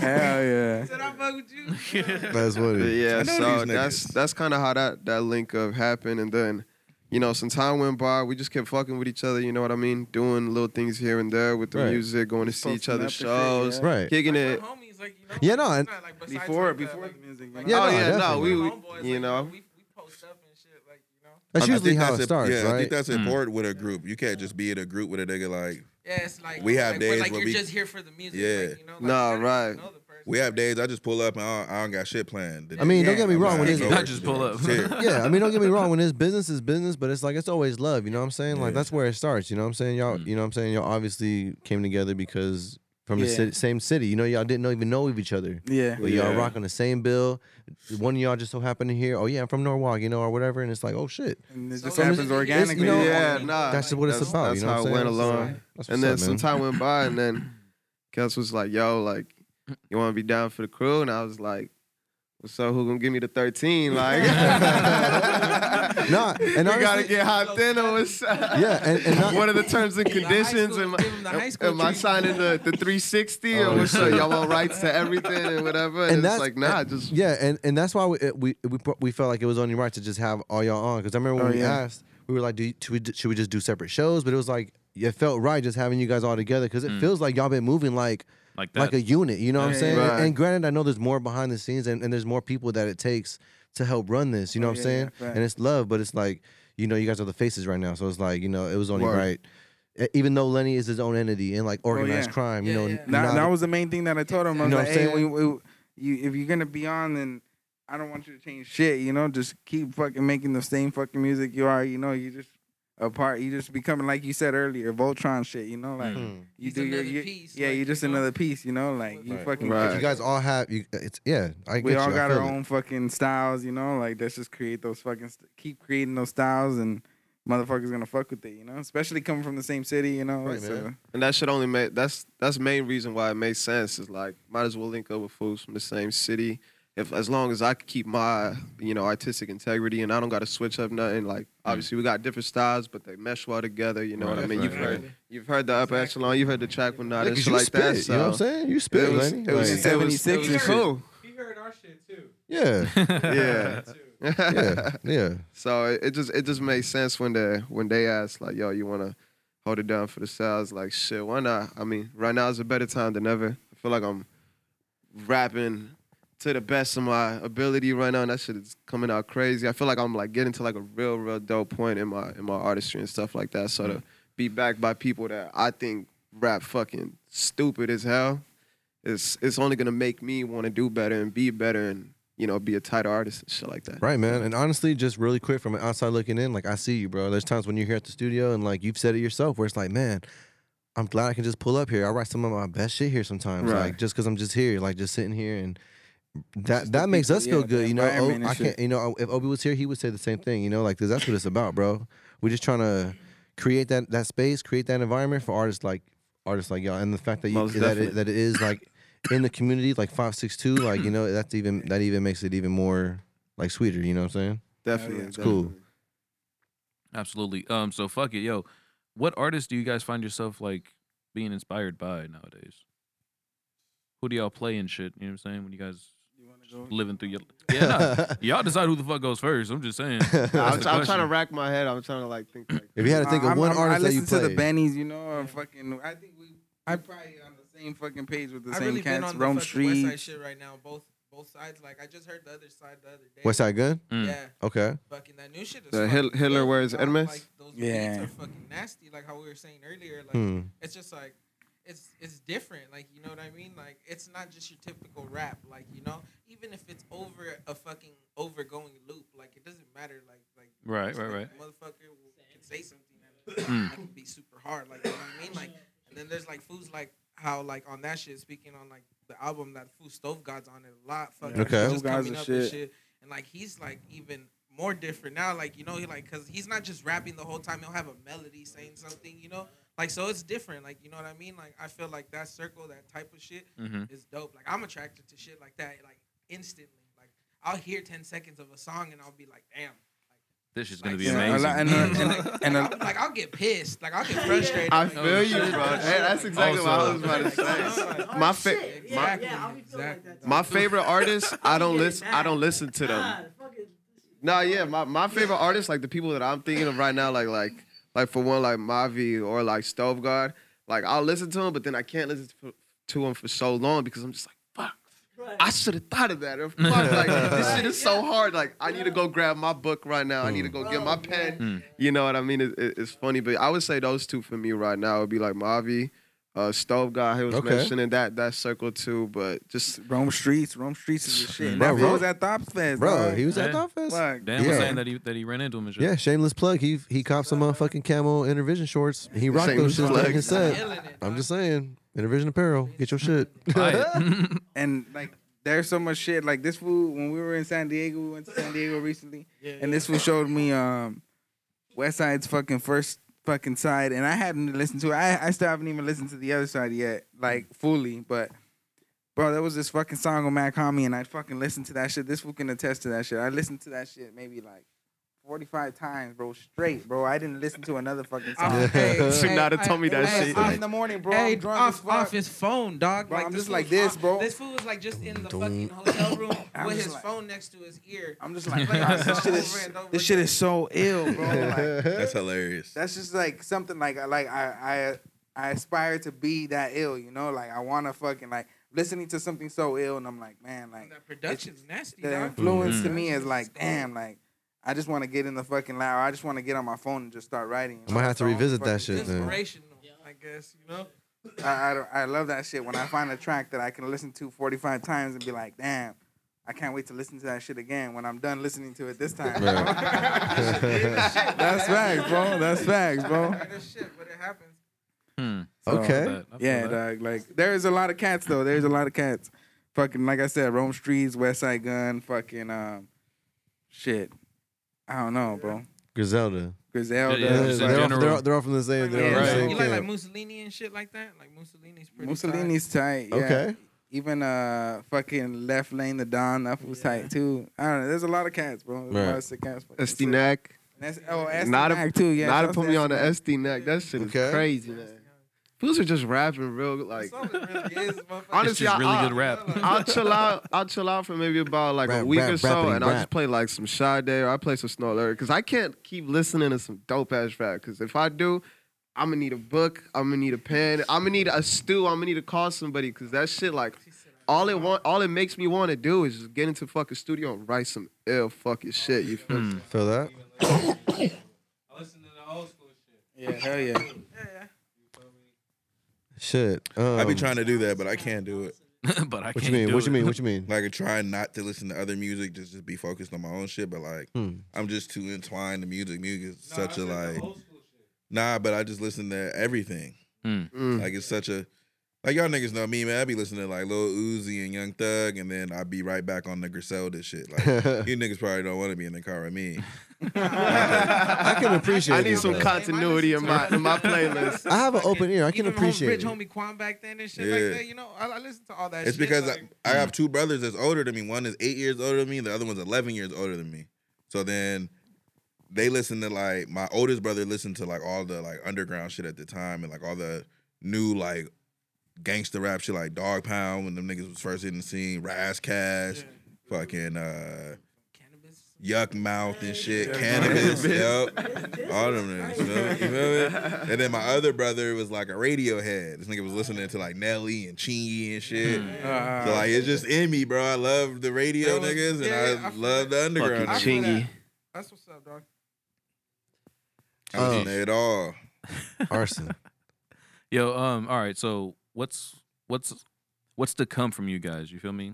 Speaker 7: Hell
Speaker 3: *laughs*
Speaker 7: yeah.
Speaker 6: *laughs* Said I fuck with you. *laughs*
Speaker 3: That's what it
Speaker 5: But
Speaker 3: is.
Speaker 5: yeah, so
Speaker 4: know these
Speaker 5: that's that's kind of how that that link up happened, and then you know some time went by. We just kept fucking with each other. You know what I mean? Doing little things here and there with the
Speaker 3: Right.
Speaker 5: music, going to see each
Speaker 7: posting
Speaker 5: other's
Speaker 7: up and shit,
Speaker 5: shows,
Speaker 7: yeah.
Speaker 3: Right.
Speaker 5: kicking
Speaker 6: We're
Speaker 5: it.
Speaker 6: homies, like, you know,
Speaker 3: Yeah, no,
Speaker 6: it's
Speaker 3: and-
Speaker 6: not like besides
Speaker 7: Before
Speaker 6: like that,
Speaker 7: before
Speaker 6: like,
Speaker 7: the music.
Speaker 6: like,
Speaker 3: Yeah,
Speaker 5: oh
Speaker 3: no,
Speaker 5: yeah, no,
Speaker 3: definitely.
Speaker 5: we,
Speaker 6: we're
Speaker 5: we
Speaker 6: homeboys,
Speaker 5: you
Speaker 6: like,
Speaker 5: know.
Speaker 6: we, we post up and shit, like you know.
Speaker 3: That's
Speaker 4: I think
Speaker 3: usually how
Speaker 4: that's
Speaker 3: it
Speaker 4: a-
Speaker 3: starts,
Speaker 4: yeah, I
Speaker 3: right?
Speaker 4: think
Speaker 7: Hmm.
Speaker 4: that's
Speaker 6: Hmm.
Speaker 4: important with a group. You can't just be in a group with a nigga like
Speaker 6: Yeah, it's like
Speaker 4: We have
Speaker 6: like,
Speaker 4: days
Speaker 6: we're, like
Speaker 4: where
Speaker 6: you're
Speaker 4: we-
Speaker 6: just here for the music.
Speaker 4: Yeah.
Speaker 6: like, you know, like,
Speaker 5: Nah,
Speaker 6: you gotta
Speaker 5: right.
Speaker 6: know the person.
Speaker 4: we have days I just pull up and I don't, I don't got shit planned.
Speaker 3: I mean, don't get me
Speaker 4: I'm
Speaker 3: wrong.
Speaker 4: like,
Speaker 3: When
Speaker 4: I
Speaker 3: it's
Speaker 4: know
Speaker 2: Not
Speaker 4: what
Speaker 2: just
Speaker 4: you're
Speaker 2: pull
Speaker 4: doing.
Speaker 2: up.
Speaker 4: Shit.
Speaker 3: *laughs* yeah, I mean, don't get me wrong. When it's business, it's business, but it's like it's always love. You know what I'm saying? Like
Speaker 4: Yeah.
Speaker 3: that's where it starts. You know what I'm saying? Y'all, you know what I'm saying? Y'all obviously came together because from the
Speaker 7: Yeah.
Speaker 3: city, same city. You know, y'all didn't know, even know of each other,
Speaker 7: Yeah.
Speaker 3: but y'all
Speaker 4: Yeah.
Speaker 3: rock on the same bill. One of y'all just so happened to hear, oh yeah, I'm from Norwalk, you know, or whatever, and it's like, oh shit,
Speaker 7: And it
Speaker 6: So
Speaker 7: just
Speaker 6: it's-
Speaker 7: happens
Speaker 6: it's- you
Speaker 7: organically.
Speaker 3: know-
Speaker 5: Yeah, nah.
Speaker 3: that's what it's
Speaker 5: that's-
Speaker 3: about.
Speaker 5: that's
Speaker 3: you know
Speaker 5: how
Speaker 3: what I'm saying?
Speaker 5: it
Speaker 3: So,
Speaker 5: went along.
Speaker 3: that's
Speaker 5: And
Speaker 3: what's
Speaker 5: then
Speaker 3: up,
Speaker 5: some
Speaker 3: man.
Speaker 5: time went by, and then Kels was like, "Yo, like, you want to be down for the crew?" And I was like, "What's up? Who gonna give me the 13?
Speaker 3: *laughs*
Speaker 5: Like, *laughs*
Speaker 3: Nah,
Speaker 5: we
Speaker 3: and
Speaker 5: gotta
Speaker 3: honestly-
Speaker 5: get hopped in or what's up?
Speaker 3: Yeah, and-
Speaker 5: *laughs*
Speaker 3: and not-
Speaker 5: what are the terms and
Speaker 6: Give him the high
Speaker 5: conditions?
Speaker 6: school-
Speaker 5: Am,
Speaker 6: give him the high
Speaker 5: I,
Speaker 6: school
Speaker 5: am I
Speaker 6: treatment.
Speaker 5: signing the, the 360
Speaker 3: Oh,
Speaker 5: or what's up?
Speaker 3: shit.
Speaker 5: Y'all want rights to everything and whatever?"
Speaker 3: And
Speaker 5: And, it's
Speaker 3: that's-
Speaker 5: like, nah, just
Speaker 3: Yeah, and, and that's why we, it- we we pro- we felt like it was only right to just have all y'all on because I remember when
Speaker 7: Oh,
Speaker 3: we
Speaker 7: yeah.
Speaker 3: asked, we were like, do you, should, we, d- should we just do separate shows? But it was like it felt right just having you guys all together because it feels like y'all been moving like
Speaker 2: Mm. Like that.
Speaker 3: like a unit. You know what I'm
Speaker 7: Yeah,
Speaker 3: saying?
Speaker 5: yeah. Right.
Speaker 3: And granted, I know there's more behind the scenes and, and there's more people that it takes to help run this. You know
Speaker 7: Oh,
Speaker 3: what I'm
Speaker 7: yeah,
Speaker 3: saying?
Speaker 7: yeah, fact.
Speaker 3: and it's love, but it's like you know you guys are the faces right now, so it's like you know it was only
Speaker 5: Word.
Speaker 3: right. E- Even though Lenny is his own entity and like organized
Speaker 7: Oh, yeah.
Speaker 3: crime, you
Speaker 6: Yeah,
Speaker 3: know
Speaker 6: yeah.
Speaker 3: n-
Speaker 7: That,
Speaker 3: not-
Speaker 7: that was the main thing that I told him. I
Speaker 3: You
Speaker 7: was
Speaker 3: know
Speaker 7: like,
Speaker 3: what I'm
Speaker 7: hey, we,
Speaker 3: saying?
Speaker 7: we, you, if you're gonna be on, then I don't want you to change shit. You know, just keep fucking making the same fucking music you are. You know, you just apart. You just becoming like you said earlier, Voltron shit. You know, like you
Speaker 3: Hmm.
Speaker 6: He's
Speaker 7: do your,
Speaker 6: another
Speaker 7: you-
Speaker 6: piece,
Speaker 7: yeah,
Speaker 6: like,
Speaker 7: you're
Speaker 6: you
Speaker 7: just
Speaker 6: know?
Speaker 7: another piece. You know, like you
Speaker 4: Right.
Speaker 7: fucking.
Speaker 5: Right.
Speaker 3: You guys all have you. uh, It's yeah. I
Speaker 7: We
Speaker 3: get
Speaker 7: all
Speaker 3: you, I
Speaker 7: got our
Speaker 3: feel it.
Speaker 7: own fucking styles, you know. Like let's just create those fucking, st- keep creating those styles, and motherfuckers gonna fuck with it, you know. Especially coming from the same city, you know.
Speaker 3: Right,
Speaker 7: so-
Speaker 3: man.
Speaker 5: And that should only make that's that's the main reason why it makes sense is like might as well link up with fools from the same city. If as long as I could keep my you know artistic integrity and I don't got to switch up nothing. Like
Speaker 3: Hmm.
Speaker 5: obviously we got different styles, but they mesh well together. You know what I
Speaker 2: Right,
Speaker 5: mean?
Speaker 2: right,
Speaker 5: you've heard you've heard the upper echelon, you've heard the track with not
Speaker 3: Yeah,
Speaker 5: and
Speaker 3: 'cause
Speaker 5: shit
Speaker 3: you
Speaker 5: like
Speaker 3: spit,
Speaker 5: that. So
Speaker 3: You know what I'm saying? You spit,
Speaker 5: it was
Speaker 3: Lenny.
Speaker 5: it was,
Speaker 3: Like,
Speaker 5: it was, it
Speaker 7: 76
Speaker 5: was
Speaker 7: and shit.
Speaker 5: cool. *laughs*
Speaker 9: He heard our shit too.
Speaker 3: *laughs* yeah.
Speaker 5: Yeah,
Speaker 7: *laughs*
Speaker 3: Yeah, yeah.
Speaker 5: So it, it just it just makes sense when they when they ask like, "Yo, you wanna hold it down for the South?" Like, shit, why not? I mean, right now is a better time than ever. I feel like I'm rapping to the best of my ability right now, and that shit is coming out crazy. I feel like I'm like getting to like a real, real dope point in my in my artistry and stuff like that. So to be backed by people that I think rap fucking stupid as hell, it's it's only gonna make me want to do better and be better and you know be a tighter artist and shit like that.
Speaker 3: Right, man. And honestly, just really quick from an outside looking in, like I see you, bro. There's times when you're here at the studio and like you've said it yourself where it's like, man, I'm glad I can just pull up here. I write some of my best shit here sometimes.
Speaker 5: Right.
Speaker 3: Like just because I'm just here, like just sitting here and that that makes us feel
Speaker 7: people, yeah,
Speaker 3: good,
Speaker 7: the
Speaker 3: you know. O-
Speaker 7: environment and
Speaker 3: I can't,
Speaker 7: shit.
Speaker 3: you know, if Obi was here, he would say the same thing, you know, like 'cause that's what it's about, bro. We're just trying to create that that space, create that environment for artists like artists like y'all, and the fact that you
Speaker 5: Most
Speaker 3: that
Speaker 5: definitely.
Speaker 3: it, that it is like in the community, like five six two, like you know, that's even that even makes it even more like sweeter. You know what I'm saying?
Speaker 5: Definitely,
Speaker 7: yeah.
Speaker 5: it's
Speaker 3: cool.
Speaker 2: Absolutely. Um. So fuck it, yo. What artists do you guys find yourself like being inspired by nowadays? Who do y'all play and shit? You know what I'm saying? When you guys living
Speaker 5: *laughs*
Speaker 2: through your yeah, nah. y'all decide who the fuck goes first. I'm just saying.
Speaker 5: I'm,
Speaker 2: the
Speaker 5: try- I'm trying to
Speaker 2: question.
Speaker 5: rack my head. I'm trying to like think. Like,
Speaker 3: If you had to think of
Speaker 7: I'm-
Speaker 3: one
Speaker 7: I'm-
Speaker 3: artist
Speaker 7: I
Speaker 3: that you
Speaker 7: listen
Speaker 3: play,
Speaker 7: to the Bennies, you know, and fucking. I think we. I probably on the same fucking page with the
Speaker 6: I
Speaker 7: same
Speaker 6: really been
Speaker 7: cats.
Speaker 6: on the
Speaker 7: Rome
Speaker 6: fucking West Side
Speaker 7: Street.
Speaker 6: shit right now. Both both sides. Like I just heard the other side the other day.
Speaker 3: West Side Gun.
Speaker 2: Mm.
Speaker 6: Yeah.
Speaker 3: Okay.
Speaker 6: Fucking that new shit is
Speaker 5: The
Speaker 6: fucking
Speaker 5: Hil- Hitler
Speaker 6: dope,
Speaker 5: wears
Speaker 6: dog.
Speaker 5: Hermes?
Speaker 6: Like, those
Speaker 7: Yeah.
Speaker 6: beats are fucking nasty. Like how we were saying earlier. Like
Speaker 3: Hmm.
Speaker 6: it's just like it's it's different. Like you know what I mean. Like it's not just your typical rap. Like you know, even if it's over a fucking overgoing loop, like it doesn't matter. Like like
Speaker 2: Right,
Speaker 6: just
Speaker 2: right,
Speaker 6: like
Speaker 2: right.
Speaker 6: the Motherfucker will- can say something
Speaker 2: *clears throat*
Speaker 6: and it can be super hard. Like you know what I mean. Like and then there's like foods like how like on that shit. Speaking on like the album that Food Stove God's on it a lot. Fucking
Speaker 3: Okay.
Speaker 6: he's
Speaker 7: Stove
Speaker 6: just
Speaker 7: God's
Speaker 6: coming
Speaker 7: the
Speaker 6: up and
Speaker 7: shit.
Speaker 6: shit. And like he's like even more different now. Like you know he like because he's not just rapping the whole time. He'll have a melody saying something. You know. Like so, it's different. Like you know what I mean. Like I feel like that circle, that type of shit,
Speaker 5: Mm-hmm.
Speaker 2: Mhm.
Speaker 6: is dope. Like I'm attracted to shit like that, like instantly. Like I'll hear ten seconds of a song and I'll be like, damn.
Speaker 2: This is gonna be
Speaker 6: Yeah,
Speaker 7: a
Speaker 2: amazing.
Speaker 7: lot- and, uh, and,
Speaker 6: *laughs*
Speaker 7: uh, and,
Speaker 6: I'll
Speaker 7: uh,
Speaker 6: be like I'll get pissed. Like I'll
Speaker 7: *laughs*
Speaker 6: get frustrated.
Speaker 5: I
Speaker 6: Like,
Speaker 5: feel
Speaker 2: Oh,
Speaker 5: you, bro.
Speaker 2: shit.
Speaker 6: *laughs*
Speaker 5: Hey, that's exactly what I was about to say. My fa- my- My favorite artists, I don't listen. I don't listen to them. Nah, yeah, my, my favorite artists, like the people that I'm thinking of right now, like like like for one, like Mavi or like Stove God. Like I'll listen to them, but then I can't listen to, to them for so long because I'm just like, fuck. I should have thought of that. Or Fuck,
Speaker 3: *laughs*
Speaker 5: like this shit is so hard. Like I need to go grab my book right now. I need to go get my pen.
Speaker 3: Hmm.
Speaker 5: You know what I mean? It, it- it's funny, but I would say those two for me right now would be like Mavi, uh, Stove God. He was
Speaker 3: Okay.
Speaker 5: mentioning that that circle too, but just
Speaker 7: Rome Streets. Rome Streets is the shit.
Speaker 3: Bro,
Speaker 7: Bro,
Speaker 3: Rome-
Speaker 7: was at Thop Fest.
Speaker 3: bro,
Speaker 7: dog.
Speaker 3: he was at
Speaker 2: Yeah.
Speaker 3: Thought Fest.
Speaker 7: Fuck.
Speaker 2: Dan was
Speaker 3: Yeah.
Speaker 2: saying that he that he ran into him and shit.
Speaker 3: Yeah, shameless plug. He he copped some motherfucking camo intervision shorts. He rocked
Speaker 5: Shameless
Speaker 3: those shits
Speaker 5: plug.
Speaker 3: like his set.
Speaker 6: killing it.
Speaker 3: I'm just saying, intervision apparel. Get your shit.
Speaker 2: Buy
Speaker 3: *laughs*
Speaker 2: it.
Speaker 7: *laughs* and like there's so much shit. Like this fool, when we were in San Diego, we went to San Diego
Speaker 6: *laughs*
Speaker 7: recently, and this fool showed me um West Side's fucking first fucking side, and I hadn't listened to it. I I still haven't even listened to the other side yet, like fully, but. Bro, there was this fucking song on Mac Homie, and I fucking listened to that shit. This fool can attest to that shit. I listened to that shit maybe like 45 times, bro, straight, bro. I didn't listen to another fucking song.
Speaker 6: Off- Uh,
Speaker 7: *laughs*
Speaker 6: hey,
Speaker 5: Tsunada
Speaker 6: hey,
Speaker 5: told me
Speaker 6: I-
Speaker 5: that
Speaker 6: hey,
Speaker 5: shit.
Speaker 7: Five in the morning, bro.
Speaker 6: Hey,
Speaker 7: I'm drunk as
Speaker 6: off,
Speaker 7: fuck.
Speaker 6: off his phone, dog.
Speaker 7: Bro,
Speaker 6: like
Speaker 7: I'm
Speaker 6: this
Speaker 7: just like
Speaker 6: fool's
Speaker 7: this,
Speaker 6: off-
Speaker 7: bro.
Speaker 6: This fool was like just in the fucking hotel room
Speaker 7: *laughs* I'm
Speaker 6: with
Speaker 7: just
Speaker 6: his
Speaker 7: like-
Speaker 6: phone next to his ear.
Speaker 7: I'm just like,
Speaker 6: Playing
Speaker 7: bro,
Speaker 6: this
Speaker 7: *laughs* this shit
Speaker 6: over
Speaker 7: is
Speaker 6: and over
Speaker 7: this shit
Speaker 6: again.
Speaker 7: is so ill, bro.
Speaker 3: *laughs*
Speaker 7: Like,
Speaker 4: That's hilarious.
Speaker 7: that's just like something like I like I I I aspire to be that ill, you know? Like I wanna fucking like listening to something so ill and I'm like, man, like
Speaker 6: That production's nasty,
Speaker 7: the
Speaker 6: dog.
Speaker 7: influence to me is like, damn, like I just wanna get in the fucking loud. I just wanna get on my phone and just start writing.
Speaker 3: I might have to revisit that
Speaker 7: Fucking-
Speaker 3: shit then.
Speaker 6: Inspirational, I guess. You know.
Speaker 7: I, I don't- I love that shit when I find a track that I can listen to 45 times and be like, damn, I can't wait to listen to that shit again when I'm done listening to it this *laughs* time. That's facts, bro. That's facts, bro.
Speaker 6: This shit, but it happens.
Speaker 2: Hmm.
Speaker 7: So,
Speaker 2: I feel
Speaker 3: Okay.
Speaker 2: that. I feel
Speaker 7: Yeah,
Speaker 2: that.
Speaker 7: dog. Like there is a lot of cats though. There's a lot of cats. Fucking like I said, Rome Streets, West Side Gun, fucking um, shit. I don't know, bro.
Speaker 3: Griselda.
Speaker 7: Griselda.
Speaker 2: Yeah,
Speaker 3: they're,
Speaker 2: just in
Speaker 3: all- they're all,
Speaker 2: general.
Speaker 3: they're all from the same. They're all from
Speaker 6: Yeah,
Speaker 3: the
Speaker 7: Right.
Speaker 3: same
Speaker 6: You like, like
Speaker 3: camp.
Speaker 6: Mussolini and shit like that. Like Mussolini's pretty. tight.
Speaker 7: Mussolini's tight. yeah.
Speaker 3: Okay.
Speaker 7: Even uh fucking left lane the Don that was tight too. I don't know. There's a lot of cats, bro. There's a
Speaker 3: Right.
Speaker 7: lot of sick cats. fucking
Speaker 5: SD
Speaker 7: sick.
Speaker 5: Neck.
Speaker 7: And That's, oh, SD
Speaker 5: Nada-
Speaker 7: Nag too. Yeah,
Speaker 5: Nada
Speaker 7: shout
Speaker 5: put
Speaker 7: out
Speaker 5: me
Speaker 7: to
Speaker 5: on the
Speaker 7: SD.
Speaker 5: SD Neck. That shit is
Speaker 3: Okay.
Speaker 5: crazy, man. Fools are just rapping real like.
Speaker 6: Honestly,
Speaker 2: It's
Speaker 5: Honestly,
Speaker 2: just
Speaker 5: I,
Speaker 2: really
Speaker 5: I,
Speaker 2: good rap.
Speaker 5: *laughs* I'll
Speaker 3: *laughs*
Speaker 5: chill out. I'll chill out for maybe about like
Speaker 14: Rap,
Speaker 5: a week
Speaker 14: rap,
Speaker 5: or so,
Speaker 14: rappity
Speaker 5: and I'll
Speaker 14: rap.
Speaker 5: just play like some Sade or I play some Snow Allegra, cause I can't keep listening to some dope ass rap. Cause if I do, I'm gonna need a book. I'm gonna need a pen. I'm gonna need a stew. I'm gonna need to call somebody, cause that shit like. All it want, all it makes me want to do is just get into fucking studio and write some ill fucking shit. You feel me?
Speaker 14: Hmm, Feel that?
Speaker 5: *laughs*
Speaker 9: I listen to the old school shit.
Speaker 7: Yeah, hell yeah.
Speaker 14: Shit. Um,
Speaker 4: I be trying to do that, but I can't do it.
Speaker 2: *laughs* but I
Speaker 14: What
Speaker 2: can't
Speaker 14: you mean?
Speaker 2: do
Speaker 14: What you
Speaker 2: it.
Speaker 14: mean?
Speaker 2: *laughs*
Speaker 14: What you mean?
Speaker 4: Like I try not to listen to other music, just just be focused on my own shit. But like, *laughs*
Speaker 14: Hmm.
Speaker 4: I'm just too entwined to music. Music is such a like, nah. But I just listen to everything.
Speaker 5: Mm.
Speaker 4: Like it's such a like y'all niggas know me, man. I be listening to like Lil Uzi and Young Thug, and then I be right back on the Griselda shit.
Speaker 14: *laughs*
Speaker 4: Like you niggas probably don't want to be in the car with me.
Speaker 14: I can appreciate.
Speaker 5: I need
Speaker 14: it,
Speaker 5: some
Speaker 14: though.
Speaker 5: continuity in my in my playlist.
Speaker 14: I have an open ear. I can
Speaker 6: Even
Speaker 14: appreciate.
Speaker 6: Rich
Speaker 14: it.
Speaker 6: homie Quan back then and shit
Speaker 4: Yeah.
Speaker 6: like that. You know, I, I listen to all that.
Speaker 4: It's
Speaker 6: shit,
Speaker 4: because
Speaker 6: like,
Speaker 4: I, I have two brothers that's older than me. One is eight years older than me. The other one's eleven years older than me. So then they listen to like my oldest brother listened to like all the like underground shit at the time and like all the new like gangster rap shit like Dog Pound when them niggas was first in the scene, Razz Cash, fucking uh
Speaker 6: cannabis.
Speaker 4: yuck mouth and shit, cannabis, yep. All them niggas, you know, you feel me? And then my other brother was like a Radiohead. This nigga was listening to like Nelly and Chingy and shit. So like it's just in me, bro. I love the radio
Speaker 6: Uh, That was-
Speaker 4: niggas and
Speaker 6: yeah,
Speaker 4: I,
Speaker 6: yeah, I feel
Speaker 4: love the underground.
Speaker 6: I
Speaker 4: niggas.
Speaker 6: feel
Speaker 5: Chingy.
Speaker 6: that. That's what's up, dog.
Speaker 4: I listen to it all.
Speaker 14: Arson.
Speaker 2: Yo, um, all right. So what's what's what's to come from you guys? You feel me?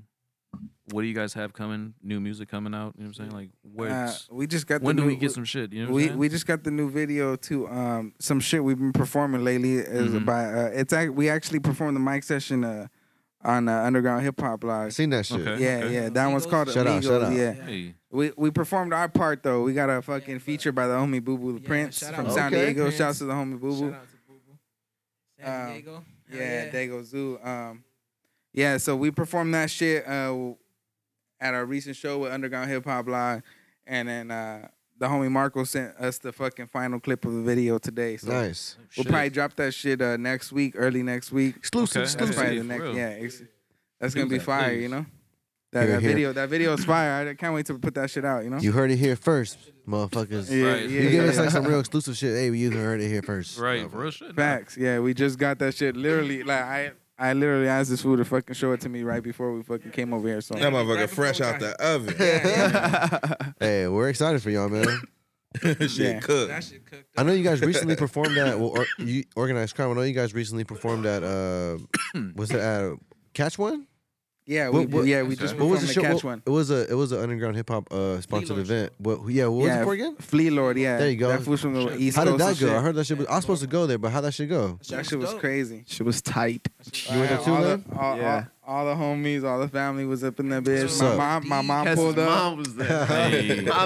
Speaker 2: What do you guys have coming? New music coming out? You know what I'm saying? Like
Speaker 7: Uh,
Speaker 2: where's
Speaker 7: we just got.
Speaker 2: when
Speaker 7: the
Speaker 2: do
Speaker 7: new,
Speaker 2: we get some shit? You know what
Speaker 7: we
Speaker 2: I'm
Speaker 7: we just got the new video to um some shit we've been performing lately is
Speaker 2: Mhm.
Speaker 7: by uh, it's ac- we actually performed the mic session uh on uh, underground hip hop
Speaker 14: I
Speaker 7: live.
Speaker 14: seen that shit.
Speaker 2: Okay.
Speaker 7: Yeah, yeah, that one's called
Speaker 14: Shout out,
Speaker 7: Amigos.
Speaker 14: shout out.
Speaker 7: Yeah,
Speaker 2: saying? Hey.
Speaker 7: we we performed our part though. We got a fucking
Speaker 6: Yeah, but-
Speaker 7: feature by the homie Boo Boo
Speaker 6: Yeah,
Speaker 7: Prince
Speaker 6: shout
Speaker 7: from
Speaker 6: out
Speaker 7: San
Speaker 14: Boo Boo
Speaker 7: Diego.
Speaker 6: Prince.
Speaker 7: Shouts to the homie Boo Boo.
Speaker 6: Shout out to Boo Boo. San
Speaker 7: Um,
Speaker 6: Diego. Hell
Speaker 7: Yeah, Dago Zoo. Um, yeah, so we performed that shit uh, at our recent show with Underground Hip Hop Live, and then uh, the homie Marco sent us the fucking final clip of the video today. So
Speaker 14: Nice.
Speaker 2: Oh,
Speaker 7: we'll probably drop that shit uh, next week, early next week.
Speaker 14: Exclusive.
Speaker 2: Okay.
Speaker 7: That's
Speaker 14: Exclusive.
Speaker 7: probably the
Speaker 2: for
Speaker 7: next.
Speaker 2: real.
Speaker 7: Yeah, ex- that's gonna
Speaker 2: Do
Speaker 7: be
Speaker 2: that,
Speaker 7: fire.
Speaker 2: please.
Speaker 7: You know, that,
Speaker 14: Here,
Speaker 7: that
Speaker 14: here.
Speaker 7: video, that video is fire. I can't wait to put that shit out. You know.
Speaker 14: You heard it here first, motherfuckers.
Speaker 7: yeah,
Speaker 2: Right.
Speaker 7: yeah,
Speaker 14: you give us
Speaker 7: yeah.
Speaker 14: like some real exclusive shit. Hey, you heard it here first.
Speaker 4: *laughs*
Speaker 2: Right, for real shit.
Speaker 7: Facts. Yeah, we just got that shit. Literally, like I, I literally asked this fool to fucking show it to me right before we fucking came over here. So
Speaker 4: That motherfucker
Speaker 6: Right
Speaker 4: fresh
Speaker 6: before
Speaker 4: out the oven.
Speaker 14: Hey, we're excited for y'all, man.
Speaker 4: shit
Speaker 7: Yeah.
Speaker 4: cooked.
Speaker 6: That shit cooked.
Speaker 14: I know you guys
Speaker 7: *laughs*
Speaker 14: recently performed at well, or, you organized crime. I know you guys recently performed at
Speaker 7: *clears throat*
Speaker 14: uh, was it at Catch One?
Speaker 7: Yeah, we
Speaker 14: What- what-
Speaker 7: yeah we just
Speaker 14: What was
Speaker 7: performed
Speaker 14: the
Speaker 7: the
Speaker 14: show?
Speaker 7: catch
Speaker 14: what-
Speaker 7: one.
Speaker 14: It was a it was an underground hip hop uh, sponsored
Speaker 6: Lord
Speaker 14: event. What? Yeah, what was
Speaker 7: yeah,
Speaker 14: it for again?
Speaker 7: Flea Lord. Yeah,
Speaker 14: There you go.
Speaker 7: That fool's from the East
Speaker 14: How did
Speaker 7: Coast
Speaker 14: that
Speaker 7: and
Speaker 14: go?
Speaker 7: shit.
Speaker 14: I heard that shit. Was, I was supposed to go there, but how that shit go?
Speaker 7: that shit was
Speaker 6: dope.
Speaker 7: crazy.
Speaker 5: She was tight.
Speaker 14: You went there
Speaker 7: Yeah,
Speaker 14: too,
Speaker 7: all,
Speaker 14: man.
Speaker 7: the, all,
Speaker 5: Yeah.
Speaker 7: all, all the homies, all the family was up in that
Speaker 14: What's
Speaker 7: bitch. My
Speaker 14: up?
Speaker 7: mom, my mom pulled up.
Speaker 5: mom was there. *laughs*
Speaker 2: Hey.
Speaker 5: My